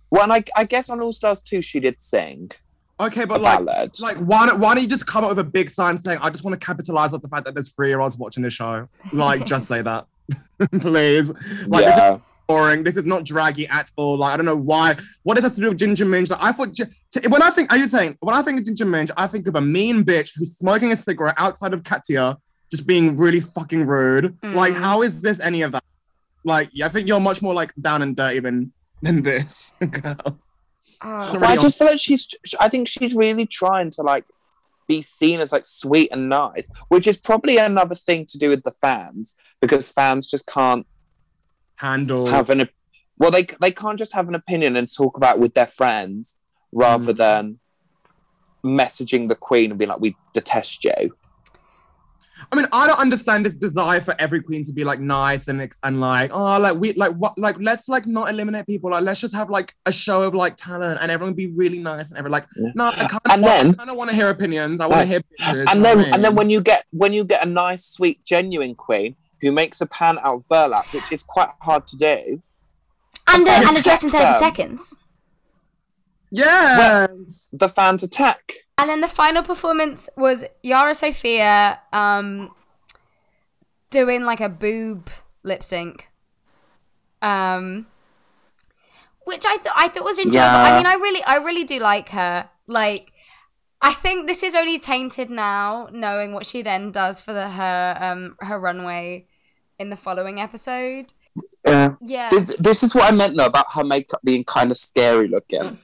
[SPEAKER 5] Well, and I, I guess on All Stars 2, she did sing
[SPEAKER 4] okay,
[SPEAKER 5] a
[SPEAKER 4] but like
[SPEAKER 5] ballad.
[SPEAKER 4] like why don't why don't you just come up with a big sign saying I just want to capitalize on the fact that there's three year olds watching this show. Like just say that, [laughs] please. Like this is
[SPEAKER 5] yeah.
[SPEAKER 4] boring. This is not draggy at all. Like I don't know why. What does this have to do with Ginger Minj? Like I thought. Gi- t- When I think, are you saying when I think of Ginger Minj, I think of a mean bitch who's smoking a cigarette outside of Katia, just being really fucking rude.
[SPEAKER 3] Mm.
[SPEAKER 4] Like how is this any of that? Like yeah, I think you're much more like down and dirty than than this [laughs] girl.
[SPEAKER 3] Oh.
[SPEAKER 5] Well, I just feel like she's. I think she's really trying to like be seen as like sweet and nice, which is probably another thing to do with the fans because fans just can't
[SPEAKER 4] Handle.
[SPEAKER 5] have an. op- Well, they they can't just have an opinion and talk about it with their friends rather than messaging the queen and being like, "We detest you."
[SPEAKER 4] I mean, I don't understand this desire for every queen to be like nice and ex- and like, oh, like we like what like let's like not eliminate people. Like let's just have like a show of like talent and everyone be really nice and everyone like
[SPEAKER 5] Yeah.
[SPEAKER 4] no, I kind
[SPEAKER 5] And then-
[SPEAKER 4] I don't want to hear opinions. I want to
[SPEAKER 5] Right.
[SPEAKER 4] hear pictures.
[SPEAKER 5] And then and then when you get when you get a nice, sweet, genuine queen who makes a pan out of burlap, which is quite hard to do.
[SPEAKER 3] And a, and a
[SPEAKER 5] Yes.
[SPEAKER 3] dress in 30
[SPEAKER 5] Um,
[SPEAKER 3] seconds.
[SPEAKER 4] yeah,
[SPEAKER 5] The fans attack.
[SPEAKER 3] And then the final performance was Yara Sophia um, doing like a boob lip sync. Um, which I thought I thought was enjoyable.
[SPEAKER 5] Yeah.
[SPEAKER 3] I mean, I really, I really do like her. Like, I think this is only tainted now, knowing what she then does for the, her um her runway in the following episode.
[SPEAKER 5] Yeah.
[SPEAKER 3] Yeah,
[SPEAKER 5] This, this is what I meant though about her makeup being kind of
[SPEAKER 3] [laughs]
[SPEAKER 5] scary looking.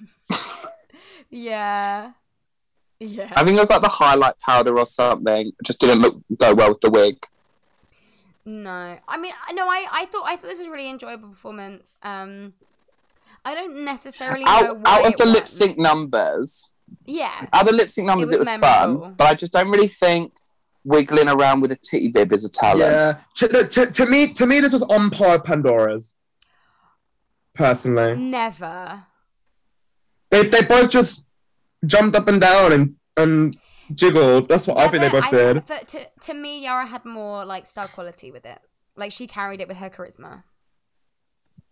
[SPEAKER 3] yeah, yeah.
[SPEAKER 5] I think it was like the highlight powder or something. It just didn't look go well with the wig.
[SPEAKER 3] No, I mean, I- no, I, I thought, I thought this was a really enjoyable performance. Um, I don't necessarily know
[SPEAKER 5] Out,
[SPEAKER 3] why
[SPEAKER 5] out of
[SPEAKER 3] it
[SPEAKER 5] the lip
[SPEAKER 3] won.
[SPEAKER 5] sync numbers,
[SPEAKER 3] Yeah,
[SPEAKER 5] out of the lip sync numbers,
[SPEAKER 3] was
[SPEAKER 5] it was,
[SPEAKER 3] memorable.
[SPEAKER 5] fun, but I just don't really think wiggling around with a titty bib is a talent.
[SPEAKER 4] Yeah. To, to, to me, to me, this was on par with Pandora's.
[SPEAKER 3] Mm.
[SPEAKER 4] Personally,
[SPEAKER 3] never.
[SPEAKER 4] they, they both just jumped up and down and and jiggled. That's what I think they
[SPEAKER 3] Never-
[SPEAKER 4] both
[SPEAKER 3] I-
[SPEAKER 4] did.
[SPEAKER 3] But to, to me, Yara had more like style quality with it. Like she carried it with her charisma.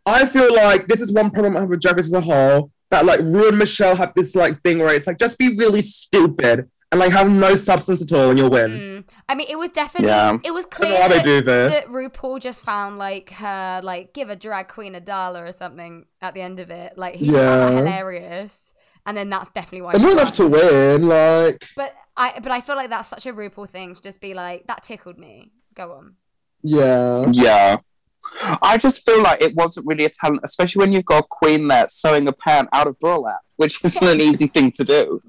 [SPEAKER 4] I feel like this is one problem I have with drag race as a whole. That like Rue and Michelle have this like thing where it's like just be really stupid and like have no substance at all and you'll win.
[SPEAKER 3] Mm. I mean, it was definitely,
[SPEAKER 5] Yeah.
[SPEAKER 3] it was
[SPEAKER 4] I don't
[SPEAKER 3] clear
[SPEAKER 4] know why they
[SPEAKER 3] that,
[SPEAKER 4] do
[SPEAKER 3] that
[SPEAKER 4] this.
[SPEAKER 3] RuPaul just found like her, like give a drag queen a dollar or something at the end of it. Like he found
[SPEAKER 4] Yeah.
[SPEAKER 3] that hilarious, and then that's definitely why.
[SPEAKER 4] They're
[SPEAKER 3] she
[SPEAKER 4] not
[SPEAKER 3] won.
[SPEAKER 4] enough to win. Like
[SPEAKER 3] But I but I feel like that's such a RuPaul thing to just be like, that tickled me. Go on.
[SPEAKER 4] yeah, [laughs]
[SPEAKER 5] Yeah. I just feel like it wasn't really a talent, especially when you've got a queen there sewing a pan out of burlap, which isn't an easy thing to do.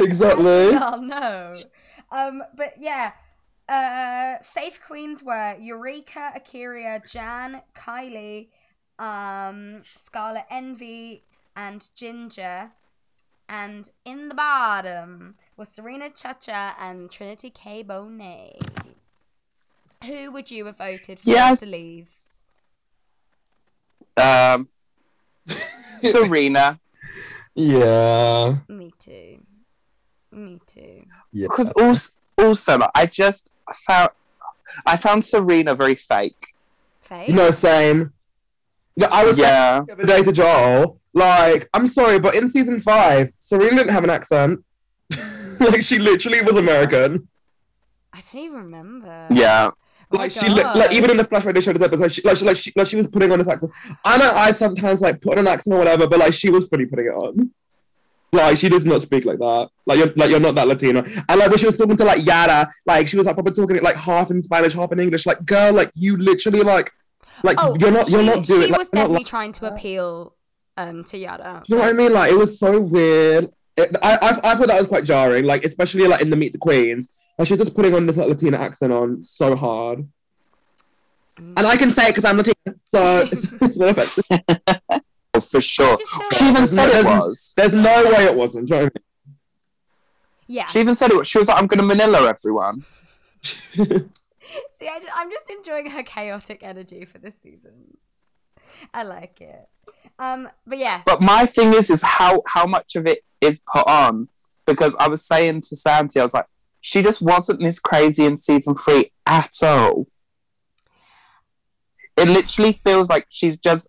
[SPEAKER 4] exactly.
[SPEAKER 3] [laughs] Oh no. Um but yeah. Uh safe queens were Eureka, Akiria, Jan, Kylie, um, Scarlet Envy, and Ginger. And in the bottom was Serena Chacha and Trinity K Bonet. Who would you have voted for
[SPEAKER 5] Yeah.
[SPEAKER 3] to leave?
[SPEAKER 4] [laughs]
[SPEAKER 5] Um, Serena,
[SPEAKER 4] Yeah,
[SPEAKER 3] Me too. Me too.
[SPEAKER 4] yeah.
[SPEAKER 5] because also, also like, I just found I found Serena very fake.
[SPEAKER 3] Faith?
[SPEAKER 4] You know, same. Yeah, I was saying
[SPEAKER 5] Yeah,
[SPEAKER 4] the other day to Joel, like, I'm sorry, but in season five, Serena didn't have an accent. [laughs] like, she literally was American.
[SPEAKER 3] I don't even remember.
[SPEAKER 5] yeah.
[SPEAKER 3] Oh my
[SPEAKER 4] Like, she, li- like,
[SPEAKER 3] God.
[SPEAKER 4] even in the flashback they showed us episode, she, like, she, like, she, like, she was putting on this accent. I know I sometimes, like, put on an accent or whatever, but, like, she was fully putting it on. Like, she does not speak like that. Like, you're, like, you're not that Latino. And, like, when she was talking to, like, Yara, like, she was, like, probably talking it, like, half in Spanish, half in English. Like, girl, like, you literally, like, like,
[SPEAKER 3] oh,
[SPEAKER 4] you're not, you're
[SPEAKER 3] she,
[SPEAKER 4] not doing
[SPEAKER 3] She
[SPEAKER 4] like,
[SPEAKER 3] was
[SPEAKER 4] you're not
[SPEAKER 3] definitely trying to appeal um, to Yara.
[SPEAKER 4] Do you know what I mean? Like it was so weird. It, I, I I thought that was quite jarring. Like especially like in the Meet the Queens, like she's just putting on this like, Latina accent on so hard. And I can say it because I'm Latina, so it's, it's not offensive.
[SPEAKER 5] Oh, for sure.
[SPEAKER 3] Just so-
[SPEAKER 5] She even said it was.
[SPEAKER 4] There's no way it wasn't. Do you know what
[SPEAKER 3] Yeah.
[SPEAKER 5] She even said it was. She was like, "I'm going to Manila everyone."
[SPEAKER 3] See, I, am just enjoying her chaotic energy for this season. I like it. Um, but yeah,
[SPEAKER 5] But my thing is, is how how much of it is put on? Because I was saying to Santi, I was like, she just wasn't this crazy in season three at all. It literally feels like she's just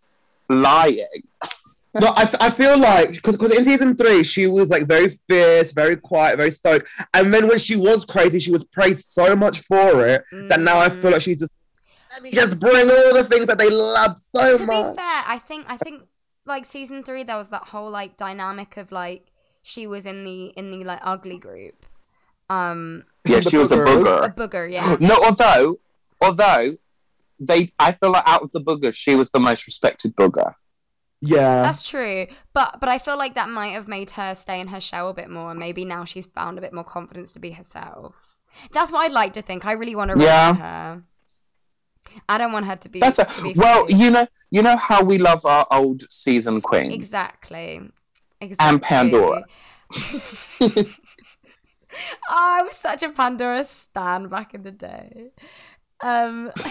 [SPEAKER 5] lying.
[SPEAKER 4] I mean? [laughs] no, I, f- I feel like because in season three she was like very fierce, very quiet, very stoic, and then when she was crazy, she was praised so much for it that now I feel like she's just let me just bring all the things that they love so
[SPEAKER 3] mm. to be
[SPEAKER 4] much.
[SPEAKER 3] fair, I think I think like season three there was that whole like dynamic of like she was in the in the like ugly group. Um
[SPEAKER 5] [laughs] Yeah,
[SPEAKER 4] The
[SPEAKER 5] she was a
[SPEAKER 4] boogers.
[SPEAKER 3] a
[SPEAKER 5] booger.
[SPEAKER 3] booger, yeah.
[SPEAKER 5] No, although, although they, I feel like out of the boogers, she was the most respected booger.
[SPEAKER 4] yeah,
[SPEAKER 3] That's true, but but I feel like that might have made her stay in her shell a bit more, and maybe now she's found a bit more confidence to be herself. That's what I'd like to think. I really want to root
[SPEAKER 5] Yeah.
[SPEAKER 3] for her. I don't want her to be.
[SPEAKER 5] That's a
[SPEAKER 3] to be
[SPEAKER 5] well,
[SPEAKER 3] funny.
[SPEAKER 5] you know, you know how we love our old season queens.
[SPEAKER 3] exactly. exactly. [laughs]
[SPEAKER 5] And Pandora.
[SPEAKER 3] Oh, I was such a Pandora stan back in the day. Um, [laughs]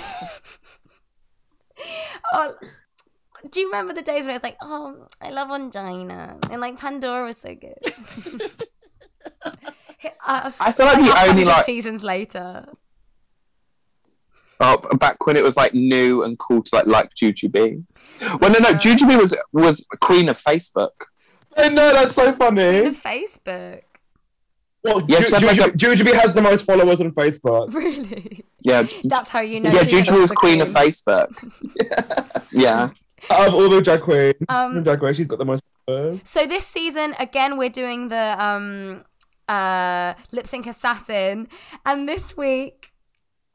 [SPEAKER 3] oh, do you remember the days when it was like, oh, I love Angina, and like Pandora was so
[SPEAKER 5] [laughs]
[SPEAKER 3] good. Us,
[SPEAKER 5] I feel like the
[SPEAKER 3] a
[SPEAKER 5] only,
[SPEAKER 3] hundred
[SPEAKER 5] like-
[SPEAKER 3] seasons later.
[SPEAKER 5] Oh, b- back when it was like new and cool to like like Jujubee. Well, no, no, Jujubee was was queen of Facebook.
[SPEAKER 4] I know that's so funny.
[SPEAKER 3] The Facebook, [laughs]
[SPEAKER 4] Well,
[SPEAKER 5] Yeah,
[SPEAKER 4] Ju-
[SPEAKER 5] she had, like,
[SPEAKER 4] Jujube- Jujube has the most followers on Facebook.
[SPEAKER 3] really?
[SPEAKER 5] Yeah, Ju-
[SPEAKER 3] That's how you know.
[SPEAKER 5] yeah,
[SPEAKER 3] she
[SPEAKER 5] Jujubee was
[SPEAKER 3] the
[SPEAKER 5] queen of Facebook. yeah,
[SPEAKER 4] Out of all the drag queens,
[SPEAKER 3] Um,
[SPEAKER 4] drag queen, she's got the most. followers.
[SPEAKER 3] So this season, again, we're doing the um uh lip sync assassin, and this week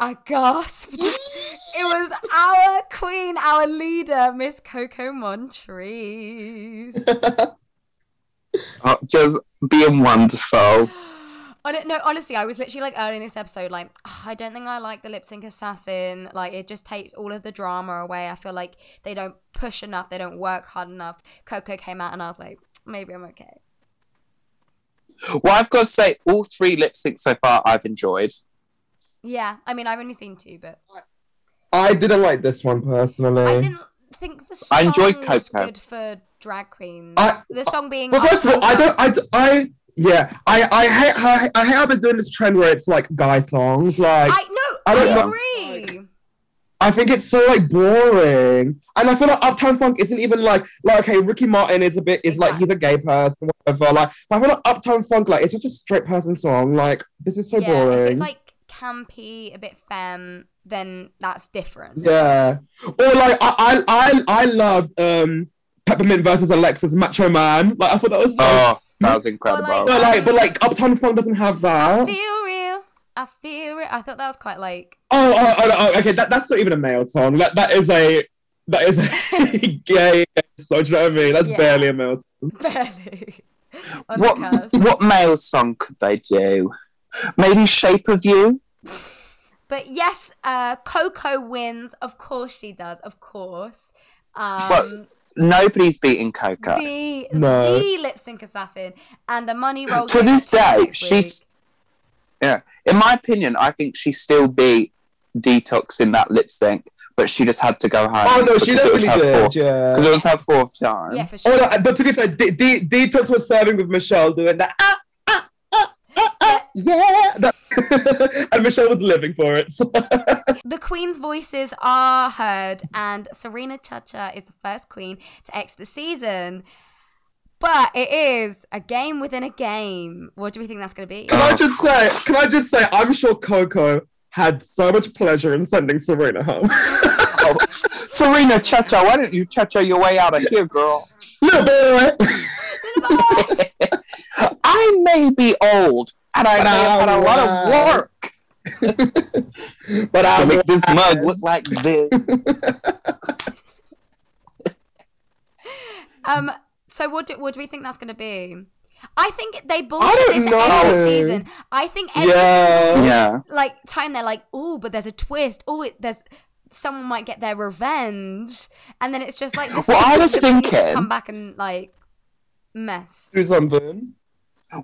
[SPEAKER 3] I gasped. [laughs] it was our queen, our leader, Miss Coco Montrese. [gasps]
[SPEAKER 5] Oh, just being wonderful.
[SPEAKER 3] On it, no, honestly, I was literally like early in this episode, like "Ugh, I don't think I like the lip sync assassin. Like it just takes all of the drama away. I feel like they don't push enough, they don't work hard enough. Coco came out, and I was like, maybe I'm okay.
[SPEAKER 5] Well, I've got to say, all three lip syncs so far I've enjoyed.
[SPEAKER 3] Yeah, I mean, I've only seen two, but
[SPEAKER 4] I didn't like this one personally.
[SPEAKER 3] I didn't think the song
[SPEAKER 5] I enjoyed
[SPEAKER 3] was
[SPEAKER 5] Coco.
[SPEAKER 3] good for drag queens.
[SPEAKER 4] I-
[SPEAKER 3] the song being.
[SPEAKER 4] Well, first of all, I don't. I. d- I- yeah, I. I hate. how I hate. I've been doing this trend where it's like guy songs. Like
[SPEAKER 3] I no, I,
[SPEAKER 4] I don't know.
[SPEAKER 3] agree.
[SPEAKER 4] I think it's so like boring, and I feel like Uptown Funk isn't even like like okay, Ricky Martin is a bit is like he's a gay person, whatever. Like, but I feel like Uptown Funk like it's such a straight person song. Like, this is so
[SPEAKER 3] yeah, if
[SPEAKER 4] boring.
[SPEAKER 3] it's like campy, a bit femme, then that's different.
[SPEAKER 4] yeah, or like I I I, I loved um Peppermint versus Alexis Macho Man. Like, I thought that was so.
[SPEAKER 5] Oh, that was incredible.
[SPEAKER 3] Well,
[SPEAKER 4] but like, but like Uptown Funk doesn't have
[SPEAKER 3] I
[SPEAKER 4] that.
[SPEAKER 3] feel real. I feel real. I thought that was quite like. [laughs]
[SPEAKER 4] Oh, oh, oh, oh okay. That, that's not even a male song. That that is a that is
[SPEAKER 3] [laughs]
[SPEAKER 4] a gay song. Do you know what I mean? That's
[SPEAKER 3] Yeah.
[SPEAKER 4] barely a male song.
[SPEAKER 3] Barely. On the
[SPEAKER 5] what
[SPEAKER 3] curve.
[SPEAKER 5] what male song could they do? Maybe Shape of You.
[SPEAKER 3] But yes, uh, Coco wins. Of course she does. Of course. Um,
[SPEAKER 5] But- Nobody's beating Coco.
[SPEAKER 3] the,
[SPEAKER 4] No.
[SPEAKER 3] the lip sync assassin and the money rolls.
[SPEAKER 5] to
[SPEAKER 3] over
[SPEAKER 5] this
[SPEAKER 3] the
[SPEAKER 5] day,
[SPEAKER 3] next week.
[SPEAKER 5] she's yeah. In my opinion, I think she still beat Detox in that lip sync, but she just had to go home.
[SPEAKER 4] Oh no, she
[SPEAKER 5] because it was
[SPEAKER 4] definitely
[SPEAKER 5] her
[SPEAKER 4] did.
[SPEAKER 5] fourth-
[SPEAKER 4] Yeah.
[SPEAKER 5] Because it was her fourth time.
[SPEAKER 3] Yeah, for sure.
[SPEAKER 4] Oh, no, but to be fair, D- D- Detox was serving with Michelle doing that. Ah, ah, ah, ah, ah, yeah. That- [laughs] and Michelle was living for it. so-
[SPEAKER 3] The Queen's voices are heard, and Serena Chacha is the first Queen to exit the season. But it is a game within a game. What do we think that's going to be?
[SPEAKER 4] can
[SPEAKER 5] Oh.
[SPEAKER 4] I just say? Can I just say? I'm sure Coco had so much pleasure in sending Serena home.
[SPEAKER 5] [laughs]
[SPEAKER 4] [laughs]
[SPEAKER 5] Oh, Serena Cha Cha, why don't you Cha Cha your way out of here, girl?
[SPEAKER 4] Little boy.
[SPEAKER 5] [laughs] I may be old and I
[SPEAKER 4] But
[SPEAKER 5] may
[SPEAKER 4] I
[SPEAKER 5] have had a lot
[SPEAKER 4] was.
[SPEAKER 5] of work
[SPEAKER 4] But um, I
[SPEAKER 5] to make this
[SPEAKER 4] was-
[SPEAKER 5] mug look like this.
[SPEAKER 3] Um. So what do what do we think that's going to be? I think they bullshit
[SPEAKER 4] don't
[SPEAKER 3] this every
[SPEAKER 4] know.
[SPEAKER 3] season. I think every
[SPEAKER 4] [laughs] Yeah.
[SPEAKER 5] yeah.
[SPEAKER 3] like time they're like, oh, but there's a twist. Oh, it, there's someone might get their revenge, and then it's just like this.
[SPEAKER 5] Well, I was thinking-
[SPEAKER 3] come back and like mess.
[SPEAKER 4] Do something.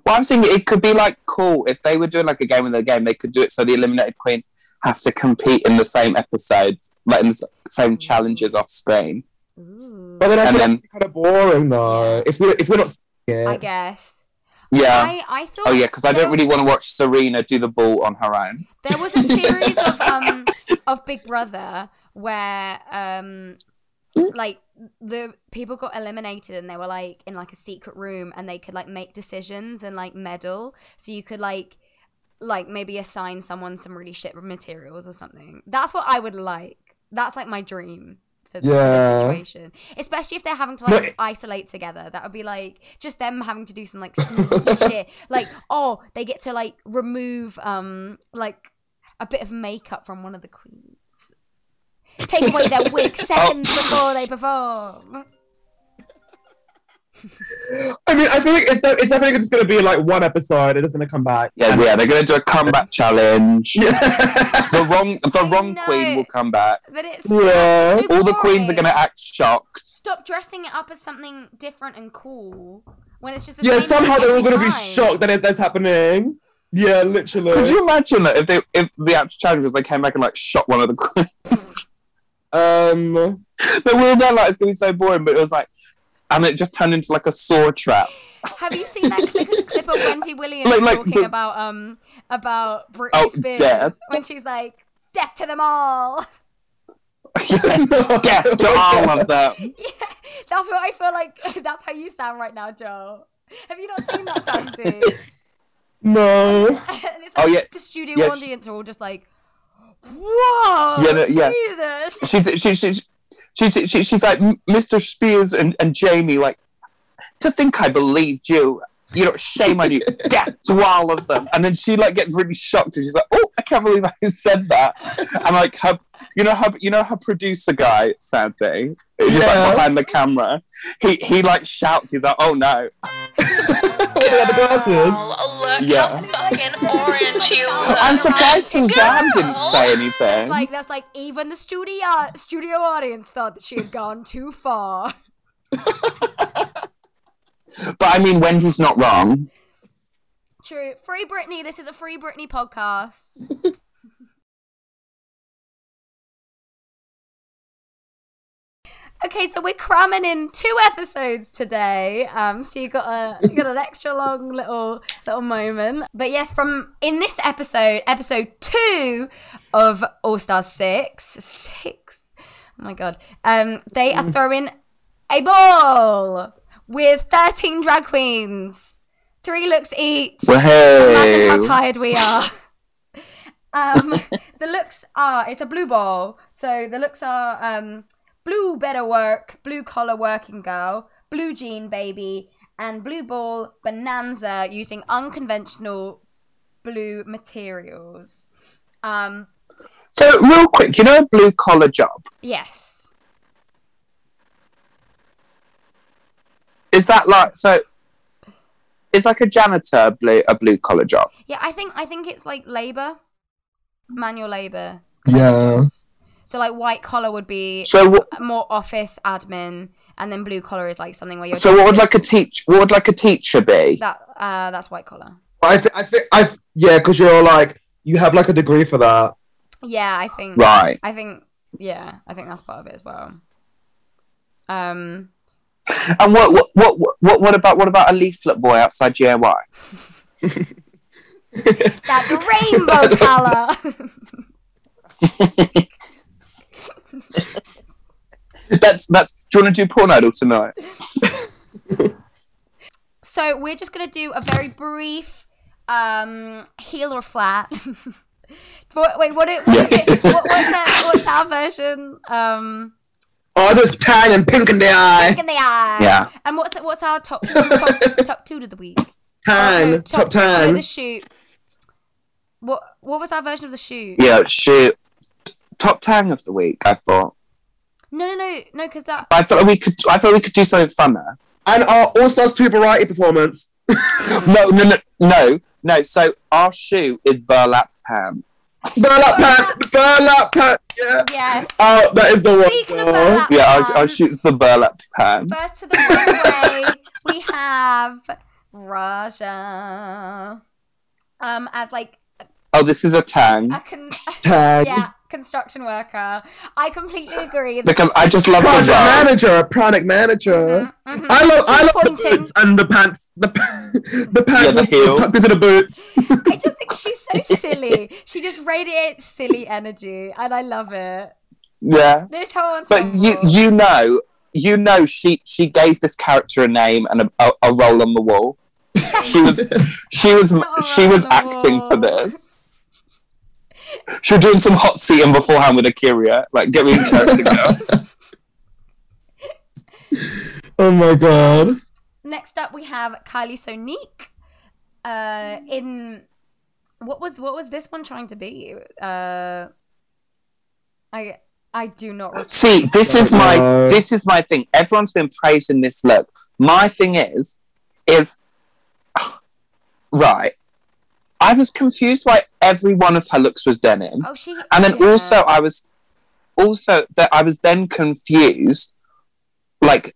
[SPEAKER 5] Well, I'm saying it could be like cool if they were doing like a game within a game. They could do it so the eliminated queens have to compete in the same episodes, like in the s- same challenges off screen.
[SPEAKER 3] Ooh.
[SPEAKER 4] But then I
[SPEAKER 5] And
[SPEAKER 4] feel
[SPEAKER 5] then-
[SPEAKER 4] like it's kind of boring though. If we if we're not seeing it,
[SPEAKER 3] I guess.
[SPEAKER 5] Yeah.
[SPEAKER 3] I, I thought.
[SPEAKER 5] Oh yeah, because I
[SPEAKER 3] there-
[SPEAKER 5] don't really want to watch Serena do the ball on her own.
[SPEAKER 3] There was a series of um of Big Brother where um like the people got eliminated and they were like in like a secret room and they could like make decisions and like meddle. So you could like like maybe assign someone some really shit materials or something. That's what I would like. That's like my dream for this
[SPEAKER 4] Yeah.
[SPEAKER 3] situation. Especially if they're having to
[SPEAKER 4] But
[SPEAKER 3] like isolate together. That would be like just them having to do some like sneaky [laughs] shit. Like, oh, they get to like remove um like a bit of makeup from one of the queens. Take away their wig
[SPEAKER 5] [laughs] Oh.
[SPEAKER 3] seconds before they perform.
[SPEAKER 4] I mean, I feel like it's, de- it's definitely just going to be like one episode. It is going to come back.
[SPEAKER 5] Yeah, yeah. They're gonna do
[SPEAKER 4] [laughs]
[SPEAKER 5] a comeback challenge.
[SPEAKER 4] Yeah.
[SPEAKER 5] The wrong, the
[SPEAKER 3] I
[SPEAKER 5] wrong
[SPEAKER 3] know.
[SPEAKER 5] queen will come back.
[SPEAKER 3] But it's
[SPEAKER 4] Yeah.
[SPEAKER 3] super
[SPEAKER 5] All the queens are
[SPEAKER 3] boring.
[SPEAKER 5] gonna act shocked.
[SPEAKER 3] stop dressing it up as something different and cool when it's just the
[SPEAKER 4] yeah.
[SPEAKER 3] same
[SPEAKER 4] Somehow
[SPEAKER 3] thing
[SPEAKER 4] they're all
[SPEAKER 3] every
[SPEAKER 4] going to be
[SPEAKER 3] time.
[SPEAKER 4] shocked that it, that's happening. Yeah, literally.
[SPEAKER 5] Could you imagine that if they, if the actual challenge was they came back and like shot one of the [laughs] queens?
[SPEAKER 4] Um.
[SPEAKER 5] But we were there like it's gonna be so boring, but it was like and it just turned into like a saw trap.
[SPEAKER 3] Have you seen that
[SPEAKER 5] [laughs]
[SPEAKER 3] clip, clip of Wendy Williams
[SPEAKER 5] Like- like
[SPEAKER 3] talking
[SPEAKER 5] the-
[SPEAKER 3] about um about Britney
[SPEAKER 5] Oh,
[SPEAKER 3] Spears
[SPEAKER 5] death.
[SPEAKER 3] when she's like death to them all?
[SPEAKER 5] [laughs] Yeah, to all of them.
[SPEAKER 3] [laughs] yeah, that's what I feel like. [laughs] That's how you sound right now, Joel. Have you not seen that,
[SPEAKER 5] [laughs]
[SPEAKER 3] Sandy?
[SPEAKER 4] No.
[SPEAKER 3] and [laughs] it's like
[SPEAKER 5] Oh, yeah.
[SPEAKER 3] the studio
[SPEAKER 5] Yeah, she-
[SPEAKER 3] audience are all just like, whoa,
[SPEAKER 5] Yeah, no, yeah.
[SPEAKER 3] Jesus.
[SPEAKER 5] She, she, she, She, she, she- she's like, "M- Mr. Spears and, and Jamie, like, to think I believed you. You know, shame [laughs] on you. Death to all of them. And then she like gets really shocked and she's like, Oh, I can't believe I [laughs] said that. And like her you know her you know her producer guy, Santi, who's like
[SPEAKER 4] Yeah.
[SPEAKER 5] behind the camera. He he like shouts, he's like, Oh no.
[SPEAKER 4] They had the glasses.
[SPEAKER 2] Oh, look
[SPEAKER 5] Yeah.
[SPEAKER 2] how fucking orange you look.
[SPEAKER 5] I'm surprised Suzanne didn't
[SPEAKER 2] Girl.
[SPEAKER 5] say
[SPEAKER 3] That's
[SPEAKER 5] anything.
[SPEAKER 3] like that's like even the studio studio audience thought that she had gone too far.
[SPEAKER 5] But I mean Wendy's not wrong.
[SPEAKER 3] True. Free Britney. This is a free Britney podcast. [laughs] okay, so we're cramming in two episodes today. Um, so you got a you got an extra long little little moment. But yes, from in this episode, episode two of All Stars Six, six. Oh my god. Um, they are throwing a ball with thirteen drag queens, three looks each.
[SPEAKER 5] Well,
[SPEAKER 3] Imagine
[SPEAKER 5] hey.
[SPEAKER 3] how tired we
[SPEAKER 5] [laughs]
[SPEAKER 3] are. um, the looks are it's a blue ball, so the looks are um, blue better work, blue collar working girl, blue jean baby, and blue ball bonanza using unconventional blue materials. Um,
[SPEAKER 5] So real quick, you know a blue collar job?
[SPEAKER 3] yes,
[SPEAKER 5] Is that like so? It's like a janitor blue a blue collar job.
[SPEAKER 3] yeah, I think I think it's like labor, manual labor.
[SPEAKER 4] Yeah.
[SPEAKER 3] So like white collar would be
[SPEAKER 5] So wh-
[SPEAKER 3] more office admin, and then blue collar is like something where you're
[SPEAKER 5] so what would like a teach what would like a teacher be?
[SPEAKER 3] That uh, that's white collar.
[SPEAKER 4] But I think I think I yeah, because you're like you have like a degree for that.
[SPEAKER 3] Yeah, I think.
[SPEAKER 5] Right.
[SPEAKER 3] I think. Yeah, I think that's part of it as well. Um.
[SPEAKER 5] And what what what what, what about what about a leaflet boy outside year Y?
[SPEAKER 3] That's
[SPEAKER 5] [laughs]
[SPEAKER 3] rainbow color.
[SPEAKER 5] That's that's. Do you want to do porn idol tonight?
[SPEAKER 3] [laughs] so we're just gonna do a very brief um heel or flat. [laughs] What- Wait, what, it, what is it? What, what's, that, what's our version? Um,
[SPEAKER 4] Oh, there's tan and pink in the
[SPEAKER 3] look
[SPEAKER 4] eye.
[SPEAKER 3] in the eye.
[SPEAKER 5] Yeah.
[SPEAKER 3] And what's what's our top top,
[SPEAKER 5] [laughs]
[SPEAKER 3] top two of the week? Oh, no,
[SPEAKER 4] Tan, top
[SPEAKER 3] no,
[SPEAKER 4] tan.
[SPEAKER 3] the shoot. What what was our version of the shoot?
[SPEAKER 5] Yeah. Shoot. Top tang of the week. I thought.
[SPEAKER 3] No, no, no, no, because that
[SPEAKER 5] I thought we could. I thought we could do something funner.
[SPEAKER 4] And our All Stars 2 variety performance.
[SPEAKER 5] No, no, no, no, no. So our shoe is burlap ham.
[SPEAKER 4] Burlap pack, burlap pack, yeah.
[SPEAKER 3] yes.
[SPEAKER 5] Um,
[SPEAKER 4] Oh, that is the one.
[SPEAKER 3] Speaking of
[SPEAKER 4] girl.
[SPEAKER 3] burlap
[SPEAKER 5] Yeah, our,
[SPEAKER 3] ham,
[SPEAKER 5] our shoe's the burlap ham.
[SPEAKER 3] First to the runway, we have Raja. Um, as like
[SPEAKER 5] Oh, this is a tang.
[SPEAKER 3] a con-
[SPEAKER 4] Tag.
[SPEAKER 3] yeah construction worker. I completely agree. that-
[SPEAKER 5] Because I uh, just love the
[SPEAKER 4] Project
[SPEAKER 5] job.
[SPEAKER 4] manager, product manager.
[SPEAKER 3] Mhm, mhm.
[SPEAKER 4] I love, I love the
[SPEAKER 3] Disappointing.
[SPEAKER 4] boots and the pants. The, pa- [laughs] the
[SPEAKER 5] Yeah,
[SPEAKER 4] pants
[SPEAKER 5] the
[SPEAKER 4] are
[SPEAKER 5] heel.
[SPEAKER 4] tucked into the boots.
[SPEAKER 3] I just think she's so silly. She just radiates silly energy, and I love it.
[SPEAKER 5] Yeah.
[SPEAKER 3] This whole
[SPEAKER 5] But you,
[SPEAKER 3] ensemble-
[SPEAKER 5] you know, you know, she she gave this character a name and a, a, a role on the wall. She was, she was,
[SPEAKER 3] Not a
[SPEAKER 5] she
[SPEAKER 3] role
[SPEAKER 5] was
[SPEAKER 3] on the
[SPEAKER 5] acting for
[SPEAKER 3] wall.
[SPEAKER 5] this. She was doing some hot seating beforehand with Akira. Like, get me in character, girl.
[SPEAKER 4] Oh my god.
[SPEAKER 3] Next up, we have Kylie Sonique. Uh, in what was what was this one trying to be? Uh, I I do not. rec-
[SPEAKER 5] See, this is my
[SPEAKER 4] No.
[SPEAKER 5] this is my thing. Everyone's been praising this look. My thing is, is [sighs] right. I was confused why every one of her looks was denim,
[SPEAKER 3] Oh, she.
[SPEAKER 5] and then
[SPEAKER 3] yeah.
[SPEAKER 5] also I was also that I was then confused. Like,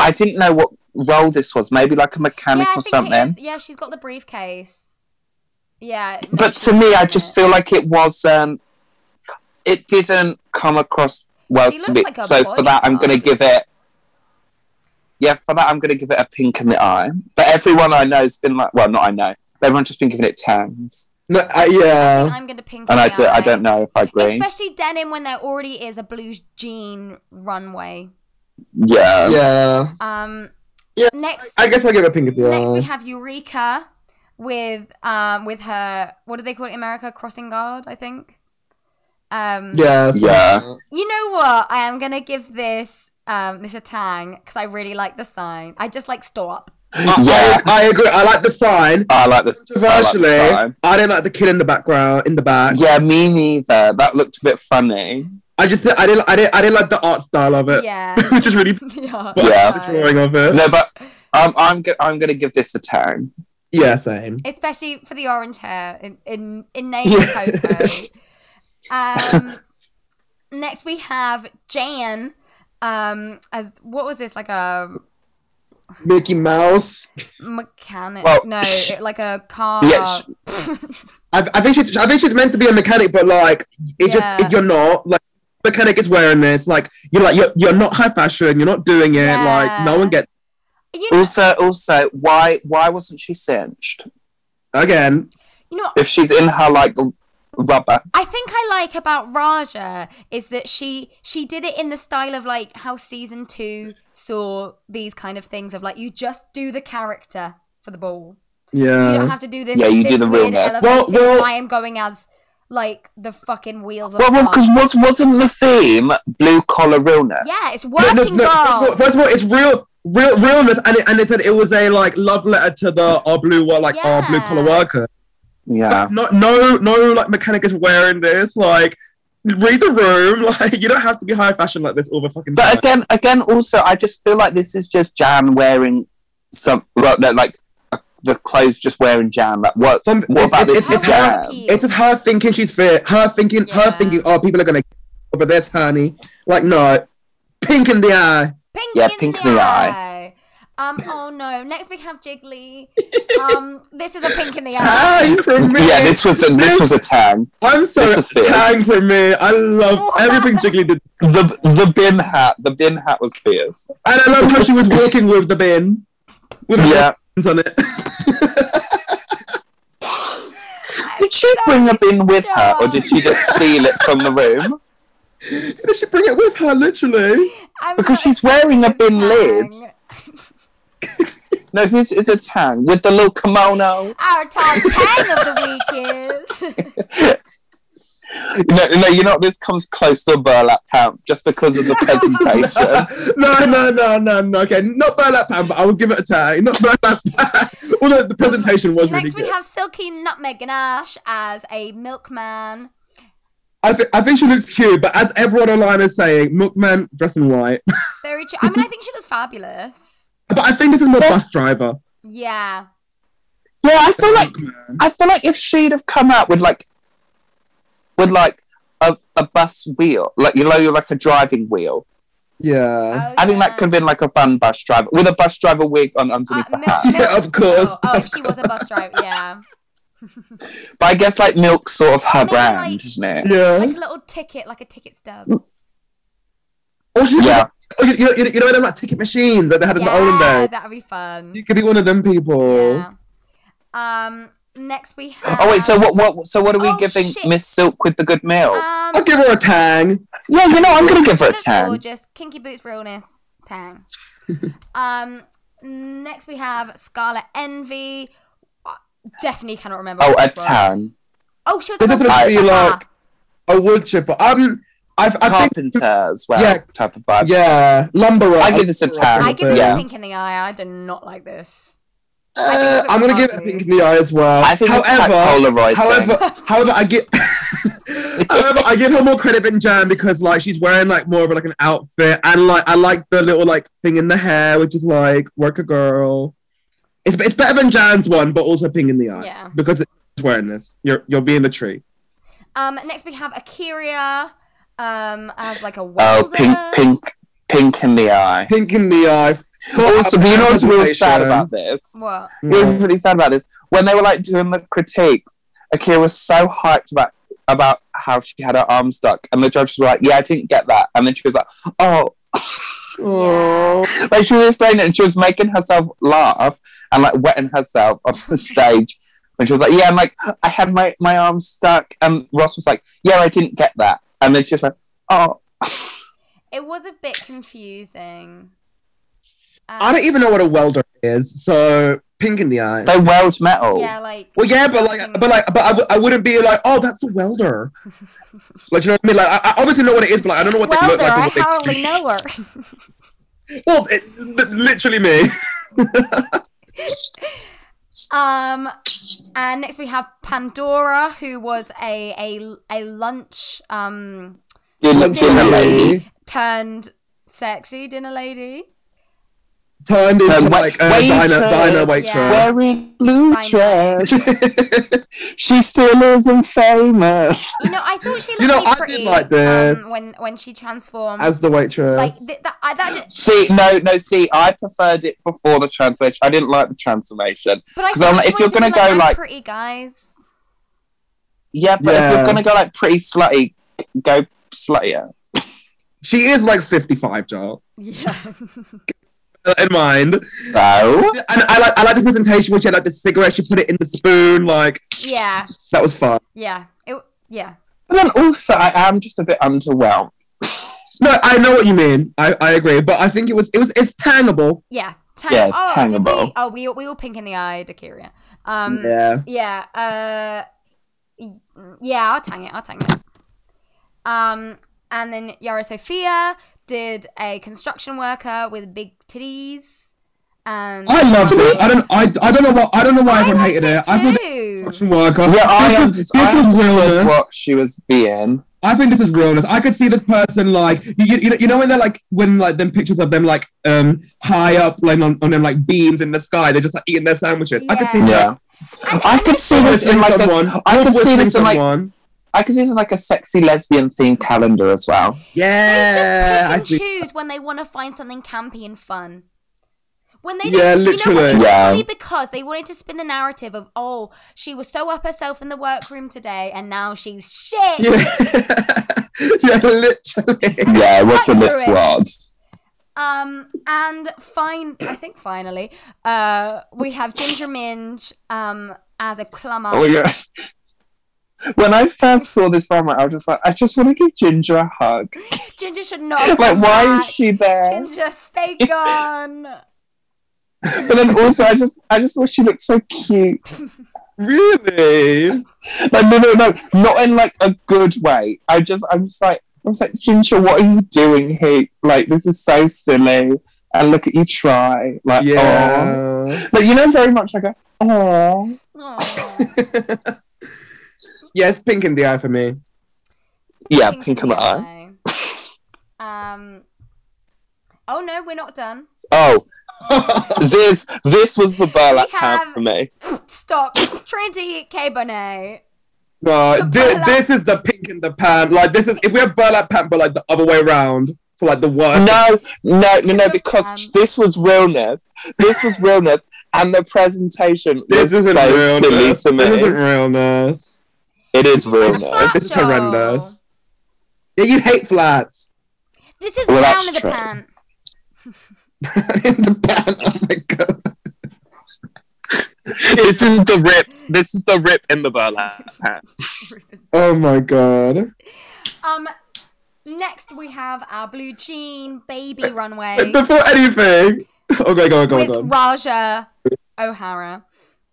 [SPEAKER 5] I didn't know what role this was. Maybe like a
[SPEAKER 3] Yeah,
[SPEAKER 5] mechanic
[SPEAKER 3] I
[SPEAKER 5] or
[SPEAKER 3] think it
[SPEAKER 5] something.
[SPEAKER 3] is. Yeah, she's got the briefcase. Yeah. no,
[SPEAKER 5] But
[SPEAKER 3] she's
[SPEAKER 5] to me, I
[SPEAKER 3] doing
[SPEAKER 5] just
[SPEAKER 3] it.
[SPEAKER 5] feel like it wasn't. It didn't come across well
[SPEAKER 3] She
[SPEAKER 5] to me.
[SPEAKER 3] looks like a
[SPEAKER 5] so for that, I'm going to
[SPEAKER 3] bodyguard.
[SPEAKER 5] give it. Yeah, for that, I'm going to give it a pink in the eye. But everyone I know has been like, well, not I know. Everyone's just been giving it tans,
[SPEAKER 4] No, uh, yeah.
[SPEAKER 3] I'm gonna pink.
[SPEAKER 5] and I
[SPEAKER 3] my
[SPEAKER 5] do, I
[SPEAKER 3] eye.
[SPEAKER 5] don't know if I agree.
[SPEAKER 3] Especially denim when there already is a blue jean runway.
[SPEAKER 5] yeah.
[SPEAKER 4] Yeah.
[SPEAKER 3] Um.
[SPEAKER 4] Yeah,
[SPEAKER 3] Next.
[SPEAKER 4] I guess I'll give it pink at the
[SPEAKER 3] Next, we
[SPEAKER 4] eye.
[SPEAKER 3] have Eureka with um with her what do they call it in America? Crossing guard, I think. Um,
[SPEAKER 4] Yeah. so-
[SPEAKER 5] Yeah.
[SPEAKER 3] You know what? I am gonna give this um this a tang because I really like the sign. I just like stop.
[SPEAKER 5] Yeah.
[SPEAKER 4] I, I agree. I like the sign.
[SPEAKER 5] I like this. I like the
[SPEAKER 4] Controversially, I,
[SPEAKER 5] vibe.
[SPEAKER 4] didn't like the kid in the background. In the back,
[SPEAKER 5] Yeah, me neither. That looked a bit funny.
[SPEAKER 4] I just I didn't I didn't I didn't like the art style of it,
[SPEAKER 5] [laughs]
[SPEAKER 3] Yeah.
[SPEAKER 4] [laughs]
[SPEAKER 3] [laughs]
[SPEAKER 4] which is really
[SPEAKER 3] yeah.
[SPEAKER 5] Yeah.
[SPEAKER 4] the drawing of it.
[SPEAKER 5] No, but um, I'm go- I'm gonna give this a ten.
[SPEAKER 4] Yeah, same.
[SPEAKER 3] Especially for the orange hair in in, in name
[SPEAKER 4] Yeah.
[SPEAKER 5] [laughs]
[SPEAKER 3] Coco. Um, next we have Jan. Um, as what was this like a
[SPEAKER 4] Mickey Mouse.
[SPEAKER 3] mechanic?
[SPEAKER 5] Well,
[SPEAKER 3] no,
[SPEAKER 5] sh-
[SPEAKER 3] like a car.
[SPEAKER 5] Yeah,
[SPEAKER 4] I, I think she's I think she's meant to be a mechanic, but like
[SPEAKER 3] Yeah.
[SPEAKER 4] it just it, you're not like mechanic is wearing this. Like you're like you're, you're not high fashion. You're not doing it. Like
[SPEAKER 3] Yeah.
[SPEAKER 4] no one gets
[SPEAKER 3] you know,
[SPEAKER 5] Also, also, why why wasn't she cinched?
[SPEAKER 4] again.
[SPEAKER 3] you know,
[SPEAKER 5] If she's in her like l- rubber,
[SPEAKER 3] I think I like about Raja is that she she did it in the style of like how season two saw these kind of things of like you just do the character for the ball. You don't
[SPEAKER 4] Uh-huh. Yeah.
[SPEAKER 3] have to do this.
[SPEAKER 5] Yeah, you
[SPEAKER 3] this
[SPEAKER 5] do the
[SPEAKER 3] weird
[SPEAKER 5] realness.
[SPEAKER 3] elevated,
[SPEAKER 4] Well, well-
[SPEAKER 3] I am going as like the fucking wheels. Of
[SPEAKER 5] well, well,
[SPEAKER 3] car."
[SPEAKER 5] because was wasn't the theme blue collar realness?
[SPEAKER 3] yeah, it's
[SPEAKER 4] No,
[SPEAKER 3] working
[SPEAKER 4] no, no,
[SPEAKER 3] girl.
[SPEAKER 4] first of all- First of all, it's real. Real realness, and it, and they said it was a like love letter to the our blue wo- like our blue collar
[SPEAKER 3] Yeah.
[SPEAKER 4] worker.
[SPEAKER 5] yeah.
[SPEAKER 4] No, no, no, like mechanic is wearing this. Like, read the room. [laughs] Like, you don't have to be high fashion like this all the fucking
[SPEAKER 5] But
[SPEAKER 4] time.
[SPEAKER 5] again, again, also, I just feel like this is just Jan wearing some, well, no, like uh, the clothes just wearing Jan. Like what?
[SPEAKER 4] Some-
[SPEAKER 5] what
[SPEAKER 4] it's-
[SPEAKER 5] about
[SPEAKER 4] it's-
[SPEAKER 3] How
[SPEAKER 5] this?
[SPEAKER 4] it's
[SPEAKER 5] is
[SPEAKER 4] her-
[SPEAKER 5] Jan?
[SPEAKER 3] appealing.
[SPEAKER 4] It's just her thinking she's fit. Her thinking,
[SPEAKER 8] Yeah.
[SPEAKER 4] her thinking. Oh, people are gonna get over this, honey. Like, no, pink in the eye.
[SPEAKER 3] Pink
[SPEAKER 5] Yeah,
[SPEAKER 3] in
[SPEAKER 5] pink
[SPEAKER 3] the,
[SPEAKER 5] in the
[SPEAKER 3] eye. Um. Oh no. Next we have Jiggly. Um. This is a pink in the eye.
[SPEAKER 4] [laughs] Tang for me.
[SPEAKER 5] Yeah, this was a, this was a ten.
[SPEAKER 4] I'm so
[SPEAKER 5] this was fair.
[SPEAKER 4] tang for me. I love everything Jiggly did,
[SPEAKER 5] The the bin hat, the bin hat was fierce.
[SPEAKER 4] and I love how she was walking with the bin, with the
[SPEAKER 5] Yeah,
[SPEAKER 4] bins on it. [laughs]
[SPEAKER 3] I'm
[SPEAKER 5] did she
[SPEAKER 3] so
[SPEAKER 5] bring a bin with her, or did she
[SPEAKER 3] stunned.
[SPEAKER 5] just steal it from
[SPEAKER 3] [laughs]
[SPEAKER 5] the room?
[SPEAKER 4] Did she bring it with her? Literally.
[SPEAKER 3] I'm
[SPEAKER 5] Because
[SPEAKER 3] so
[SPEAKER 5] she's wearing a
[SPEAKER 3] excited
[SPEAKER 5] bin
[SPEAKER 3] for
[SPEAKER 5] lid.
[SPEAKER 3] Tang.
[SPEAKER 5] No, this is a tan with the little kimono.
[SPEAKER 3] Our
[SPEAKER 5] [laughs]
[SPEAKER 3] top 10 of the week is.
[SPEAKER 5] No, no, you know what? this comes close to a burlap pant just because of the
[SPEAKER 3] [laughs]
[SPEAKER 5] presentation.
[SPEAKER 4] [laughs] no, no, no, no, no. Okay, not burlap pan, but I would give it a tang. Not burlap pan. [laughs] Although the presentation was really
[SPEAKER 3] Next,
[SPEAKER 4] good.
[SPEAKER 3] we have Silky Nutmeg Ganache as a milkman.
[SPEAKER 4] I, th- I think she looks cute, but as everyone online is saying, Milkman dressed in white. [laughs]
[SPEAKER 3] Very true. I mean, I think she was fabulous.
[SPEAKER 4] but I think this is more bus driver.
[SPEAKER 3] Yeah.
[SPEAKER 5] Yeah, I feel like I feel like if she'd have come out with like with like a, a bus wheel, like you know, you're like a driving wheel.
[SPEAKER 4] Yeah.
[SPEAKER 3] Oh,
[SPEAKER 5] I think
[SPEAKER 3] yeah.
[SPEAKER 5] that could have been like a fun bus driver with a bus driver wig on underneath
[SPEAKER 3] Uh,
[SPEAKER 5] the hat.
[SPEAKER 3] milk-
[SPEAKER 5] [laughs]
[SPEAKER 4] Yeah, of course.
[SPEAKER 3] Oh, oh, if she was a bus driver, yeah.
[SPEAKER 5] But I guess like milk's sort of her
[SPEAKER 3] Maybe,
[SPEAKER 5] brand,
[SPEAKER 3] like-
[SPEAKER 5] isn't
[SPEAKER 3] [laughs]
[SPEAKER 5] it?
[SPEAKER 4] Yeah.
[SPEAKER 3] Like a little ticket, like a ticket stub.
[SPEAKER 4] Or she,
[SPEAKER 5] Yeah,
[SPEAKER 4] or you, you, know- you know them like ticket machines that they had in the olden
[SPEAKER 3] Yeah,
[SPEAKER 4] days.
[SPEAKER 3] that'd be fun.
[SPEAKER 4] You could be one of them people.
[SPEAKER 3] Yeah. Um. Next, we have.
[SPEAKER 5] Oh wait, so what? What? So what are we
[SPEAKER 3] Oh,
[SPEAKER 5] giving
[SPEAKER 3] shit.
[SPEAKER 5] Miss Silk with the good meal?
[SPEAKER 3] Um,
[SPEAKER 4] I'll give her a tang.
[SPEAKER 5] yeah, you know, I'm gonna give her a
[SPEAKER 3] Looks
[SPEAKER 5] ten.
[SPEAKER 3] Gorgeous, kinky boots, realness,
[SPEAKER 5] [laughs]
[SPEAKER 3] tang. um, next we have Scarlet Envy. Uh, Definitely cannot remember.
[SPEAKER 5] Oh,
[SPEAKER 3] what
[SPEAKER 5] a
[SPEAKER 3] this was.
[SPEAKER 5] tan
[SPEAKER 3] Oh, she was.
[SPEAKER 4] This is
[SPEAKER 3] a
[SPEAKER 4] supposed to be
[SPEAKER 5] I-
[SPEAKER 4] like a wood chipper. Um, I, I think,
[SPEAKER 5] carpenter as well
[SPEAKER 4] Yeah.
[SPEAKER 5] type of vibe.
[SPEAKER 4] yeah, lumberer.
[SPEAKER 5] I give this a tang.
[SPEAKER 3] I give this
[SPEAKER 5] Yeah.
[SPEAKER 3] a pink in the eye. I do not like this. I think
[SPEAKER 4] Uh,
[SPEAKER 3] it's a
[SPEAKER 4] I'm gonna give it a
[SPEAKER 3] lovely.
[SPEAKER 4] pink in the eye as well.
[SPEAKER 5] I think it's quite
[SPEAKER 4] however,
[SPEAKER 5] polarizing.
[SPEAKER 4] however, however, I give, [laughs] however, I give her more credit than Jan because like she's wearing like more of like an outfit and like I like the little like thing in the hair, which is like work a girl. It's it's better than Jan's one, but also pink in the eye
[SPEAKER 3] Yeah.
[SPEAKER 4] because it's wearing this. You're you're being the tree.
[SPEAKER 3] Um, next we have Akiria. Um, as like a welder.
[SPEAKER 5] oh, pink, pink, pink in the eye.
[SPEAKER 4] Pink in the eye.
[SPEAKER 5] Also, but you know what's real sad about this?
[SPEAKER 3] What?
[SPEAKER 5] What
[SPEAKER 4] Mm.
[SPEAKER 5] was really sad about this when they were like doing the critique. Akira was so hyped about about how she had her arm stuck, and the judges were like, "Yeah, I didn't get that," and then she was like, "Oh." Like she was explaining it, and she was making herself laugh and like wetting herself on the stage. And she was like, "Yeah," I'm like, "I had my my arm stuck," and Ross was like, "Yeah, I didn't get that," and then she was like, "Oh."
[SPEAKER 3] It was a bit confusing. Um,
[SPEAKER 4] I don't even know what a welder is, so pink in the eye.
[SPEAKER 5] They weld metal.
[SPEAKER 3] Yeah, like.
[SPEAKER 4] Well, yeah, but like, but like, but I w- I wouldn't be like, oh, that's
[SPEAKER 3] [laughs]
[SPEAKER 4] a welder. like, you know what I mean? Like, I, I obviously know what it is, but like, I don't know what they
[SPEAKER 3] Welder,
[SPEAKER 4] look like. or
[SPEAKER 3] I
[SPEAKER 4] what they
[SPEAKER 3] hardly
[SPEAKER 4] do.
[SPEAKER 3] know her. [laughs]
[SPEAKER 4] Well, it, li- literally me.
[SPEAKER 3] Um, and next we have Pandora, who was a a a lunch um
[SPEAKER 5] Dinner,
[SPEAKER 3] Dinner
[SPEAKER 4] [laughs]
[SPEAKER 5] dinner lady.
[SPEAKER 3] turned sexy dinner lady.
[SPEAKER 4] Turned into
[SPEAKER 5] Um, wa-
[SPEAKER 4] like a diner,
[SPEAKER 5] waitress.
[SPEAKER 4] diner
[SPEAKER 3] Yeah.
[SPEAKER 4] waitress.
[SPEAKER 5] Wearing blue
[SPEAKER 3] Fine.
[SPEAKER 5] dress.
[SPEAKER 4] [laughs]
[SPEAKER 5] she still isn't famous.
[SPEAKER 3] You know, I thought she looked
[SPEAKER 4] You know,
[SPEAKER 3] really
[SPEAKER 4] I did
[SPEAKER 3] pretty
[SPEAKER 4] like this.
[SPEAKER 3] Um, when when she transformed.
[SPEAKER 4] As the waitress.
[SPEAKER 3] like th- that, I, that just,
[SPEAKER 5] See, no, no, see, I preferred it before the translation. I didn't like the transformation.
[SPEAKER 3] but I
[SPEAKER 5] 'Cause I'm
[SPEAKER 3] thought
[SPEAKER 5] like,
[SPEAKER 3] she
[SPEAKER 5] if you're
[SPEAKER 3] wanted to be
[SPEAKER 5] gonna go,
[SPEAKER 3] I'm
[SPEAKER 5] like-
[SPEAKER 3] pretty guys,
[SPEAKER 5] Yeah, but if
[SPEAKER 4] Yeah.
[SPEAKER 5] you're gonna go like pretty slutty, go sluttier.
[SPEAKER 4] she is like 55, Joel.
[SPEAKER 3] yeah,
[SPEAKER 4] In mind.
[SPEAKER 5] So
[SPEAKER 4] And I like, I like the presentation when she had like the cigarette, she put it in the spoon. Like,
[SPEAKER 3] yeah,
[SPEAKER 4] that was fun.
[SPEAKER 3] yeah, it, yeah.
[SPEAKER 5] but then also I am just a bit underwhelmed.
[SPEAKER 4] No, I know what you mean. I, I agree, but I think it was it was it's tangable.
[SPEAKER 3] Yeah, Tang-
[SPEAKER 5] Yeah, it's
[SPEAKER 3] oh, did
[SPEAKER 5] tangable.
[SPEAKER 3] We, oh, we we all pink in the eye, Dakiria. Um, yeah,
[SPEAKER 4] yeah,
[SPEAKER 3] uh, y- yeah, I'll tang it. I'll tang it. Um, and then Yara Sophia did a construction worker with big titties, and
[SPEAKER 4] I
[SPEAKER 5] Mm.
[SPEAKER 4] loved it. I don't I, I don't know what I don't know why
[SPEAKER 3] I
[SPEAKER 4] everyone
[SPEAKER 3] liked
[SPEAKER 4] hated it.
[SPEAKER 3] it
[SPEAKER 4] I thought it
[SPEAKER 3] too.
[SPEAKER 4] was construction worker.
[SPEAKER 5] Yeah, I
[SPEAKER 4] this
[SPEAKER 5] am
[SPEAKER 4] was,
[SPEAKER 5] just,
[SPEAKER 4] this
[SPEAKER 5] I
[SPEAKER 4] was
[SPEAKER 5] understood
[SPEAKER 4] realness.
[SPEAKER 5] what she was being.
[SPEAKER 4] I think this is realness. I could see this person like you, you, you know- you know when they're like when like them pictures of them like um high up like on, on them like beams in the sky. They're just like eating their sandwiches. I could see
[SPEAKER 3] Yeah.
[SPEAKER 4] that.
[SPEAKER 5] Yeah. I could see this in
[SPEAKER 4] Whistling
[SPEAKER 5] like
[SPEAKER 4] someone.
[SPEAKER 5] a, I could see
[SPEAKER 4] Whistling
[SPEAKER 5] this in like
[SPEAKER 4] someone.
[SPEAKER 5] I could see this in like a sexy lesbian themed calendar as
[SPEAKER 4] [laughs]
[SPEAKER 5] well.
[SPEAKER 3] They just
[SPEAKER 4] yeah,
[SPEAKER 3] pick
[SPEAKER 4] I
[SPEAKER 3] and
[SPEAKER 4] see.
[SPEAKER 3] choose when they want to find something campy and fun. When they
[SPEAKER 4] Yeah,
[SPEAKER 3] don't, you know what, it
[SPEAKER 4] literally.
[SPEAKER 3] was
[SPEAKER 5] Yeah.
[SPEAKER 3] only because they wanted to spin the narrative of oh she was so up herself in the workroom today and now she's shit.
[SPEAKER 4] Yeah, [laughs] yeah, literally.
[SPEAKER 5] Yeah, what's the
[SPEAKER 3] Accurate.
[SPEAKER 5] next word?
[SPEAKER 3] Um and fine, I think finally, uh we have Ginger Minge um as a plumber.
[SPEAKER 5] Oh yeah. [laughs] When I first saw this drama, I was just like, I just want to give Ginger a hug.
[SPEAKER 3] [laughs] Ginger should not. have
[SPEAKER 5] [laughs] Like,
[SPEAKER 3] come
[SPEAKER 5] why
[SPEAKER 3] back.
[SPEAKER 5] is she there?
[SPEAKER 3] Ginger, stay
[SPEAKER 5] [laughs]
[SPEAKER 3] gone.
[SPEAKER 5] But then also, I just, I just thought she looked so cute.
[SPEAKER 4] really?
[SPEAKER 5] Like, no, no, no, not in like a good way. I just, I'm just like, I was like, Ginger, what are you doing here? Like, this is so silly. And look at you try. Like, yeah.
[SPEAKER 4] Yeah.
[SPEAKER 5] But you know, very much like a, oh.
[SPEAKER 3] Aw.
[SPEAKER 4] Yes, pink in the eye for me.
[SPEAKER 5] Yeah,
[SPEAKER 3] Pink
[SPEAKER 5] pink
[SPEAKER 3] in
[SPEAKER 5] in the eye.
[SPEAKER 3] eye. Um. Oh no, we're not done. [laughs]
[SPEAKER 5] Oh, this, this was the burlap
[SPEAKER 3] We
[SPEAKER 5] count
[SPEAKER 3] have-
[SPEAKER 5] for me. [coughs]
[SPEAKER 3] Stop. Trinity K Bonet.
[SPEAKER 4] No,
[SPEAKER 3] The
[SPEAKER 4] thi-
[SPEAKER 3] burlap.
[SPEAKER 4] this is the pink in the pan. Like this is if we have burlap pan, but like the other way around for like the worst.
[SPEAKER 5] No, no, no, no,
[SPEAKER 3] Look,
[SPEAKER 5] because
[SPEAKER 3] um,
[SPEAKER 5] this was realness. This was realness, and the presentation
[SPEAKER 4] This
[SPEAKER 5] was
[SPEAKER 4] isn't
[SPEAKER 5] so silly
[SPEAKER 4] realness.
[SPEAKER 5] to
[SPEAKER 4] This isn't
[SPEAKER 5] me.
[SPEAKER 4] realness.
[SPEAKER 5] It is
[SPEAKER 3] Flat
[SPEAKER 5] realness.
[SPEAKER 4] This is
[SPEAKER 3] show.
[SPEAKER 4] horrendous. Yeah, you hate flats.
[SPEAKER 3] This is
[SPEAKER 5] Well,
[SPEAKER 3] down
[SPEAKER 5] that's
[SPEAKER 3] in the
[SPEAKER 5] true.
[SPEAKER 3] pan.
[SPEAKER 4] [laughs] in the pan. Oh my god.
[SPEAKER 5] This is the rip. This is the rip in the burlap.
[SPEAKER 4] Oh my god.
[SPEAKER 3] Um. Next, we have our blue jean
[SPEAKER 5] Uh,
[SPEAKER 3] baby runway
[SPEAKER 4] Wait, Before anything. [laughs] Okay, go on, go on,
[SPEAKER 3] with
[SPEAKER 4] go on.
[SPEAKER 3] Raja O'Hara.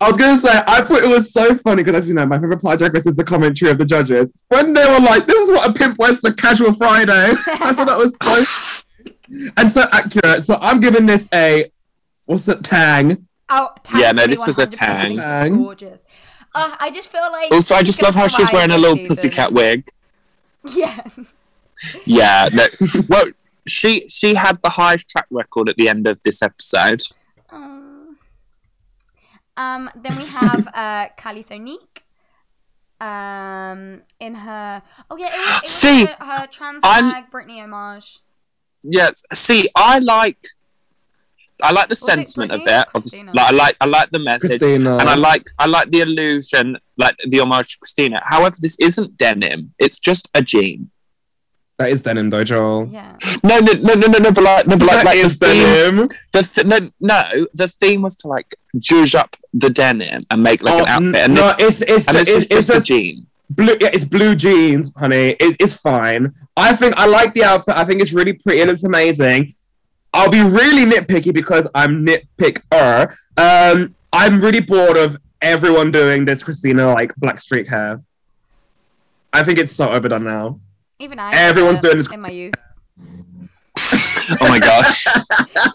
[SPEAKER 4] I was gonna say, I thought it was so funny because, as you know, my favorite part of Drag Race is the commentary of the judges. When they were like, "This is what a pimp wears for casual Friday," [laughs] I thought that was so [laughs] and so accurate. So I'm giving this a what's it, tang?
[SPEAKER 3] Oh, tang
[SPEAKER 5] Yeah, no,
[SPEAKER 3] for me,
[SPEAKER 5] this was a
[SPEAKER 3] 100%. This was
[SPEAKER 4] tang.
[SPEAKER 3] Gorgeous. Uh, I just feel like.
[SPEAKER 5] Also, I
[SPEAKER 3] she's
[SPEAKER 5] just
[SPEAKER 3] gonna
[SPEAKER 5] love how she was
[SPEAKER 3] thrive
[SPEAKER 5] wearing a
[SPEAKER 3] this
[SPEAKER 5] little
[SPEAKER 3] season.
[SPEAKER 5] pussycat wig.
[SPEAKER 3] [laughs] Yeah.
[SPEAKER 5] Yeah. No, well, she she had the highest track record at the end of this episode.
[SPEAKER 3] Um, um, then we have uh, Kylie Sonique. Um, in her oh yeah, it was, it was
[SPEAKER 5] See,
[SPEAKER 3] her, her trans
[SPEAKER 5] I'm-
[SPEAKER 3] flag Britney homage.
[SPEAKER 5] Yes. See, I like. I like the
[SPEAKER 3] Was it
[SPEAKER 5] sentiment of
[SPEAKER 3] Britney?
[SPEAKER 5] it. Of,
[SPEAKER 3] Christina.
[SPEAKER 5] like, I like I like the message.
[SPEAKER 4] Christina.
[SPEAKER 5] and I like I like the illusion, like the homage to Christina. However, this isn't denim; it's just a jean.
[SPEAKER 4] that is denim, though, Joel.
[SPEAKER 3] Yeah,
[SPEAKER 5] No, no, no, no, no, no but like, no, but like,
[SPEAKER 4] That
[SPEAKER 5] like the
[SPEAKER 4] is
[SPEAKER 5] theme,
[SPEAKER 4] denim.
[SPEAKER 5] the th- no, no, the theme was to like juice up the denim and make like
[SPEAKER 4] Oh,
[SPEAKER 5] an outfit, and
[SPEAKER 4] no,
[SPEAKER 5] this,
[SPEAKER 4] it's it's
[SPEAKER 5] and this
[SPEAKER 4] it's,
[SPEAKER 5] was
[SPEAKER 4] it's
[SPEAKER 5] just a
[SPEAKER 4] just
[SPEAKER 5] jean.
[SPEAKER 4] blue. Yeah, it's blue jeans, honey. It, it's fine. I think I like the outfit. I think it's really pretty and it's amazing. I'll be really nitpicky because I'm nitpicker. Um, I'm really bored of everyone doing this Christina like black streak hair. I think it's so overdone now.
[SPEAKER 3] Even I.
[SPEAKER 4] Everyone's
[SPEAKER 3] uh,
[SPEAKER 4] doing this-
[SPEAKER 3] in my youth,
[SPEAKER 5] Oh my [laughs] gosh.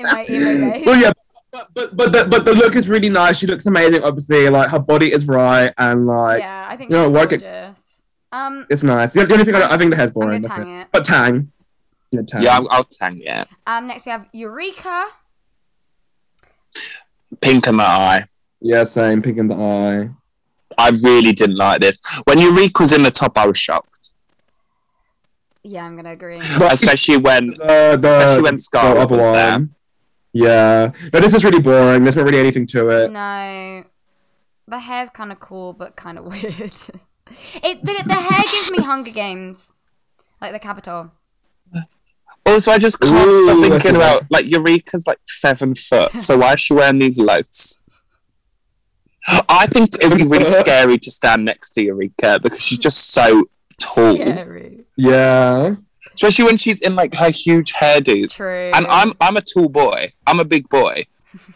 [SPEAKER 3] in my
[SPEAKER 5] [laughs]
[SPEAKER 3] emo days.
[SPEAKER 4] Well, yeah, but but but the, but the look is really nice. She looks amazing. Obviously, like her body is right and like
[SPEAKER 3] yeah, I think
[SPEAKER 4] you know,
[SPEAKER 3] she's
[SPEAKER 4] work it-
[SPEAKER 3] gorgeous. Um,
[SPEAKER 4] it's nice. The the only thing I, don't- I think the hair's
[SPEAKER 3] I'm gonna
[SPEAKER 4] boring. That's it.
[SPEAKER 3] tang it.
[SPEAKER 4] But tang. Yeah, tang.
[SPEAKER 9] Yeah, I'll, I'll tang it.
[SPEAKER 3] Um, next we have Eureka.
[SPEAKER 5] Pink in the eye.
[SPEAKER 4] yeah, same. Pink in the eye.
[SPEAKER 5] I really didn't like this. When Eureka was in the top, I was shocked.
[SPEAKER 3] Yeah, I'm gonna agree.
[SPEAKER 5] [laughs] Especially when
[SPEAKER 4] The, the,
[SPEAKER 5] Especially when Scarlet
[SPEAKER 4] the other
[SPEAKER 5] was
[SPEAKER 4] one.
[SPEAKER 5] there.
[SPEAKER 4] Yeah. No, this is really boring. There's not really anything to it.
[SPEAKER 3] No, the hair's kind of cool, but kind of [laughs] weird. it the, the hair gives me Hunger Games, like the capital.
[SPEAKER 5] also I just can't
[SPEAKER 4] Ooh,
[SPEAKER 5] stop
[SPEAKER 4] that's
[SPEAKER 5] thinking
[SPEAKER 4] a-
[SPEAKER 5] [laughs] about like Eureka's like seven foot. So why is she wearing these loads? I think it would be [laughs] really scary to stand next to Eureka because she's just so tall.
[SPEAKER 3] Scary.
[SPEAKER 4] Yeah.
[SPEAKER 5] Especially when she's in like her huge hairdos.
[SPEAKER 3] True.
[SPEAKER 5] And I'm I'm a tall boy. I'm a big boy.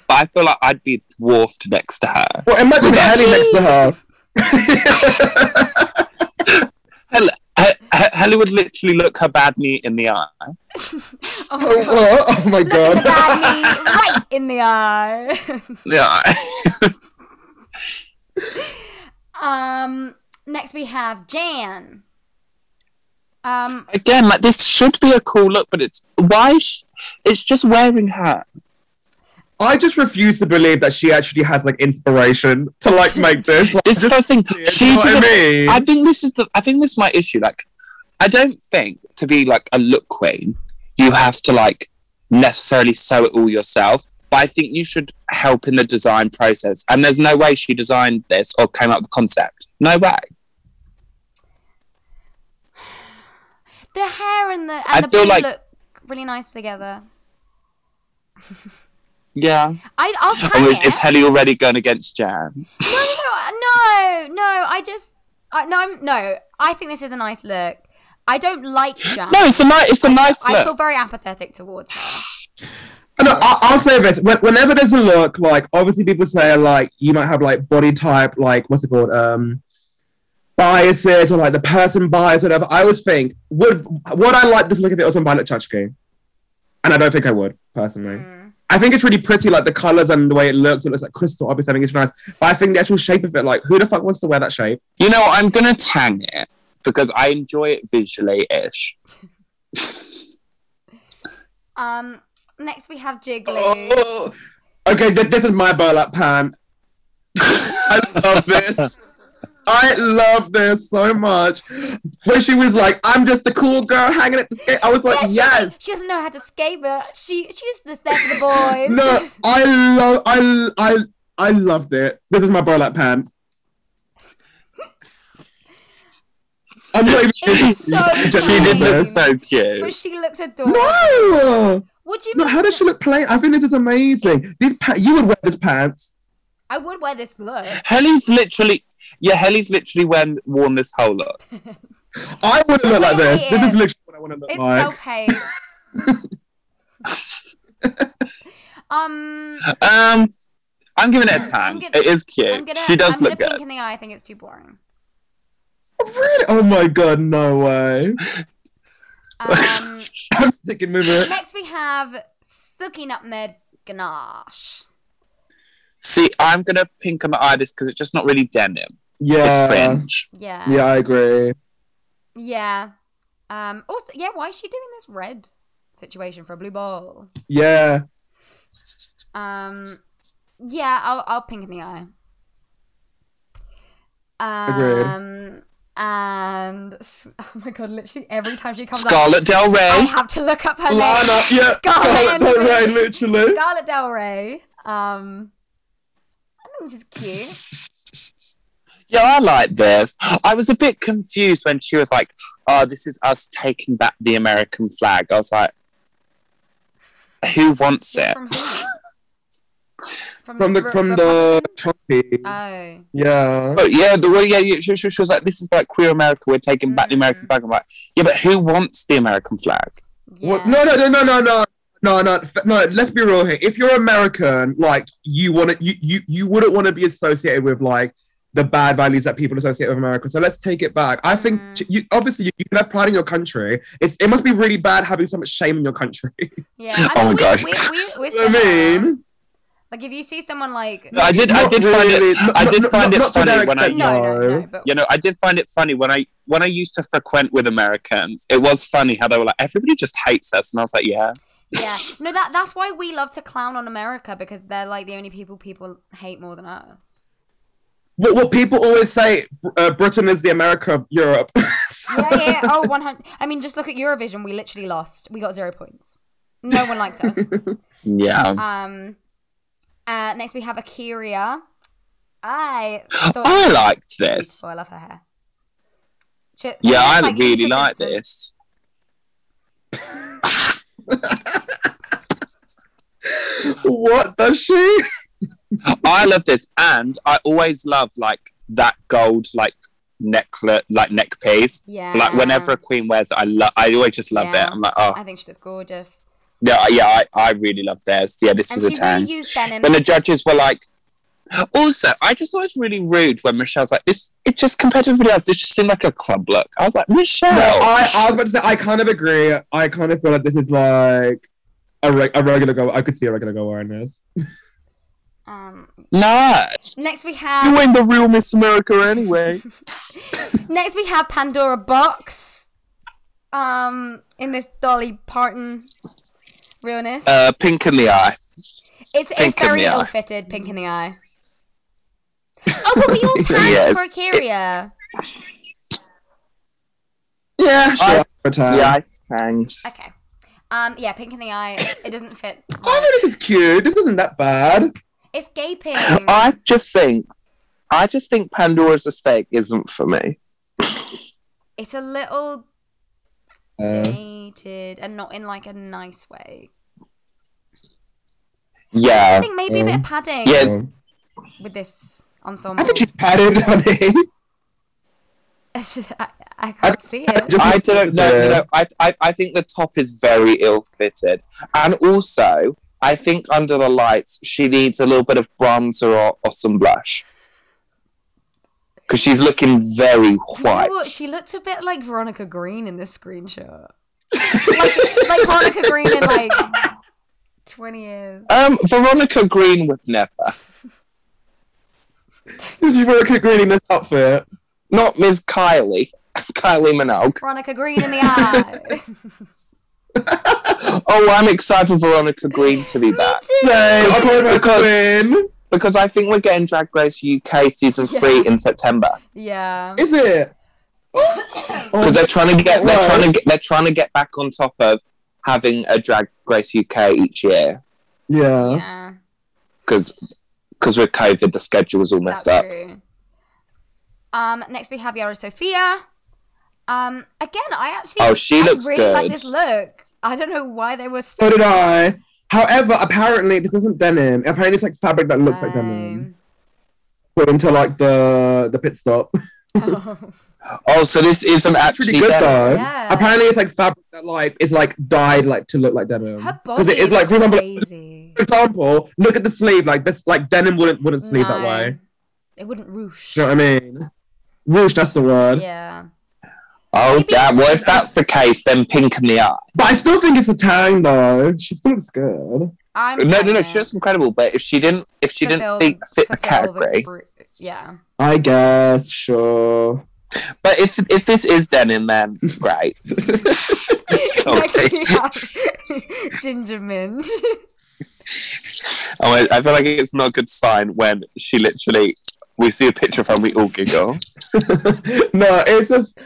[SPEAKER 5] But I feel like I'd be dwarfed next to her.
[SPEAKER 4] Well, imagine Ellie next to her.
[SPEAKER 5] He- He- Hella would literally look her bad knee in the eye.
[SPEAKER 3] [laughs] Oh my
[SPEAKER 4] Oh,
[SPEAKER 3] God.
[SPEAKER 5] [laughs]
[SPEAKER 4] oh, oh my
[SPEAKER 3] Look at the
[SPEAKER 4] god.
[SPEAKER 3] bad knee right in the eye. [laughs]
[SPEAKER 5] Yeah.
[SPEAKER 3] um, next we have Jan. Um,
[SPEAKER 5] Again, like this should be a cool look, but it's why? Sh- it's just wearing her.
[SPEAKER 4] I just refuse to believe that she actually has like inspiration to like make this. Like,
[SPEAKER 5] This
[SPEAKER 4] just,
[SPEAKER 5] first thing
[SPEAKER 4] you
[SPEAKER 5] she
[SPEAKER 4] know what
[SPEAKER 5] did.
[SPEAKER 4] I mean?
[SPEAKER 5] I think this is the. I think this is my issue. Like, I don't think to be like a look queen, you have to like necessarily sew it all yourself. But I think you should help in the design process. And there's no way she designed this or came up with the concept. No way.
[SPEAKER 3] the hair and the and
[SPEAKER 5] I
[SPEAKER 3] the
[SPEAKER 5] feel
[SPEAKER 3] blue
[SPEAKER 5] like-
[SPEAKER 3] look really nice together.
[SPEAKER 5] Yeah.
[SPEAKER 3] I, I'll tag
[SPEAKER 5] Or Oh, is,
[SPEAKER 3] it.
[SPEAKER 5] is Helly already going against Jan?
[SPEAKER 3] No, uh, no, no, no. I just, I, no, I'm, no. I think this is a nice look. I don't like Jan.
[SPEAKER 5] No, it's a nice. It's a nice
[SPEAKER 3] Uh, I
[SPEAKER 5] look.
[SPEAKER 3] feel very apathetic towards her.
[SPEAKER 4] No, I- I'll say this. When- Whenever there's a look, like obviously people say like you might have like body type, like what's it called, um, biases or like the person bias, whatever. I always think would would I like this look if it was on Violet Chachki? And I don't think I would personally.
[SPEAKER 3] Mm.
[SPEAKER 4] I think it's really pretty, like the colors and the way it looks. It looks like crystal, obviously, I think it's nice. But I think the actual shape of it, like who the fuck wants to wear that shape?
[SPEAKER 5] You know, I'm gonna tang it because I enjoy it visually ish.
[SPEAKER 3] Um. Next we have Jiggly.
[SPEAKER 4] Oh, okay, th- this is my burlap pan. [laughs] I love this. I love this so much. When she was like, I'm just a cool girl hanging at the skate, I was like,
[SPEAKER 3] Yeah, she-
[SPEAKER 4] yes.
[SPEAKER 3] She doesn't know how to skate, but she she's just there for the boys.
[SPEAKER 4] No, I love, I, I, I loved it. This is my burlap pan. I'm not even
[SPEAKER 3] It's so
[SPEAKER 4] just
[SPEAKER 5] She did look
[SPEAKER 4] this.
[SPEAKER 3] [laughs]
[SPEAKER 5] so
[SPEAKER 3] But
[SPEAKER 5] cute.
[SPEAKER 3] she looks adorable.
[SPEAKER 4] No!
[SPEAKER 3] Would you?
[SPEAKER 4] No,
[SPEAKER 3] make
[SPEAKER 4] how does she look plain? I think this is amazing. These pa- you would wear these pants.
[SPEAKER 3] I would wear this look.
[SPEAKER 5] Helly's literally, yeah, Helly's literally when, worn this whole look.
[SPEAKER 4] I wouldn't look like this. This is
[SPEAKER 3] Weird.
[SPEAKER 4] literally what I want to look
[SPEAKER 3] It's
[SPEAKER 4] like.
[SPEAKER 3] self
[SPEAKER 4] [laughs]
[SPEAKER 3] hate. um,
[SPEAKER 5] Um, I'm giving it a
[SPEAKER 3] I'm
[SPEAKER 5] tang.
[SPEAKER 3] gonna-
[SPEAKER 5] It is cute.
[SPEAKER 3] I'm gonna.
[SPEAKER 5] she does
[SPEAKER 3] I'm
[SPEAKER 5] look
[SPEAKER 3] gonna
[SPEAKER 5] good.
[SPEAKER 3] pink in the eye. I think it's too
[SPEAKER 4] [laughs]
[SPEAKER 3] boring.
[SPEAKER 4] Really? Oh my god, no way. [laughs]
[SPEAKER 3] Um,
[SPEAKER 4] I'm thinking move it.
[SPEAKER 3] next we have Silky Nutmeg Ganache.
[SPEAKER 5] See, I'm gonna pink on the eye this because it's just not really denim. It's
[SPEAKER 4] Yeah.
[SPEAKER 5] fringe.
[SPEAKER 3] Yeah.
[SPEAKER 4] Yeah, I agree.
[SPEAKER 3] Yeah. Um. Also, yeah. Why is she doing this red situation for a blue ball?
[SPEAKER 4] Yeah.
[SPEAKER 3] Um. Yeah. I'll I'll pink in the eye.
[SPEAKER 4] Agreed.
[SPEAKER 3] Um. And s- [laughs] oh my god! Literally every time she comes up, Oh,
[SPEAKER 5] Scarlet Del Rey.
[SPEAKER 3] I have to look up her name.
[SPEAKER 4] Lana, yeah.
[SPEAKER 3] Scarlet.
[SPEAKER 4] [laughs] Scarlet Del Rey, literally.
[SPEAKER 3] Scarlet Del Rey. Um. I think this is cute.
[SPEAKER 5] Yeah, I like this. I was a bit confused when she was like, "Oh, this is us taking back the American flag." I was like, "Who wants it?"
[SPEAKER 3] From who?
[SPEAKER 4] From the
[SPEAKER 3] Re-
[SPEAKER 4] from the
[SPEAKER 3] Republicans?
[SPEAKER 4] choppy.
[SPEAKER 3] Oh.
[SPEAKER 4] Yeah.
[SPEAKER 5] But yeah, the way yeah, yeah, she, she, she was like, "This is like queer America. We're taking back the American
[SPEAKER 3] Mm.
[SPEAKER 5] flag." I'm like, "Yeah, but who wants the American flag?"
[SPEAKER 3] Yeah.
[SPEAKER 4] What? No, no, no, no, no, no. No, no, f- no. Let's be real here. If you're American, like you want to, you, you you wouldn't want to be associated with like the bad values that people associate with America. So let's take it back. I think
[SPEAKER 3] Mm.
[SPEAKER 4] ch- you obviously you, you can have pride in your country. It's it must be really bad having so much shame in your country. [laughs]
[SPEAKER 3] Yeah. I
[SPEAKER 5] Oh
[SPEAKER 3] mean,
[SPEAKER 5] my
[SPEAKER 3] we,
[SPEAKER 5] gosh.
[SPEAKER 3] We, we, we're
[SPEAKER 4] I
[SPEAKER 3] similar.
[SPEAKER 4] mean,
[SPEAKER 3] like if you see someone like
[SPEAKER 5] I did. I
[SPEAKER 4] Not
[SPEAKER 5] did find
[SPEAKER 4] really,
[SPEAKER 5] it.
[SPEAKER 4] not-
[SPEAKER 5] I did
[SPEAKER 4] not-
[SPEAKER 5] find
[SPEAKER 4] not-
[SPEAKER 5] it
[SPEAKER 4] not to
[SPEAKER 5] funny
[SPEAKER 4] their
[SPEAKER 5] when I.
[SPEAKER 4] extent.
[SPEAKER 3] no, no, no,
[SPEAKER 4] no.
[SPEAKER 3] but
[SPEAKER 5] You know, I did find it funny when I when I used to frequent with Americans. It was funny how they were like, "Everybody just hates us," and I was like, "Yeah,
[SPEAKER 3] yeah, no, that that's why we love to clown on America because they're like the only people people hate more than us.
[SPEAKER 4] what what people always say, Br- uh, Britain is the America of Europe. [laughs]
[SPEAKER 3] Yeah, yeah. Oh, one hundred. I mean, just look at Eurovision. We literally lost. We got zero points. No one likes [laughs] us.
[SPEAKER 5] yeah."
[SPEAKER 3] Um, uh, next we have Akiria.
[SPEAKER 5] [gasps]
[SPEAKER 3] I thought
[SPEAKER 5] I liked
[SPEAKER 3] she was
[SPEAKER 5] this.
[SPEAKER 3] beautiful. I love her hair. She-
[SPEAKER 5] Yeah,
[SPEAKER 3] she
[SPEAKER 5] I
[SPEAKER 3] looks
[SPEAKER 5] really
[SPEAKER 3] Lisa
[SPEAKER 5] like
[SPEAKER 3] Simpson.
[SPEAKER 5] this.
[SPEAKER 4] what does she?
[SPEAKER 5] I love this, and I always love like that gold like necklet, like neck piece.
[SPEAKER 3] Yeah.
[SPEAKER 5] Like whenever a queen wears it, I love. I always just love
[SPEAKER 3] Mm. Yeah.
[SPEAKER 5] it. I'm like, oh
[SPEAKER 3] I think she looks gorgeous.
[SPEAKER 5] yeah, yeah. I, I really love this. Yeah, this
[SPEAKER 3] And
[SPEAKER 5] is a
[SPEAKER 3] she
[SPEAKER 5] ten.
[SPEAKER 3] really used denim.
[SPEAKER 5] when the judges were like, also, I just thought it was really rude when Michelle's like, it's, it just compared to everybody else, this just seemed like a club look. I was like, Michelle.
[SPEAKER 4] No, I, I was about to say I kind of agree. I kind of feel like this is like a, re- a regular go. I could see a regular go wearing this.
[SPEAKER 3] Um,
[SPEAKER 5] no.
[SPEAKER 3] next we
[SPEAKER 5] You
[SPEAKER 3] have
[SPEAKER 5] ain't the real Miss America anyway.
[SPEAKER 3] next we have Pandora Box. Um, in this Dolly Parton realness,
[SPEAKER 5] Uh, pink in the eye.
[SPEAKER 3] it's it's
[SPEAKER 5] pink in
[SPEAKER 3] very
[SPEAKER 5] the eye.
[SPEAKER 3] ill-fitted, pink in the eye. oh, but
[SPEAKER 5] [laughs]
[SPEAKER 3] we all tagged
[SPEAKER 5] Yes.
[SPEAKER 3] for Akiria.
[SPEAKER 4] Yeah,
[SPEAKER 5] I-
[SPEAKER 4] sure. I, yeah.
[SPEAKER 5] I sang.
[SPEAKER 3] Okay. Um, yeah, pink in the eye. It doesn't fit.
[SPEAKER 4] I think this is cute. This isn't that bad.
[SPEAKER 3] It's gaping.
[SPEAKER 5] I just think, I just think Pandora's estate isn't for me.
[SPEAKER 3] It's a little
[SPEAKER 4] Uh,
[SPEAKER 3] dated and not in like a nice way. I
[SPEAKER 5] Yeah.
[SPEAKER 3] think maybe a bit of padding
[SPEAKER 5] Uh, Yeah, it's-
[SPEAKER 4] um,
[SPEAKER 3] with this
[SPEAKER 4] I
[SPEAKER 3] ensemble.
[SPEAKER 4] think she's padded, [laughs] honey.
[SPEAKER 3] [laughs] I, I can't see it.
[SPEAKER 4] Just-
[SPEAKER 5] I don't know. No, no, I, I, I think the top is very ill fitted. And also, I think under the lights, she needs a little bit of bronzer or, or some blush. Because she's looking very
[SPEAKER 3] You know
[SPEAKER 5] white.
[SPEAKER 3] what? She looks a bit like Veronica Green in this
[SPEAKER 4] [laughs]
[SPEAKER 3] screenshot. like, like Veronica Green in like 20 years.
[SPEAKER 5] Um, Veronica Green would never.
[SPEAKER 4] Did you wear a kid green in this outfit?
[SPEAKER 5] Not Ms. Kylie. [laughs] Kylie Minogue.
[SPEAKER 3] Veronica Green
[SPEAKER 4] [laughs]
[SPEAKER 3] in the eye. [laughs]
[SPEAKER 5] Oh, I'm excited for Veronica Green
[SPEAKER 3] [laughs]
[SPEAKER 5] to be back.
[SPEAKER 4] Yay,
[SPEAKER 5] Because-
[SPEAKER 4] Cora
[SPEAKER 5] because-
[SPEAKER 4] Quinn.
[SPEAKER 5] Because I think we're getting Drag Race UK season
[SPEAKER 3] Yeah.
[SPEAKER 5] three in September.
[SPEAKER 3] yeah. [laughs]
[SPEAKER 4] Is it? Oh,
[SPEAKER 5] because they're trying to get they're
[SPEAKER 4] Right.
[SPEAKER 5] trying to get they're trying to get back on top of having a drag race UK each year
[SPEAKER 4] Yeah.
[SPEAKER 3] Yeah.
[SPEAKER 5] because because with COVID the schedule was all messed
[SPEAKER 3] That's
[SPEAKER 5] up.
[SPEAKER 3] true. Um, next we have Yara Sophia. Um, again, I actually
[SPEAKER 5] Oh, she
[SPEAKER 3] I
[SPEAKER 5] looks
[SPEAKER 3] really like
[SPEAKER 5] good.
[SPEAKER 3] this look. I don't know why they were so
[SPEAKER 4] So did I. However, apparently this isn't denim. Apparently it's like fabric that looks like [laughs] denim. According to like the the pit stop. [laughs]
[SPEAKER 3] Um,
[SPEAKER 5] Oh, so this isn't
[SPEAKER 4] It's
[SPEAKER 5] actually
[SPEAKER 4] really good
[SPEAKER 5] them.
[SPEAKER 4] though.
[SPEAKER 3] Yeah.
[SPEAKER 4] Apparently it's like fabric that like is like dyed like to look like denim.
[SPEAKER 3] Her
[SPEAKER 4] Because
[SPEAKER 3] body
[SPEAKER 4] it is
[SPEAKER 3] is
[SPEAKER 4] like, for example,
[SPEAKER 3] crazy.
[SPEAKER 4] for example, look at the sleeve. Like this, like denim wouldn't wouldn't sleeve that
[SPEAKER 3] No.
[SPEAKER 4] way.
[SPEAKER 3] It wouldn't roosh.
[SPEAKER 4] Do you know what I mean? Rouge, that's the word.
[SPEAKER 3] Yeah.
[SPEAKER 5] Oh
[SPEAKER 3] Maybe-
[SPEAKER 5] damn! Well, if that's the case, then pink in the eye.
[SPEAKER 4] But I still think it's a tang though. She still looks good.
[SPEAKER 3] I'm
[SPEAKER 5] No, no,
[SPEAKER 3] telling
[SPEAKER 5] no.
[SPEAKER 3] you,
[SPEAKER 5] She looks incredible, but if she didn't, if she didn't
[SPEAKER 3] fulfill-
[SPEAKER 5] think, fit the
[SPEAKER 3] fulfill
[SPEAKER 5] category,
[SPEAKER 3] br-
[SPEAKER 5] [laughs]
[SPEAKER 3] yeah. [laughs]
[SPEAKER 4] I guess, sure.
[SPEAKER 5] but if if this is denim, then great.
[SPEAKER 3] Next we have [laughs] Ginger Minge.
[SPEAKER 5] [laughs] Oh, I, I feel like it's not a good sign when she literally we see a picture of her, and we all giggle.
[SPEAKER 4] [laughs] no, it's just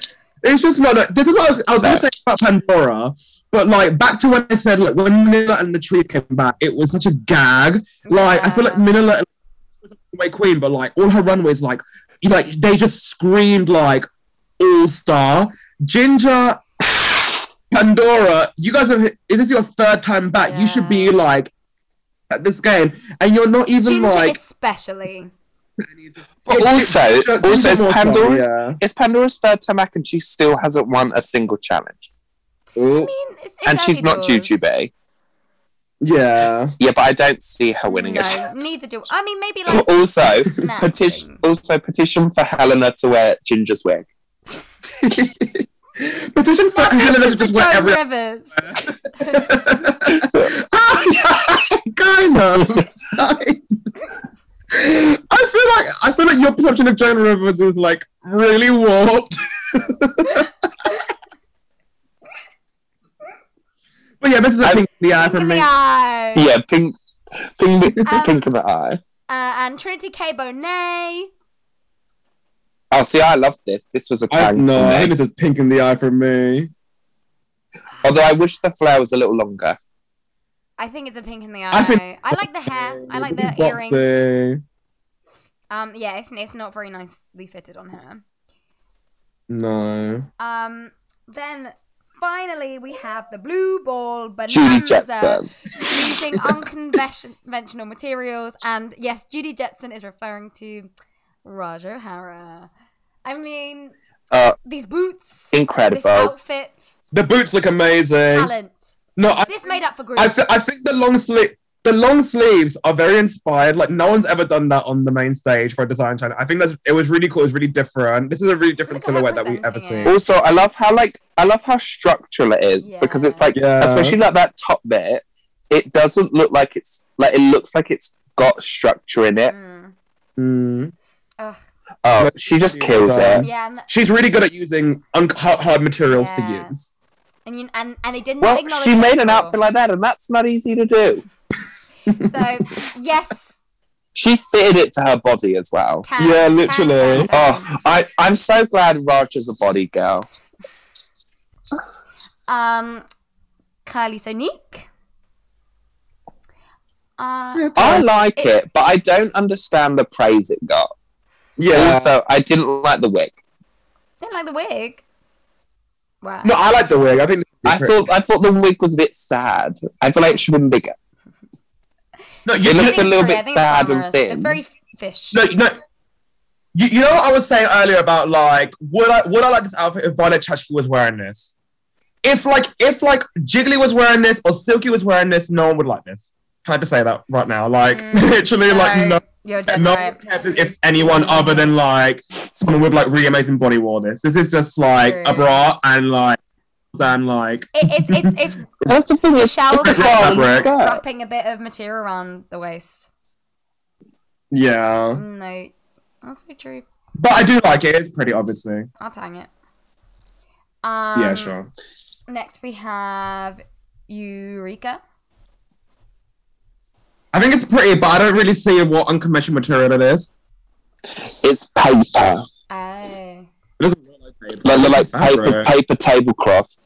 [SPEAKER 4] it's just not. Like, this is what I was, I was gonna
[SPEAKER 5] No.
[SPEAKER 4] say about Pandora, but like back to when I said like when Manila and the trees came back, it was such a gag. Like I feel like
[SPEAKER 3] Yeah.
[SPEAKER 4] Manila runway queen, but like all her runways, like you like they just screamed like all star Ginger. [coughs] Pandora, you guys have. Is this your third time back? You should be
[SPEAKER 3] Yeah.
[SPEAKER 4] like at this game, and you're not even
[SPEAKER 3] Ginger
[SPEAKER 4] like.
[SPEAKER 3] especially.
[SPEAKER 5] But
[SPEAKER 4] It's
[SPEAKER 5] also,
[SPEAKER 4] Ginger- Ginger
[SPEAKER 5] also, it's
[SPEAKER 4] more so,
[SPEAKER 5] Pandora's
[SPEAKER 4] yeah.
[SPEAKER 5] It's Pandora's third time back, and she still hasn't won a single challenge.
[SPEAKER 3] I mean, it's, it's
[SPEAKER 5] and she's
[SPEAKER 3] early
[SPEAKER 5] not
[SPEAKER 3] doors.
[SPEAKER 5] Jujube.
[SPEAKER 4] Yeah.
[SPEAKER 5] Yeah, but I don't see her winning Oh,
[SPEAKER 3] No, neither do. I mean, maybe like
[SPEAKER 5] [laughs]
[SPEAKER 3] [laughs]
[SPEAKER 5] it. also,
[SPEAKER 3] Nah.
[SPEAKER 5] petition. Also, petition for Helena to wear Ginger's wig.
[SPEAKER 4] [laughs] Petition for Helena to just wear
[SPEAKER 3] Joan
[SPEAKER 4] every.
[SPEAKER 3] Rivers.
[SPEAKER 4] [laughs] Oh, kind of. [laughs] Like- I feel like I feel like your perception of Joan Rivers is like really warped. [laughs] but yeah, this is a thing in the eye for
[SPEAKER 3] In
[SPEAKER 4] me.
[SPEAKER 3] the eye.
[SPEAKER 5] Yeah, pink, [laughs] pink,
[SPEAKER 3] Um,
[SPEAKER 5] pink in the eye.
[SPEAKER 3] Uh, and Trinity K. Bonet.
[SPEAKER 5] Oh, see, I love this. This was a
[SPEAKER 4] I,
[SPEAKER 5] tag.
[SPEAKER 4] no,
[SPEAKER 5] for
[SPEAKER 4] I
[SPEAKER 5] me.
[SPEAKER 4] think this is pink in the eye for me.
[SPEAKER 5] Although I wish the flower was a little longer.
[SPEAKER 3] I think it's a pink in the eye.
[SPEAKER 4] I
[SPEAKER 3] I,
[SPEAKER 4] think-
[SPEAKER 3] like the hair. I like
[SPEAKER 4] This
[SPEAKER 3] the
[SPEAKER 4] is
[SPEAKER 3] earring.
[SPEAKER 4] boxy.
[SPEAKER 3] Um, yeah, it's, it's not very nicely fitted on her.
[SPEAKER 4] No.
[SPEAKER 3] Um, then finally we have the blue ball
[SPEAKER 5] Judy
[SPEAKER 3] bonanza
[SPEAKER 5] Jetson.
[SPEAKER 3] using unconventional materials, and yes, Judy Jetson is referring to Raj O'Hara. I mean,
[SPEAKER 5] Uh,
[SPEAKER 3] these boots, this
[SPEAKER 5] incredible.
[SPEAKER 3] outfit,
[SPEAKER 4] The boots look amazing.
[SPEAKER 3] talent.
[SPEAKER 4] No, I,
[SPEAKER 3] This made up for group.
[SPEAKER 4] I, th- I think the long sleeve the long sleeves are very inspired. Like no one's ever done that on the main stage for a design challenge. I think that's it was really cool. It was really different. This is a really different
[SPEAKER 3] Look at her
[SPEAKER 4] silhouette that we've ever
[SPEAKER 3] presenting it.
[SPEAKER 4] seen.
[SPEAKER 5] Also, I love how like I love how structural it is because it's like
[SPEAKER 4] Yeah.
[SPEAKER 5] especially like that top bit. It doesn't look like it's like it looks like it's got structure in it.
[SPEAKER 3] Mm.
[SPEAKER 4] Mm.
[SPEAKER 3] Ugh.
[SPEAKER 5] Oh, she just
[SPEAKER 4] Yeah.
[SPEAKER 5] kills it.
[SPEAKER 3] Yeah, and,
[SPEAKER 4] She's really good at using un- her, her materials
[SPEAKER 3] Yeah.
[SPEAKER 4] to use.
[SPEAKER 3] and, you, and and they didn't
[SPEAKER 5] Well,
[SPEAKER 3] acknowledge
[SPEAKER 5] she
[SPEAKER 3] it
[SPEAKER 5] made an
[SPEAKER 3] before.
[SPEAKER 5] outfit like that, and that's not easy to do.
[SPEAKER 3] So yes,
[SPEAKER 5] She fitted it to her body as well.
[SPEAKER 3] tan,
[SPEAKER 4] Yeah,
[SPEAKER 3] tan,
[SPEAKER 4] literally.
[SPEAKER 3] tan, tan.
[SPEAKER 5] Oh, I, I'm so glad Raj is a body girl.
[SPEAKER 3] Um, Kylie Sonique. Uh,
[SPEAKER 5] I like it, but I don't understand the praise it got.
[SPEAKER 4] Yeah.
[SPEAKER 5] Also, I didn't like the wig.
[SPEAKER 3] don't like the wig. Wow.
[SPEAKER 4] No, I like the wig. I think
[SPEAKER 5] I thought I thought the wig was a bit sad. I feel like it should have been bigger.
[SPEAKER 4] no,
[SPEAKER 5] it
[SPEAKER 4] you,
[SPEAKER 5] looked
[SPEAKER 3] It's
[SPEAKER 5] a little
[SPEAKER 3] pretty, I
[SPEAKER 5] bit
[SPEAKER 3] think it's
[SPEAKER 5] sad and
[SPEAKER 3] glamorous.
[SPEAKER 5] thin.
[SPEAKER 3] It's very f- fish.
[SPEAKER 4] no, no. You, you know what I was saying earlier about like would I would I like this outfit if Violet Chachki was wearing this? If like if like Jiggly was wearing this or Silky was wearing this, no one would like this. Can I just say that right now? Like
[SPEAKER 3] Mm,
[SPEAKER 4] [laughs] literally, like no,
[SPEAKER 3] You're dead
[SPEAKER 4] no one
[SPEAKER 3] right.
[SPEAKER 4] cares if anyone other than like someone with like really amazing body wore this. This is just like a
[SPEAKER 3] True.
[SPEAKER 4] bra and like and like
[SPEAKER 3] It, it's it's it's
[SPEAKER 5] That's the thing.
[SPEAKER 3] the
[SPEAKER 5] It's
[SPEAKER 3] shell's
[SPEAKER 4] [laughs] it's a
[SPEAKER 3] wrapping-
[SPEAKER 4] fabric.
[SPEAKER 3] wrapping a bit of material around the waist. Mm,
[SPEAKER 4] yeah.
[SPEAKER 3] No, that's so true.
[SPEAKER 4] But I do like it. It's pretty, obviously.
[SPEAKER 3] I'll tang it. Um,
[SPEAKER 4] yeah, sure.
[SPEAKER 3] Next we have Eureka.
[SPEAKER 4] I think it's pretty, but I don't really see what unconventional material it is.
[SPEAKER 3] [laughs]
[SPEAKER 5] it's paper,
[SPEAKER 3] Oh.
[SPEAKER 4] It doesn't look like paper.
[SPEAKER 5] like, like paper,
[SPEAKER 4] Fabric.
[SPEAKER 5] paper tablecloth.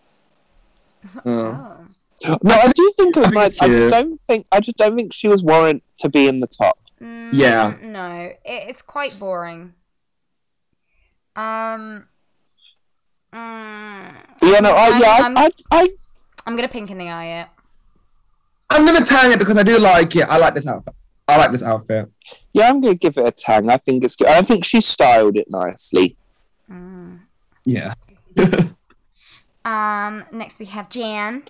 [SPEAKER 4] Oh.
[SPEAKER 3] oh.
[SPEAKER 5] No, I do think it was
[SPEAKER 4] think
[SPEAKER 5] nice.
[SPEAKER 4] it's
[SPEAKER 5] I
[SPEAKER 4] cute.
[SPEAKER 5] don't think I just don't think she was warrant to be in the top.
[SPEAKER 3] Mm,
[SPEAKER 4] Yeah.
[SPEAKER 3] No, it, it's quite boring. Um. mm,
[SPEAKER 5] Yeah, no, I,
[SPEAKER 3] I'm-
[SPEAKER 5] yeah,
[SPEAKER 3] I'm-
[SPEAKER 5] I, I, I,
[SPEAKER 3] I'm gonna pink in the eye it.
[SPEAKER 4] I'm gonna tag it because I do like it. I like this outfit. I like this outfit.
[SPEAKER 5] yeah, I'm gonna give it a tang. I think it's good. I think she styled it nicely.
[SPEAKER 3] Mm.
[SPEAKER 4] Yeah. [laughs]
[SPEAKER 3] Um. Next we have Jan.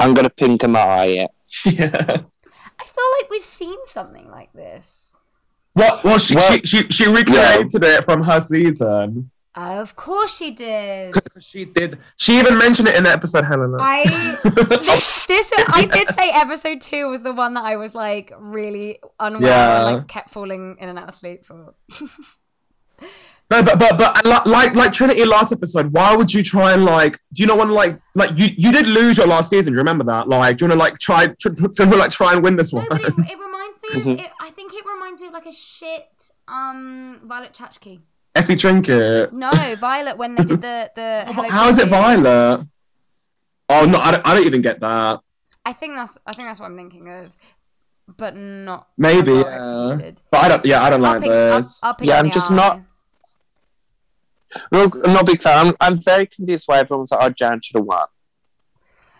[SPEAKER 5] I'm gonna pink in my eye it.
[SPEAKER 4] Yeah.
[SPEAKER 3] I feel like we've seen something like this.
[SPEAKER 4] Well, well, she,
[SPEAKER 5] Well-
[SPEAKER 4] she, she, she recreated it from her season.
[SPEAKER 3] Oh, of course she
[SPEAKER 4] [laughs]
[SPEAKER 3] did.
[SPEAKER 4] She did. She even mentioned it in the episode, Helena.
[SPEAKER 3] I this, this I did say episode two was the one that I was like really unwell
[SPEAKER 4] Yeah.
[SPEAKER 3] and like kept falling in and out of sleep for.
[SPEAKER 4] [laughs] No, but but but li- like like Trinity last episode, why would you try and like? Do you not want to like like you you did lose your last season? You remember that? Like, do you want to like try tr- tr- do you want to like try and win this
[SPEAKER 3] No,
[SPEAKER 4] one?
[SPEAKER 3] but it, it reminds me. Of,
[SPEAKER 4] Mm-hmm.
[SPEAKER 5] Mhm.
[SPEAKER 3] it, I think it reminds me of like a shit um Violet Chachki.
[SPEAKER 4] [laughs] Effie drink it.
[SPEAKER 3] No, Violet when they did the [laughs] the Hello
[SPEAKER 4] How is it
[SPEAKER 3] Kitty.
[SPEAKER 4] Violet? Oh no, I don't, I don't even get that.
[SPEAKER 3] I think that's I think that's what I'm thinking of, but not
[SPEAKER 4] Maybe,
[SPEAKER 3] as well
[SPEAKER 4] yeah.
[SPEAKER 3] executed.
[SPEAKER 4] But I don't. Yeah, I don't
[SPEAKER 3] I'll
[SPEAKER 4] like
[SPEAKER 3] pick- I'll-
[SPEAKER 4] this.
[SPEAKER 3] I'll pick
[SPEAKER 5] Yeah,
[SPEAKER 3] the
[SPEAKER 5] I'm just
[SPEAKER 3] eye.
[SPEAKER 5] not- Well, I'm not a big fan. I'm, I'm very confused why everyone's like, oh, Jan should have won.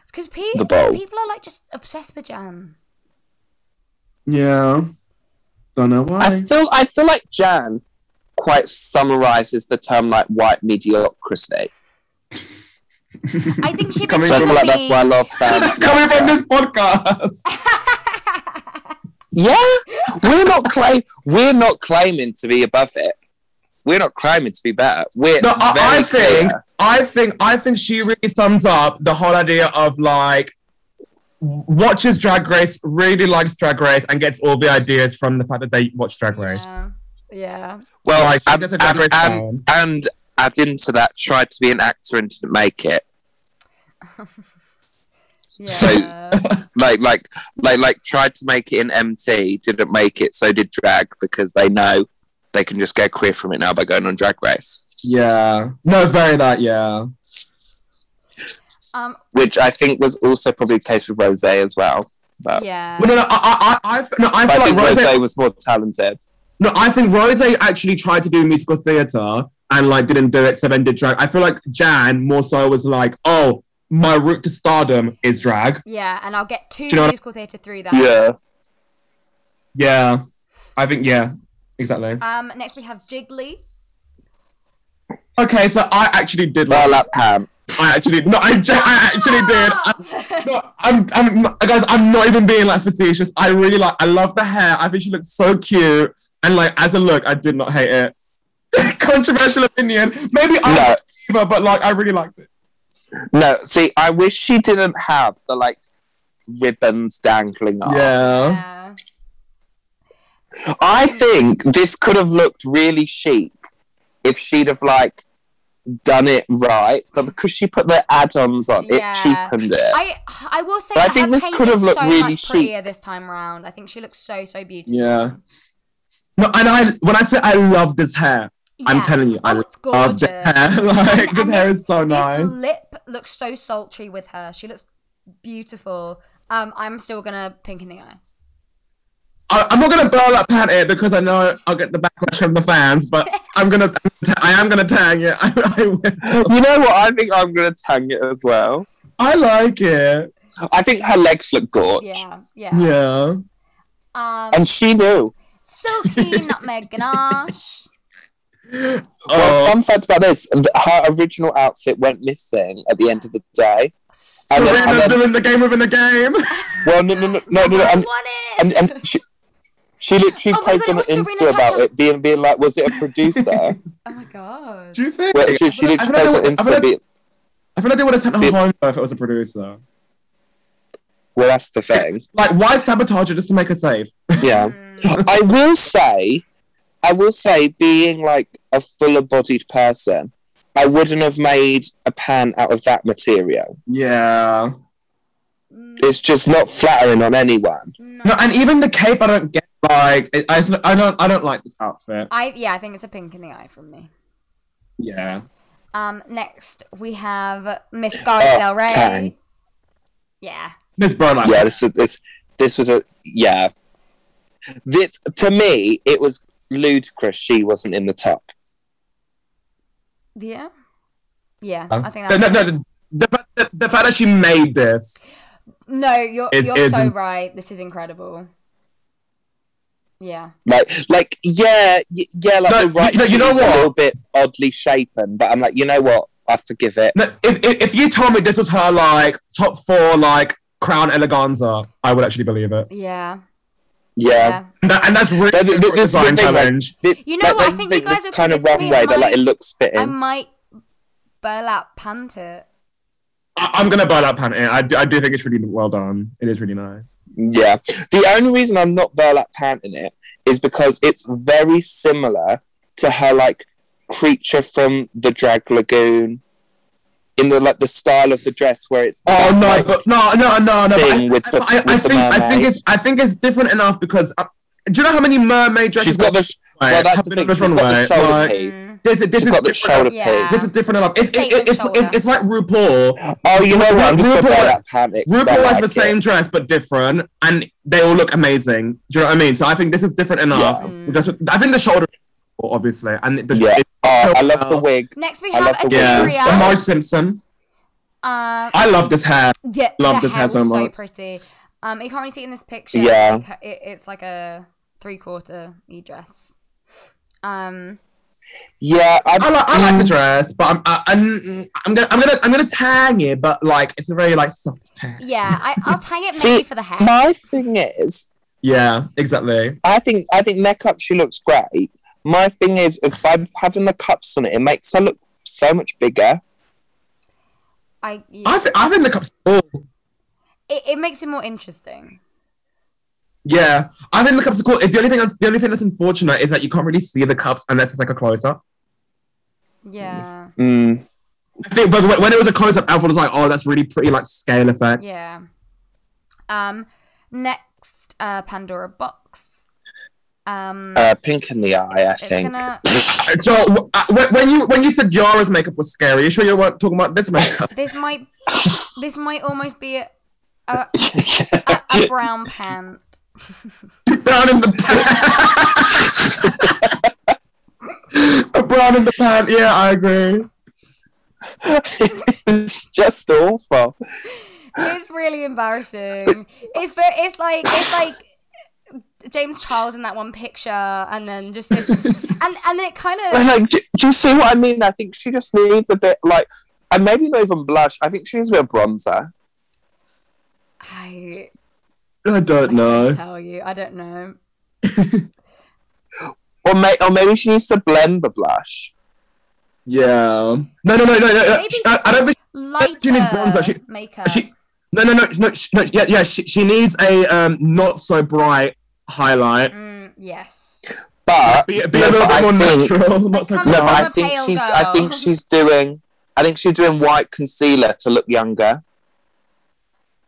[SPEAKER 3] It's because people
[SPEAKER 5] bowl.
[SPEAKER 3] people are like just obsessed with Jan.
[SPEAKER 4] yeah, don't know why.
[SPEAKER 5] [laughs] I feel I feel like Jan quite summarizes the term like white mediocrity.
[SPEAKER 3] I think she
[SPEAKER 5] [laughs] Coming
[SPEAKER 3] became
[SPEAKER 5] from like that's why I
[SPEAKER 4] [laughs]
[SPEAKER 5] love fans.
[SPEAKER 4] Coming from this podcast.
[SPEAKER 5] [laughs] Yeah, we're not claim we're not claiming to be above it. We're not claiming to be better. We're
[SPEAKER 4] No, I, I
[SPEAKER 5] very
[SPEAKER 4] think,
[SPEAKER 5] clear.
[SPEAKER 4] I think, I think she really sums up the whole idea of like watches Drag Race, really likes Drag Race, and gets all the ideas from the fact that they watch Drag Race.
[SPEAKER 3] Yeah. yeah.
[SPEAKER 5] Well,
[SPEAKER 4] Like, she
[SPEAKER 5] and,
[SPEAKER 4] gets a
[SPEAKER 5] and,
[SPEAKER 4] Drag Race
[SPEAKER 5] and,
[SPEAKER 4] fan.
[SPEAKER 5] and add into that, tried to be an actor and didn't make it. So-
[SPEAKER 3] Yeah.
[SPEAKER 5] Like, like, like, like, tried to make it in MT, didn't make it. So did drag because they know they can just get a career from it now by going on Drag Race,
[SPEAKER 4] Yeah, no, very that. Yeah,
[SPEAKER 5] [laughs]
[SPEAKER 3] um,
[SPEAKER 5] which I think was also probably the case with Rose as well. But,
[SPEAKER 3] yeah.
[SPEAKER 4] Well, no, no, I, I, I, I- no, I
[SPEAKER 5] but I
[SPEAKER 4] feel
[SPEAKER 5] think
[SPEAKER 4] like
[SPEAKER 5] Rose
[SPEAKER 4] Rose.
[SPEAKER 5] was more talented.
[SPEAKER 4] No, I think Rose actually tried to do musical theatre and like didn't do it, so then did drag. I feel like Jan more so was like, oh, my route to stardom is drag.
[SPEAKER 3] Yeah, and I'll get two
[SPEAKER 4] Do you know-
[SPEAKER 3] musical theatre through that.
[SPEAKER 5] Yeah,
[SPEAKER 4] Yeah, I think yeah, exactly.
[SPEAKER 3] Um, next we have Jiggly.
[SPEAKER 4] Okay, so I actually did like.
[SPEAKER 5] well, that Pam.
[SPEAKER 4] I actually no, I, ge- I actually did.
[SPEAKER 3] Ah!
[SPEAKER 4] I,
[SPEAKER 3] [laughs]
[SPEAKER 4] no, I'm, I'm, guys, I'm not even being like facetious. I really like. I love the hair. I think she looks so cute, and like as a look, I did not hate it. [laughs] Controversial opinion. Maybe I'm
[SPEAKER 5] No.
[SPEAKER 4] a diva, but like I really liked it.
[SPEAKER 5] No, see, I wish she didn't have the like ribbons dangling off.
[SPEAKER 4] Yeah.
[SPEAKER 3] Yeah.
[SPEAKER 5] I think this could have looked really chic if she'd have like done it right, but because she put the add-ons on,
[SPEAKER 3] Yeah.
[SPEAKER 5] it cheapened it.
[SPEAKER 3] I I will say
[SPEAKER 5] But I
[SPEAKER 3] that
[SPEAKER 5] think
[SPEAKER 3] her
[SPEAKER 5] this
[SPEAKER 3] paint
[SPEAKER 5] could have
[SPEAKER 3] is
[SPEAKER 5] looked
[SPEAKER 3] so
[SPEAKER 5] really
[SPEAKER 3] much
[SPEAKER 5] chic.
[SPEAKER 3] prettier this time round. I think she looks so so beautiful.
[SPEAKER 4] Yeah. No, and I when I say I love this hair, I'm
[SPEAKER 3] Yeah.
[SPEAKER 4] telling you, I
[SPEAKER 3] Oh, it's
[SPEAKER 4] love
[SPEAKER 3] gorgeous.
[SPEAKER 5] [laughs]
[SPEAKER 4] this hair. [laughs] like
[SPEAKER 3] And-
[SPEAKER 4] this
[SPEAKER 3] and
[SPEAKER 4] hair is so
[SPEAKER 3] this
[SPEAKER 4] nice.
[SPEAKER 3] lip looks so sultry with her. She looks beautiful. Um, I'm still gonna pink in the eye.
[SPEAKER 4] I, I'm not gonna blow up at it because I know I'll get the backlash from the
[SPEAKER 3] [laughs]
[SPEAKER 4] fans, but I'm gonna, I am gonna tag it. [laughs] I, I, will.
[SPEAKER 5] you know what? I think I'm gonna tang it as well.
[SPEAKER 4] I like it.
[SPEAKER 5] I think her legs look gorge,
[SPEAKER 3] Yeah, yeah.
[SPEAKER 4] Yeah.
[SPEAKER 3] Um,
[SPEAKER 5] and she knew. [laughs]
[SPEAKER 3] silky nutmeg ganache.
[SPEAKER 5] Well,
[SPEAKER 4] Uh,
[SPEAKER 5] fun fact about this: th- her original outfit went missing at the end of the day. And then, and
[SPEAKER 4] Serena
[SPEAKER 5] then-
[SPEAKER 4] doing the game within
[SPEAKER 3] [laughs]
[SPEAKER 4] the game.
[SPEAKER 5] well, no, no, no, no, no, no
[SPEAKER 3] I
[SPEAKER 5] and,
[SPEAKER 3] want it.
[SPEAKER 5] and, and she, she literally
[SPEAKER 3] Oh my
[SPEAKER 5] posted
[SPEAKER 3] God,
[SPEAKER 5] on
[SPEAKER 3] it was
[SPEAKER 5] Insta
[SPEAKER 3] Serena
[SPEAKER 5] about
[SPEAKER 3] Jacquard.
[SPEAKER 5] it, being being like, "Was it a producer?"
[SPEAKER 3] [laughs] [laughs] oh my god.
[SPEAKER 4] Do you think?
[SPEAKER 5] well, she, she
[SPEAKER 4] I feel
[SPEAKER 5] literally
[SPEAKER 4] like- I feel like- I feel
[SPEAKER 5] posted on Insta,
[SPEAKER 4] like-
[SPEAKER 5] being,
[SPEAKER 4] I feel like they would have sent her
[SPEAKER 5] Did-
[SPEAKER 4] home though if it was a producer.
[SPEAKER 5] "Well, that's the thing."
[SPEAKER 4] Like, why sabotage her just to make her safe? [laughs]
[SPEAKER 5] Yeah.
[SPEAKER 3] Mm,
[SPEAKER 5] I will say, I will say, being like a fuller bodied person, I wouldn't have made a pan out of that material.
[SPEAKER 4] Yeah.
[SPEAKER 3] mm,
[SPEAKER 5] It's just not flattering on anyone.
[SPEAKER 4] No, and even the cape, I don't get. Like, it, I, I don't, I don't like this outfit.
[SPEAKER 3] I yeah, I think it's a pink in the eye from me.
[SPEAKER 4] Yeah.
[SPEAKER 3] Um, next we have Miss Scarlet
[SPEAKER 5] Oh,
[SPEAKER 3] Del Rey.
[SPEAKER 5] time.
[SPEAKER 3] Yeah,
[SPEAKER 4] Miss Burlock.
[SPEAKER 5] Yeah, this was this, this was a yeah. This to me, it was ludicrous. She wasn't in the top.
[SPEAKER 3] yeah, yeah.
[SPEAKER 4] Um,
[SPEAKER 3] I think
[SPEAKER 4] No,
[SPEAKER 3] that's
[SPEAKER 4] no, no, the, the, the, the fact that she made this.
[SPEAKER 3] No, you're
[SPEAKER 4] It's-
[SPEAKER 3] you're
[SPEAKER 4] it's
[SPEAKER 3] so
[SPEAKER 4] ins-
[SPEAKER 3] right. This is incredible. Yeah.
[SPEAKER 5] Like, like, yeah, y- yeah, like
[SPEAKER 4] No,
[SPEAKER 5] the right.
[SPEAKER 4] you- no, you know
[SPEAKER 5] cheek's A
[SPEAKER 4] what?
[SPEAKER 5] little bit oddly shapen, but I'm like, you know what? I forgive it.
[SPEAKER 4] No, if, if, if you told me this was her like top four like crown eleganza, I would actually believe it.
[SPEAKER 3] Yeah.
[SPEAKER 5] Yeah,
[SPEAKER 3] Yeah.
[SPEAKER 4] And, that, and that's really
[SPEAKER 5] That- that-
[SPEAKER 4] good for a
[SPEAKER 5] this is the
[SPEAKER 4] design
[SPEAKER 5] thing, like-
[SPEAKER 4] challenge.
[SPEAKER 5] Thi-
[SPEAKER 3] You know
[SPEAKER 5] like,
[SPEAKER 3] what? I
[SPEAKER 5] this
[SPEAKER 3] think
[SPEAKER 5] thing-
[SPEAKER 3] you guys
[SPEAKER 5] this
[SPEAKER 3] have
[SPEAKER 5] kind of
[SPEAKER 3] convinced me
[SPEAKER 5] runway
[SPEAKER 3] I
[SPEAKER 5] that like it
[SPEAKER 3] might-
[SPEAKER 5] looks fitting.
[SPEAKER 3] I might burlap pant it.
[SPEAKER 4] I, I'm gonna buy that panty. I do, I do think it's really well done. It is really nice.
[SPEAKER 5] Yeah. The only reason I'm not burlap panting it is because it's very similar to her like creature from the Drag Lagoon in the like the style of the dress where it's
[SPEAKER 4] Oh
[SPEAKER 5] that,
[SPEAKER 4] no,
[SPEAKER 5] like,
[SPEAKER 4] but no, no, no, no. but I-
[SPEAKER 5] thing with the-
[SPEAKER 4] I, I,
[SPEAKER 5] with the
[SPEAKER 4] think I think
[SPEAKER 5] mermaid.
[SPEAKER 4] it's I think it's different enough because uh, do you know how many mermaid dresses
[SPEAKER 5] she's got the
[SPEAKER 4] have
[SPEAKER 5] well,
[SPEAKER 4] been
[SPEAKER 5] that's
[SPEAKER 4] on
[SPEAKER 5] the
[SPEAKER 4] this
[SPEAKER 5] thing. She's got
[SPEAKER 4] runway?
[SPEAKER 5] the shoulder
[SPEAKER 4] Like,
[SPEAKER 5] piece.
[SPEAKER 3] Mm.
[SPEAKER 4] this is this
[SPEAKER 5] She's
[SPEAKER 4] is
[SPEAKER 5] got the
[SPEAKER 4] different
[SPEAKER 5] shoulder
[SPEAKER 4] enough.
[SPEAKER 3] Yeah.
[SPEAKER 5] piece.
[SPEAKER 4] This is different enough. It's, it,
[SPEAKER 3] Statement
[SPEAKER 4] it, it's,
[SPEAKER 3] shoulder.
[SPEAKER 4] it's, it's like RuPaul.
[SPEAKER 5] Oh, you know what? I'm just
[SPEAKER 4] RuPaul-
[SPEAKER 5] gonna burlap pant it. 'cause I
[SPEAKER 4] RuPaul
[SPEAKER 5] like
[SPEAKER 4] has the
[SPEAKER 5] it.
[SPEAKER 4] same dress but different, and they all look amazing. Do you know what I mean? So I think this is different enough.
[SPEAKER 3] Yeah.
[SPEAKER 4] Just with- I think the shoulder, obviously, and the
[SPEAKER 5] Yeah. Oh, I love the
[SPEAKER 4] well.
[SPEAKER 5] wig.
[SPEAKER 3] Next we
[SPEAKER 5] I
[SPEAKER 3] have
[SPEAKER 5] love the
[SPEAKER 4] yeah,
[SPEAKER 5] Victoria.
[SPEAKER 4] and
[SPEAKER 3] Etheria.
[SPEAKER 4] Marge Simpson.
[SPEAKER 3] Uh,
[SPEAKER 4] I love this hair.
[SPEAKER 3] yeah,
[SPEAKER 4] Love
[SPEAKER 3] the
[SPEAKER 4] this
[SPEAKER 3] hair
[SPEAKER 4] hair
[SPEAKER 3] was
[SPEAKER 4] so
[SPEAKER 3] so
[SPEAKER 4] much.
[SPEAKER 3] pretty. Um, you can't really see it in this picture.
[SPEAKER 5] Yeah.
[SPEAKER 3] Like, it, it's like a three quarter e dress. Um,
[SPEAKER 5] Yeah, Mm. I,
[SPEAKER 4] I like, I like the dress, but I'm I, I'm, I'm gonna I'm gonna I'm gonna tang it, but like it's a very like soft tang.
[SPEAKER 3] Yeah, I, I'll tang it
[SPEAKER 5] See,
[SPEAKER 3] maybe for the hair.
[SPEAKER 5] my thing is
[SPEAKER 4] Yeah, exactly.
[SPEAKER 5] I think I think makeup she looks great. My thing is is by having the cups on it, it makes her look so much bigger.
[SPEAKER 3] I, yeah.
[SPEAKER 4] I think I think the cup's cool.
[SPEAKER 3] it, it makes it more interesting.
[SPEAKER 4] Yeah, I think the cups are cool. The only thing the only thing that's unfortunate is that you can't really see the cups unless it's like a close up.
[SPEAKER 3] Yeah,
[SPEAKER 5] Mm.
[SPEAKER 4] I think, but when- when it was a close up, everyone was like, "Oh, that's really pretty, like scale
[SPEAKER 5] Mm.
[SPEAKER 4] effect."
[SPEAKER 3] yeah. Um, next, uh, Pandora box. Um,
[SPEAKER 5] Uh, pink in the eye, I
[SPEAKER 3] it's
[SPEAKER 5] think.
[SPEAKER 3] gonna.
[SPEAKER 4] Uh, Joel, w- uh, when- when you when you said Yara's makeup was scary, you sure you weren't talking about
[SPEAKER 3] [laughs]
[SPEAKER 4] this makeup?
[SPEAKER 3] This
[SPEAKER 5] [laughs]
[SPEAKER 3] might. this might almost be a, a, a, a brown pant.
[SPEAKER 4] brown in the pan. a brown in the pan. [laughs] Yeah, I agree.
[SPEAKER 5] [laughs] it's just awful.
[SPEAKER 3] It's really embarrassing. It's but it's like it's like James Charles in that one picture, and then just this, and and it kind of
[SPEAKER 5] And like, do, do you see what I mean? I think she just needs a bit like, and maybe not even blush. I think she needs a bit of bronzer.
[SPEAKER 3] I,
[SPEAKER 4] I don't
[SPEAKER 3] I
[SPEAKER 4] know.
[SPEAKER 3] can't tell you. I don't know.
[SPEAKER 5] Or, may, or maybe she needs to blend the blush.
[SPEAKER 4] Yeah. No, no, no, no, no. no.
[SPEAKER 3] Maybe
[SPEAKER 4] She- I, I don't think.
[SPEAKER 3] Lighter
[SPEAKER 4] She needs bronzer. She-
[SPEAKER 3] makeup.
[SPEAKER 4] She, no, no, no, no, she, no. Yeah, yeah. She, she needs a um not so bright highlight.
[SPEAKER 3] Mm, yes.
[SPEAKER 5] But
[SPEAKER 4] Be, be a
[SPEAKER 5] no,
[SPEAKER 4] little
[SPEAKER 5] but
[SPEAKER 4] bit
[SPEAKER 5] I
[SPEAKER 4] more
[SPEAKER 5] think-
[SPEAKER 4] natural. Not so
[SPEAKER 3] can't-
[SPEAKER 5] No,
[SPEAKER 3] I'm
[SPEAKER 5] but
[SPEAKER 3] a
[SPEAKER 5] I think
[SPEAKER 3] pale
[SPEAKER 5] she's.
[SPEAKER 3] girl.
[SPEAKER 5] I think she's doing. I think she's doing white concealer to look younger.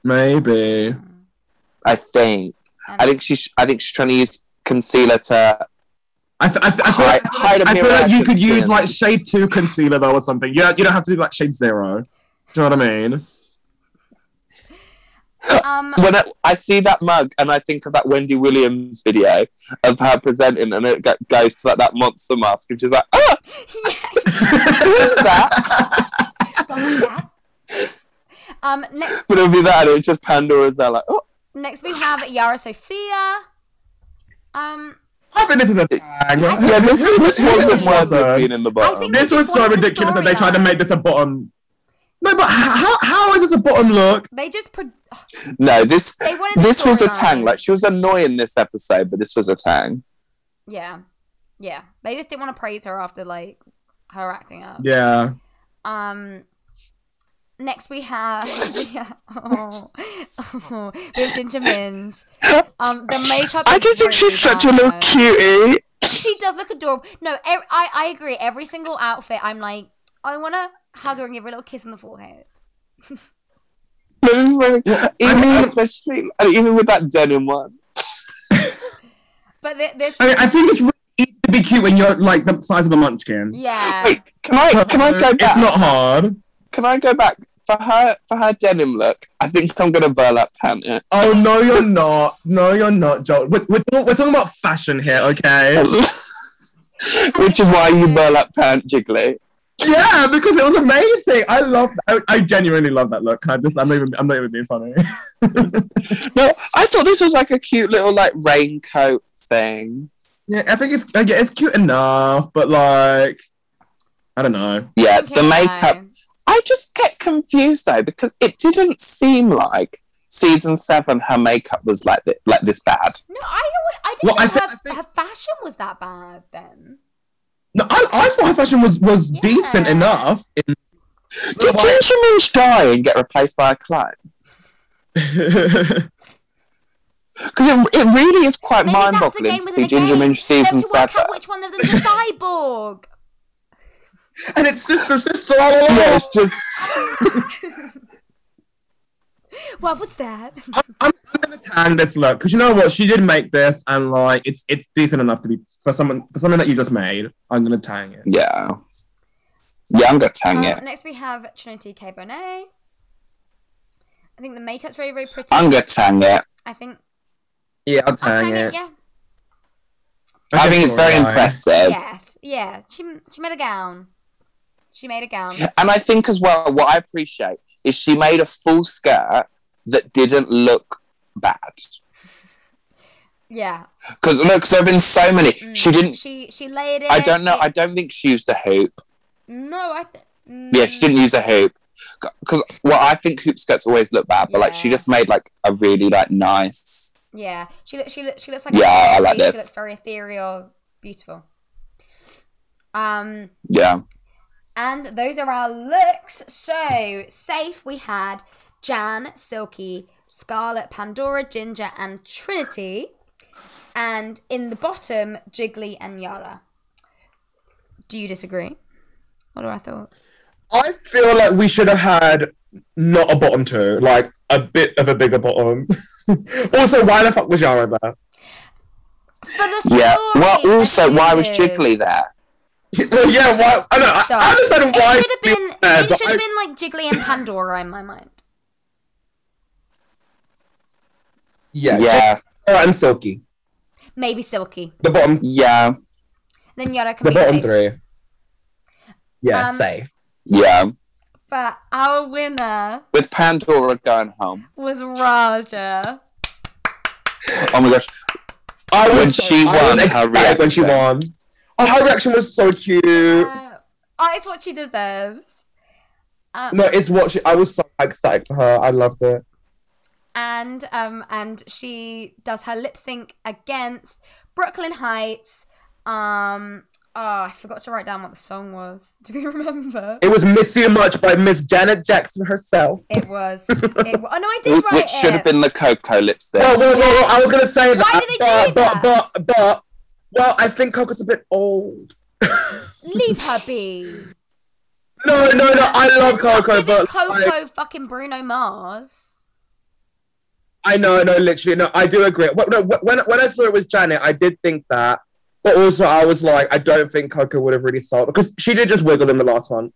[SPEAKER 4] Maybe.
[SPEAKER 5] I think.
[SPEAKER 3] And
[SPEAKER 5] I think she's. I think she's trying to use concealer to
[SPEAKER 4] I, th- I, th- I feel,
[SPEAKER 5] hide,
[SPEAKER 4] like,
[SPEAKER 5] hide a
[SPEAKER 4] I
[SPEAKER 5] mirror.
[SPEAKER 4] feel like you could use
[SPEAKER 5] skin.
[SPEAKER 4] like shade two concealer though or something. You don't, you don't have to do like shade zero. Do you know what I mean?
[SPEAKER 3] um,
[SPEAKER 5] when I, I see that mug and I think of that Wendy Williams video of her presenting, and it go- goes to like that monster mask, and she's like,
[SPEAKER 3] [laughs]
[SPEAKER 5] "Ah, who's that?"
[SPEAKER 3] um, next
[SPEAKER 5] But it'll be that, and it's just Pandora's there, like, "Oh,
[SPEAKER 3] next we have Yara Sophia. Um,
[SPEAKER 4] I think this is a tag.
[SPEAKER 5] yeah, this,
[SPEAKER 4] [laughs]
[SPEAKER 5] this wasn't worth
[SPEAKER 4] Awesome.
[SPEAKER 5] it being in the box."
[SPEAKER 3] I think
[SPEAKER 4] This
[SPEAKER 3] they
[SPEAKER 4] was
[SPEAKER 3] just
[SPEAKER 4] so
[SPEAKER 3] wanted the
[SPEAKER 4] ridiculous that they tried to make this a bottom. No, but h- how, how is this a bottom look?
[SPEAKER 3] they just pro-
[SPEAKER 5] No, this
[SPEAKER 3] they wanted. the
[SPEAKER 5] this was a
[SPEAKER 3] storyline.
[SPEAKER 5] tang. Like she was annoying this episode, but this was a tang.
[SPEAKER 3] yeah, yeah. They just didn't want to praise her after like her acting up.
[SPEAKER 4] Yeah.
[SPEAKER 3] Um, next we have [laughs] yeah, oh, oh, [laughs] we have Ginger Minge. Um, the makeup. is really bad.
[SPEAKER 5] cutie.
[SPEAKER 3] She does look adorable. No, e- I I agree. Every single outfit, I'm like, I want to hug her and give her a little kiss on the forehead.
[SPEAKER 5] But this is really- even
[SPEAKER 4] mean-
[SPEAKER 5] especially and even with that denim one.
[SPEAKER 3] But th- this,
[SPEAKER 4] I mean, I think it's really easy to be cute when you're like the size of a munchkin.
[SPEAKER 3] yeah,
[SPEAKER 5] Wait, can I can I go back?
[SPEAKER 4] Uh, It's not hard.
[SPEAKER 5] can I go back for her for her denim look? I think I'm gonna burlap pant it.
[SPEAKER 4] Oh no, you're not. No, you're not, Joel. We're, we're, talk- we're talking about fashion here, okay?
[SPEAKER 5] [laughs] Which is why you burlap pant jiggly.
[SPEAKER 4] yeah, because it was amazing. I love. I, I genuinely love that look. I just. I'm not even. I'm not even being funny.
[SPEAKER 5] No, I thought this was like a cute little like raincoat thing.
[SPEAKER 4] [laughs] yeah, I think it's. uh, Yeah, it's cute enough, but like, I don't know.
[SPEAKER 5] Yeah,
[SPEAKER 3] Okay,
[SPEAKER 5] the makeup.
[SPEAKER 3] no.
[SPEAKER 5] I just get confused though because it didn't seem like season seven her makeup was like thi- like this bad.
[SPEAKER 3] No, I alwa- I didn't
[SPEAKER 4] Well, I
[SPEAKER 3] know
[SPEAKER 4] thi-
[SPEAKER 3] her,
[SPEAKER 4] I think-
[SPEAKER 3] her fashion was that bad then.
[SPEAKER 4] No, I, I thought her fashion was was
[SPEAKER 3] Yeah.
[SPEAKER 4] decent enough. In-
[SPEAKER 5] Did Ginger Minch die and get replaced by a clone? Because it, it really is quite
[SPEAKER 3] Maybe that's the
[SPEAKER 5] mind boggling
[SPEAKER 3] game
[SPEAKER 5] to
[SPEAKER 3] within
[SPEAKER 5] see
[SPEAKER 3] the
[SPEAKER 5] Ginger
[SPEAKER 3] game.
[SPEAKER 5] Minch
[SPEAKER 3] They have
[SPEAKER 5] season
[SPEAKER 3] to work
[SPEAKER 5] seven.
[SPEAKER 3] out which one of
[SPEAKER 5] [laughs]
[SPEAKER 3] them's a cyborg.
[SPEAKER 4] [laughs] and it's sister, sister.
[SPEAKER 5] Yeah, it's just
[SPEAKER 3] What was that?
[SPEAKER 4] I'm, I'm gonna tag this look because you know what? She did make this, and like, it's it's decent enough to be for someone for something that you just made. I'm gonna tag it.
[SPEAKER 5] yeah, yeah. I'm gonna tang
[SPEAKER 3] Um,
[SPEAKER 5] it.
[SPEAKER 3] Next, we have Trinity K. Bonet. I think the makeup's very, very pretty.
[SPEAKER 5] I'm gonna tang it.
[SPEAKER 3] I think.
[SPEAKER 4] Yeah, I'll
[SPEAKER 5] Oh,
[SPEAKER 3] I'll
[SPEAKER 4] tag
[SPEAKER 3] tag
[SPEAKER 4] it.
[SPEAKER 3] it, yeah.
[SPEAKER 5] I
[SPEAKER 4] Okay,
[SPEAKER 5] think it's very
[SPEAKER 4] alright.
[SPEAKER 5] impressive.
[SPEAKER 3] Yes. Yeah. She, she made a gown. She made a gown.
[SPEAKER 5] And I think as well, what I appreciate is she made a full skirt that didn't look bad.
[SPEAKER 3] Yeah.
[SPEAKER 5] Because no, because there've been so many.
[SPEAKER 3] Mm.
[SPEAKER 5] She didn't.
[SPEAKER 3] She she laid it.
[SPEAKER 5] I don't know.
[SPEAKER 3] it-
[SPEAKER 5] I don't think she used a hoop.
[SPEAKER 3] No, I. Th- mm,
[SPEAKER 5] Yeah, she didn't use a hoop. Because well, I think hoop skirts always look bad, but like she
[SPEAKER 3] Yeah.
[SPEAKER 5] just made like a really like nice.
[SPEAKER 3] Yeah, she looks. She looks. She looks like.
[SPEAKER 5] Yeah, I
[SPEAKER 3] fairy.
[SPEAKER 5] like
[SPEAKER 3] She
[SPEAKER 5] this.
[SPEAKER 3] looks very ethereal, beautiful. Um,
[SPEAKER 5] Yeah,
[SPEAKER 3] and those are our looks. So safe. We had Jan, Silky, Scarlet, Pandora, Ginger, and Trinity. And in the bottom, Jiggly and Yara. Do you disagree? What are our thoughts?
[SPEAKER 4] I feel like we should have had not a bottom two, like a bit of a bigger bottom. [laughs] also, why the fuck was Yara there? [laughs]
[SPEAKER 3] For the story,
[SPEAKER 5] yeah. Well, also, why was
[SPEAKER 3] included.
[SPEAKER 5] Jiggly there?
[SPEAKER 4] well, yeah, why? I, don't, I, I
[SPEAKER 3] Stop.
[SPEAKER 4] understand why.
[SPEAKER 3] It should have been.
[SPEAKER 4] there,
[SPEAKER 3] It
[SPEAKER 4] but
[SPEAKER 3] should have
[SPEAKER 4] I-
[SPEAKER 3] been like Jiggly and Pandora in my mind.
[SPEAKER 4] Yeah, yeah.
[SPEAKER 5] yeah,
[SPEAKER 4] and Silky,
[SPEAKER 3] Maybe Silky.
[SPEAKER 4] the bottom,
[SPEAKER 5] yeah,
[SPEAKER 3] Then Yara can
[SPEAKER 4] the
[SPEAKER 3] be
[SPEAKER 4] bottom
[SPEAKER 3] safe.
[SPEAKER 4] three. Yeah,
[SPEAKER 3] Um,
[SPEAKER 4] safe.
[SPEAKER 5] yeah.
[SPEAKER 3] But our winner
[SPEAKER 5] With Pandora going home.
[SPEAKER 3] was Raja.
[SPEAKER 5] Oh my gosh.
[SPEAKER 4] I
[SPEAKER 5] When
[SPEAKER 4] so-
[SPEAKER 5] she
[SPEAKER 4] I
[SPEAKER 5] won, her
[SPEAKER 4] ecstatic when she won. Oh, her reaction was so cute.
[SPEAKER 3] Uh, oh, it's what she deserves. Um,
[SPEAKER 4] No, it's what she. I was so ecstatic for her. I loved it.
[SPEAKER 3] And um, and she does her lip sync against Brooklyn Heights. Um, oh, I forgot to write down what the song was. Do we [laughs] remember?
[SPEAKER 4] It was "Miss You Much" by Miss Janet Jackson herself.
[SPEAKER 3] It was. It, wa- oh no, I did
[SPEAKER 5] Wh-
[SPEAKER 3] write
[SPEAKER 5] Which should have
[SPEAKER 3] it.
[SPEAKER 5] been the Coco lipstick.
[SPEAKER 4] Well, well, well, well, I was gonna say that,
[SPEAKER 3] did they do
[SPEAKER 4] but, but,
[SPEAKER 3] that?
[SPEAKER 4] but, but, well, I think Coco's a bit old.
[SPEAKER 3] Leave her be.
[SPEAKER 4] No, no, [laughs] no. I love Coco,
[SPEAKER 3] Giving
[SPEAKER 4] but like,
[SPEAKER 3] Coco fucking Bruno Mars.
[SPEAKER 4] I know, no, literally, no. I do agree. Wh- no, wh- When when I saw it was Janet, I did think that, but also I was like, I don't think Coco would have really sold because she did just wiggle in the last one.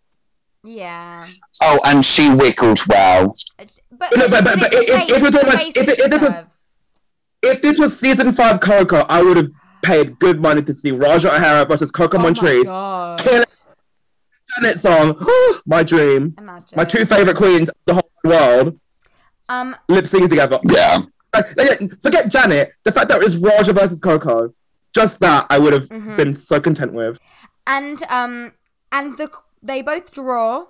[SPEAKER 3] Yeah.
[SPEAKER 5] oh, and she wiggled well.
[SPEAKER 3] It's- But,
[SPEAKER 4] No, but- but- but
[SPEAKER 3] it's the
[SPEAKER 4] it- it- it was
[SPEAKER 3] face-
[SPEAKER 4] almost-
[SPEAKER 3] face
[SPEAKER 4] if
[SPEAKER 3] that
[SPEAKER 4] it-
[SPEAKER 3] she
[SPEAKER 4] if this was-
[SPEAKER 3] deserves.
[SPEAKER 4] If this was season five Coco, I would have paid good money to see Raja O'Hara versus Coco
[SPEAKER 3] Oh my
[SPEAKER 4] Montrese.
[SPEAKER 3] God.
[SPEAKER 4] Kill Janet song, [gasps] my dream.
[SPEAKER 3] Imagine.
[SPEAKER 4] My two favorite queens of the whole world
[SPEAKER 3] Um,
[SPEAKER 4] lip syncing together.
[SPEAKER 5] Yeah.
[SPEAKER 4] Like, like, Forget Janet. The fact that it's Raja versus Coco, just that I would have
[SPEAKER 3] mhm.
[SPEAKER 4] been so content with.
[SPEAKER 3] and um, and the they both draw.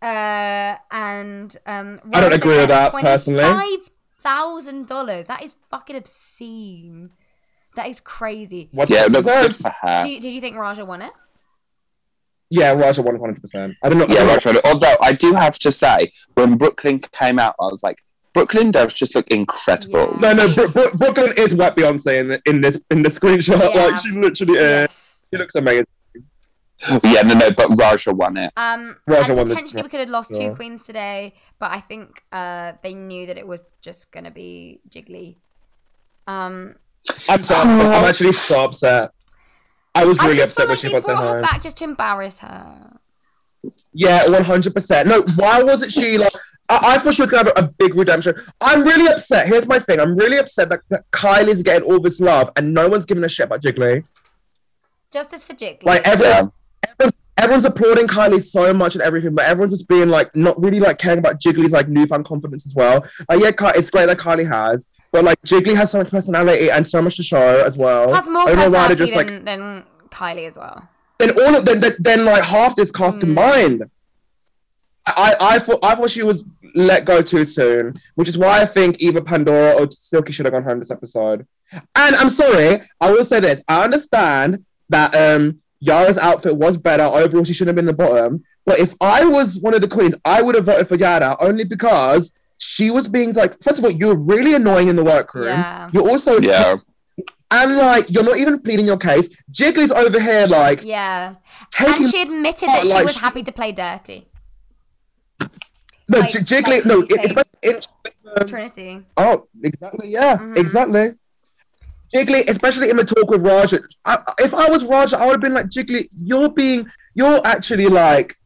[SPEAKER 3] Uh, and um,
[SPEAKER 4] I don't agree with that, personally.
[SPEAKER 3] Five thousand dollars. That is fucking obscene. That is crazy.
[SPEAKER 4] What
[SPEAKER 5] Yeah,
[SPEAKER 4] she
[SPEAKER 5] it looked good
[SPEAKER 4] deserves.
[SPEAKER 5] for her.
[SPEAKER 3] Do you, did you think Raja won it?
[SPEAKER 4] Yeah, Raja won 100%. I don't know.
[SPEAKER 5] Yeah, Roger. Although I do have to say, when Brooklyn came out, I was like, Brooklyn does just look incredible.
[SPEAKER 3] Yeah.
[SPEAKER 4] No, no, Bro- Bro- Brooklyn is wet Beyonce in, in this in the screenshot.
[SPEAKER 3] Yeah.
[SPEAKER 4] Like, she literally is. She looks amazing.
[SPEAKER 5] Yeah, no, no, but Raja won it.
[SPEAKER 3] Um,
[SPEAKER 4] Raja
[SPEAKER 3] and
[SPEAKER 4] won the-
[SPEAKER 3] potentially we could have lost two
[SPEAKER 4] Yeah.
[SPEAKER 3] queens today, but I think uh, they knew that it was just gonna be Jiggly. Um,
[SPEAKER 4] I'm so upset.
[SPEAKER 5] Oh.
[SPEAKER 4] I'm actually so upset. I was
[SPEAKER 3] I
[SPEAKER 4] really
[SPEAKER 3] just feel
[SPEAKER 4] upset when
[SPEAKER 3] like
[SPEAKER 4] she
[SPEAKER 3] they
[SPEAKER 4] got sent
[SPEAKER 3] brought her
[SPEAKER 4] home.
[SPEAKER 3] back just to embarrass her.
[SPEAKER 4] Yeah, one hundred percent. No, why wasn't she like? I-, I thought she was gonna have a, a big redemption. I'm really upset. Here's my thing. I'm really upset that, that Kylie's getting all this love and no one's giving a shit about Jiggly.
[SPEAKER 3] Justice for Jiggly.
[SPEAKER 4] Like
[SPEAKER 5] Yeah.
[SPEAKER 4] everyone, everyone's, everyone's applauding Kylie so much and everything, but everyone's just being like not really like caring about Jiggly's like newfound confidence as well. Like yeah, Ky- it's great that Kylie has, but like Jiggly has so much personality and so much to show as well.
[SPEAKER 3] has more
[SPEAKER 4] I don't know why
[SPEAKER 3] personality
[SPEAKER 4] they're just like
[SPEAKER 3] than, than Kylie as well.
[SPEAKER 4] then all of then then, then like half this cast
[SPEAKER 3] Mm.
[SPEAKER 4] combined. I, I thought I thought she was let go too soon, which is why I think either Pandora or Silky should have gone home this episode. And I'm sorry, I will say this: I understand that um Yara's outfit was better overall. She shouldn't have been the bottom, but if I was one of the queens, I would have voted for Yara only because she was being like, first of all, you're really annoying in the workroom.
[SPEAKER 3] Yeah.
[SPEAKER 4] You're also
[SPEAKER 5] Yeah.
[SPEAKER 4] and like you're not even pleading your case. Jiggly's over here like
[SPEAKER 3] Yeah.
[SPEAKER 4] taking
[SPEAKER 3] and she admitted that she
[SPEAKER 4] like-
[SPEAKER 3] was happy to play dirty.
[SPEAKER 4] No,
[SPEAKER 3] Like-
[SPEAKER 4] J- Jiggly.
[SPEAKER 3] like
[SPEAKER 4] no,
[SPEAKER 3] he's
[SPEAKER 4] it, it's
[SPEAKER 3] saying.
[SPEAKER 4] about inch. um,
[SPEAKER 3] Trinity.
[SPEAKER 4] Oh, exactly. Yeah,
[SPEAKER 3] Mhm.
[SPEAKER 4] exactly. Jiggly, especially in the talk with Raja. I, I- if I was Raja, I would have been like, Jiggly, you're being, you're actually like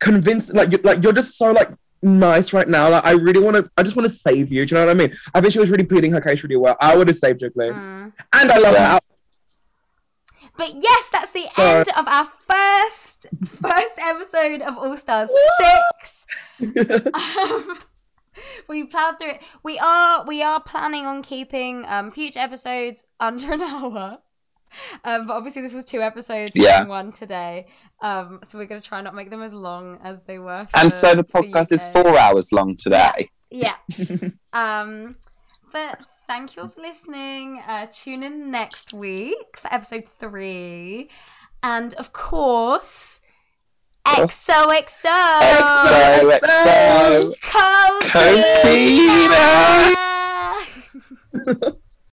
[SPEAKER 4] convinced, like, you, like you're just so like nice right now. Like, I really want to, I just want to save you. Do you know what I mean? I think she was really pleading her case really well. I would have saved Jiggly,
[SPEAKER 3] Mm.
[SPEAKER 4] and I love her.
[SPEAKER 5] Yeah.
[SPEAKER 4] out-
[SPEAKER 3] But yes, that's the
[SPEAKER 4] So-
[SPEAKER 3] end of our
[SPEAKER 4] [laughs]
[SPEAKER 3] first first episode of All Stars Six. Um, [laughs] we plowed through it. We are we are planning on keeping um, future episodes under an hour. Um, but obviously this was two episodes
[SPEAKER 10] Yeah.
[SPEAKER 3] and one today. Um, so we're gonna try not make them as long as they were. for-
[SPEAKER 10] And so the
[SPEAKER 3] for
[SPEAKER 10] podcast is
[SPEAKER 3] UK.
[SPEAKER 10] four hours long today.
[SPEAKER 3] Yeah. um, but thank you all for listening. Uh, tune in next week for episode three, and of course, XOXO.
[SPEAKER 10] XOXO.
[SPEAKER 3] Cozy.
[SPEAKER 10] Cozy.
[SPEAKER 3] Bear.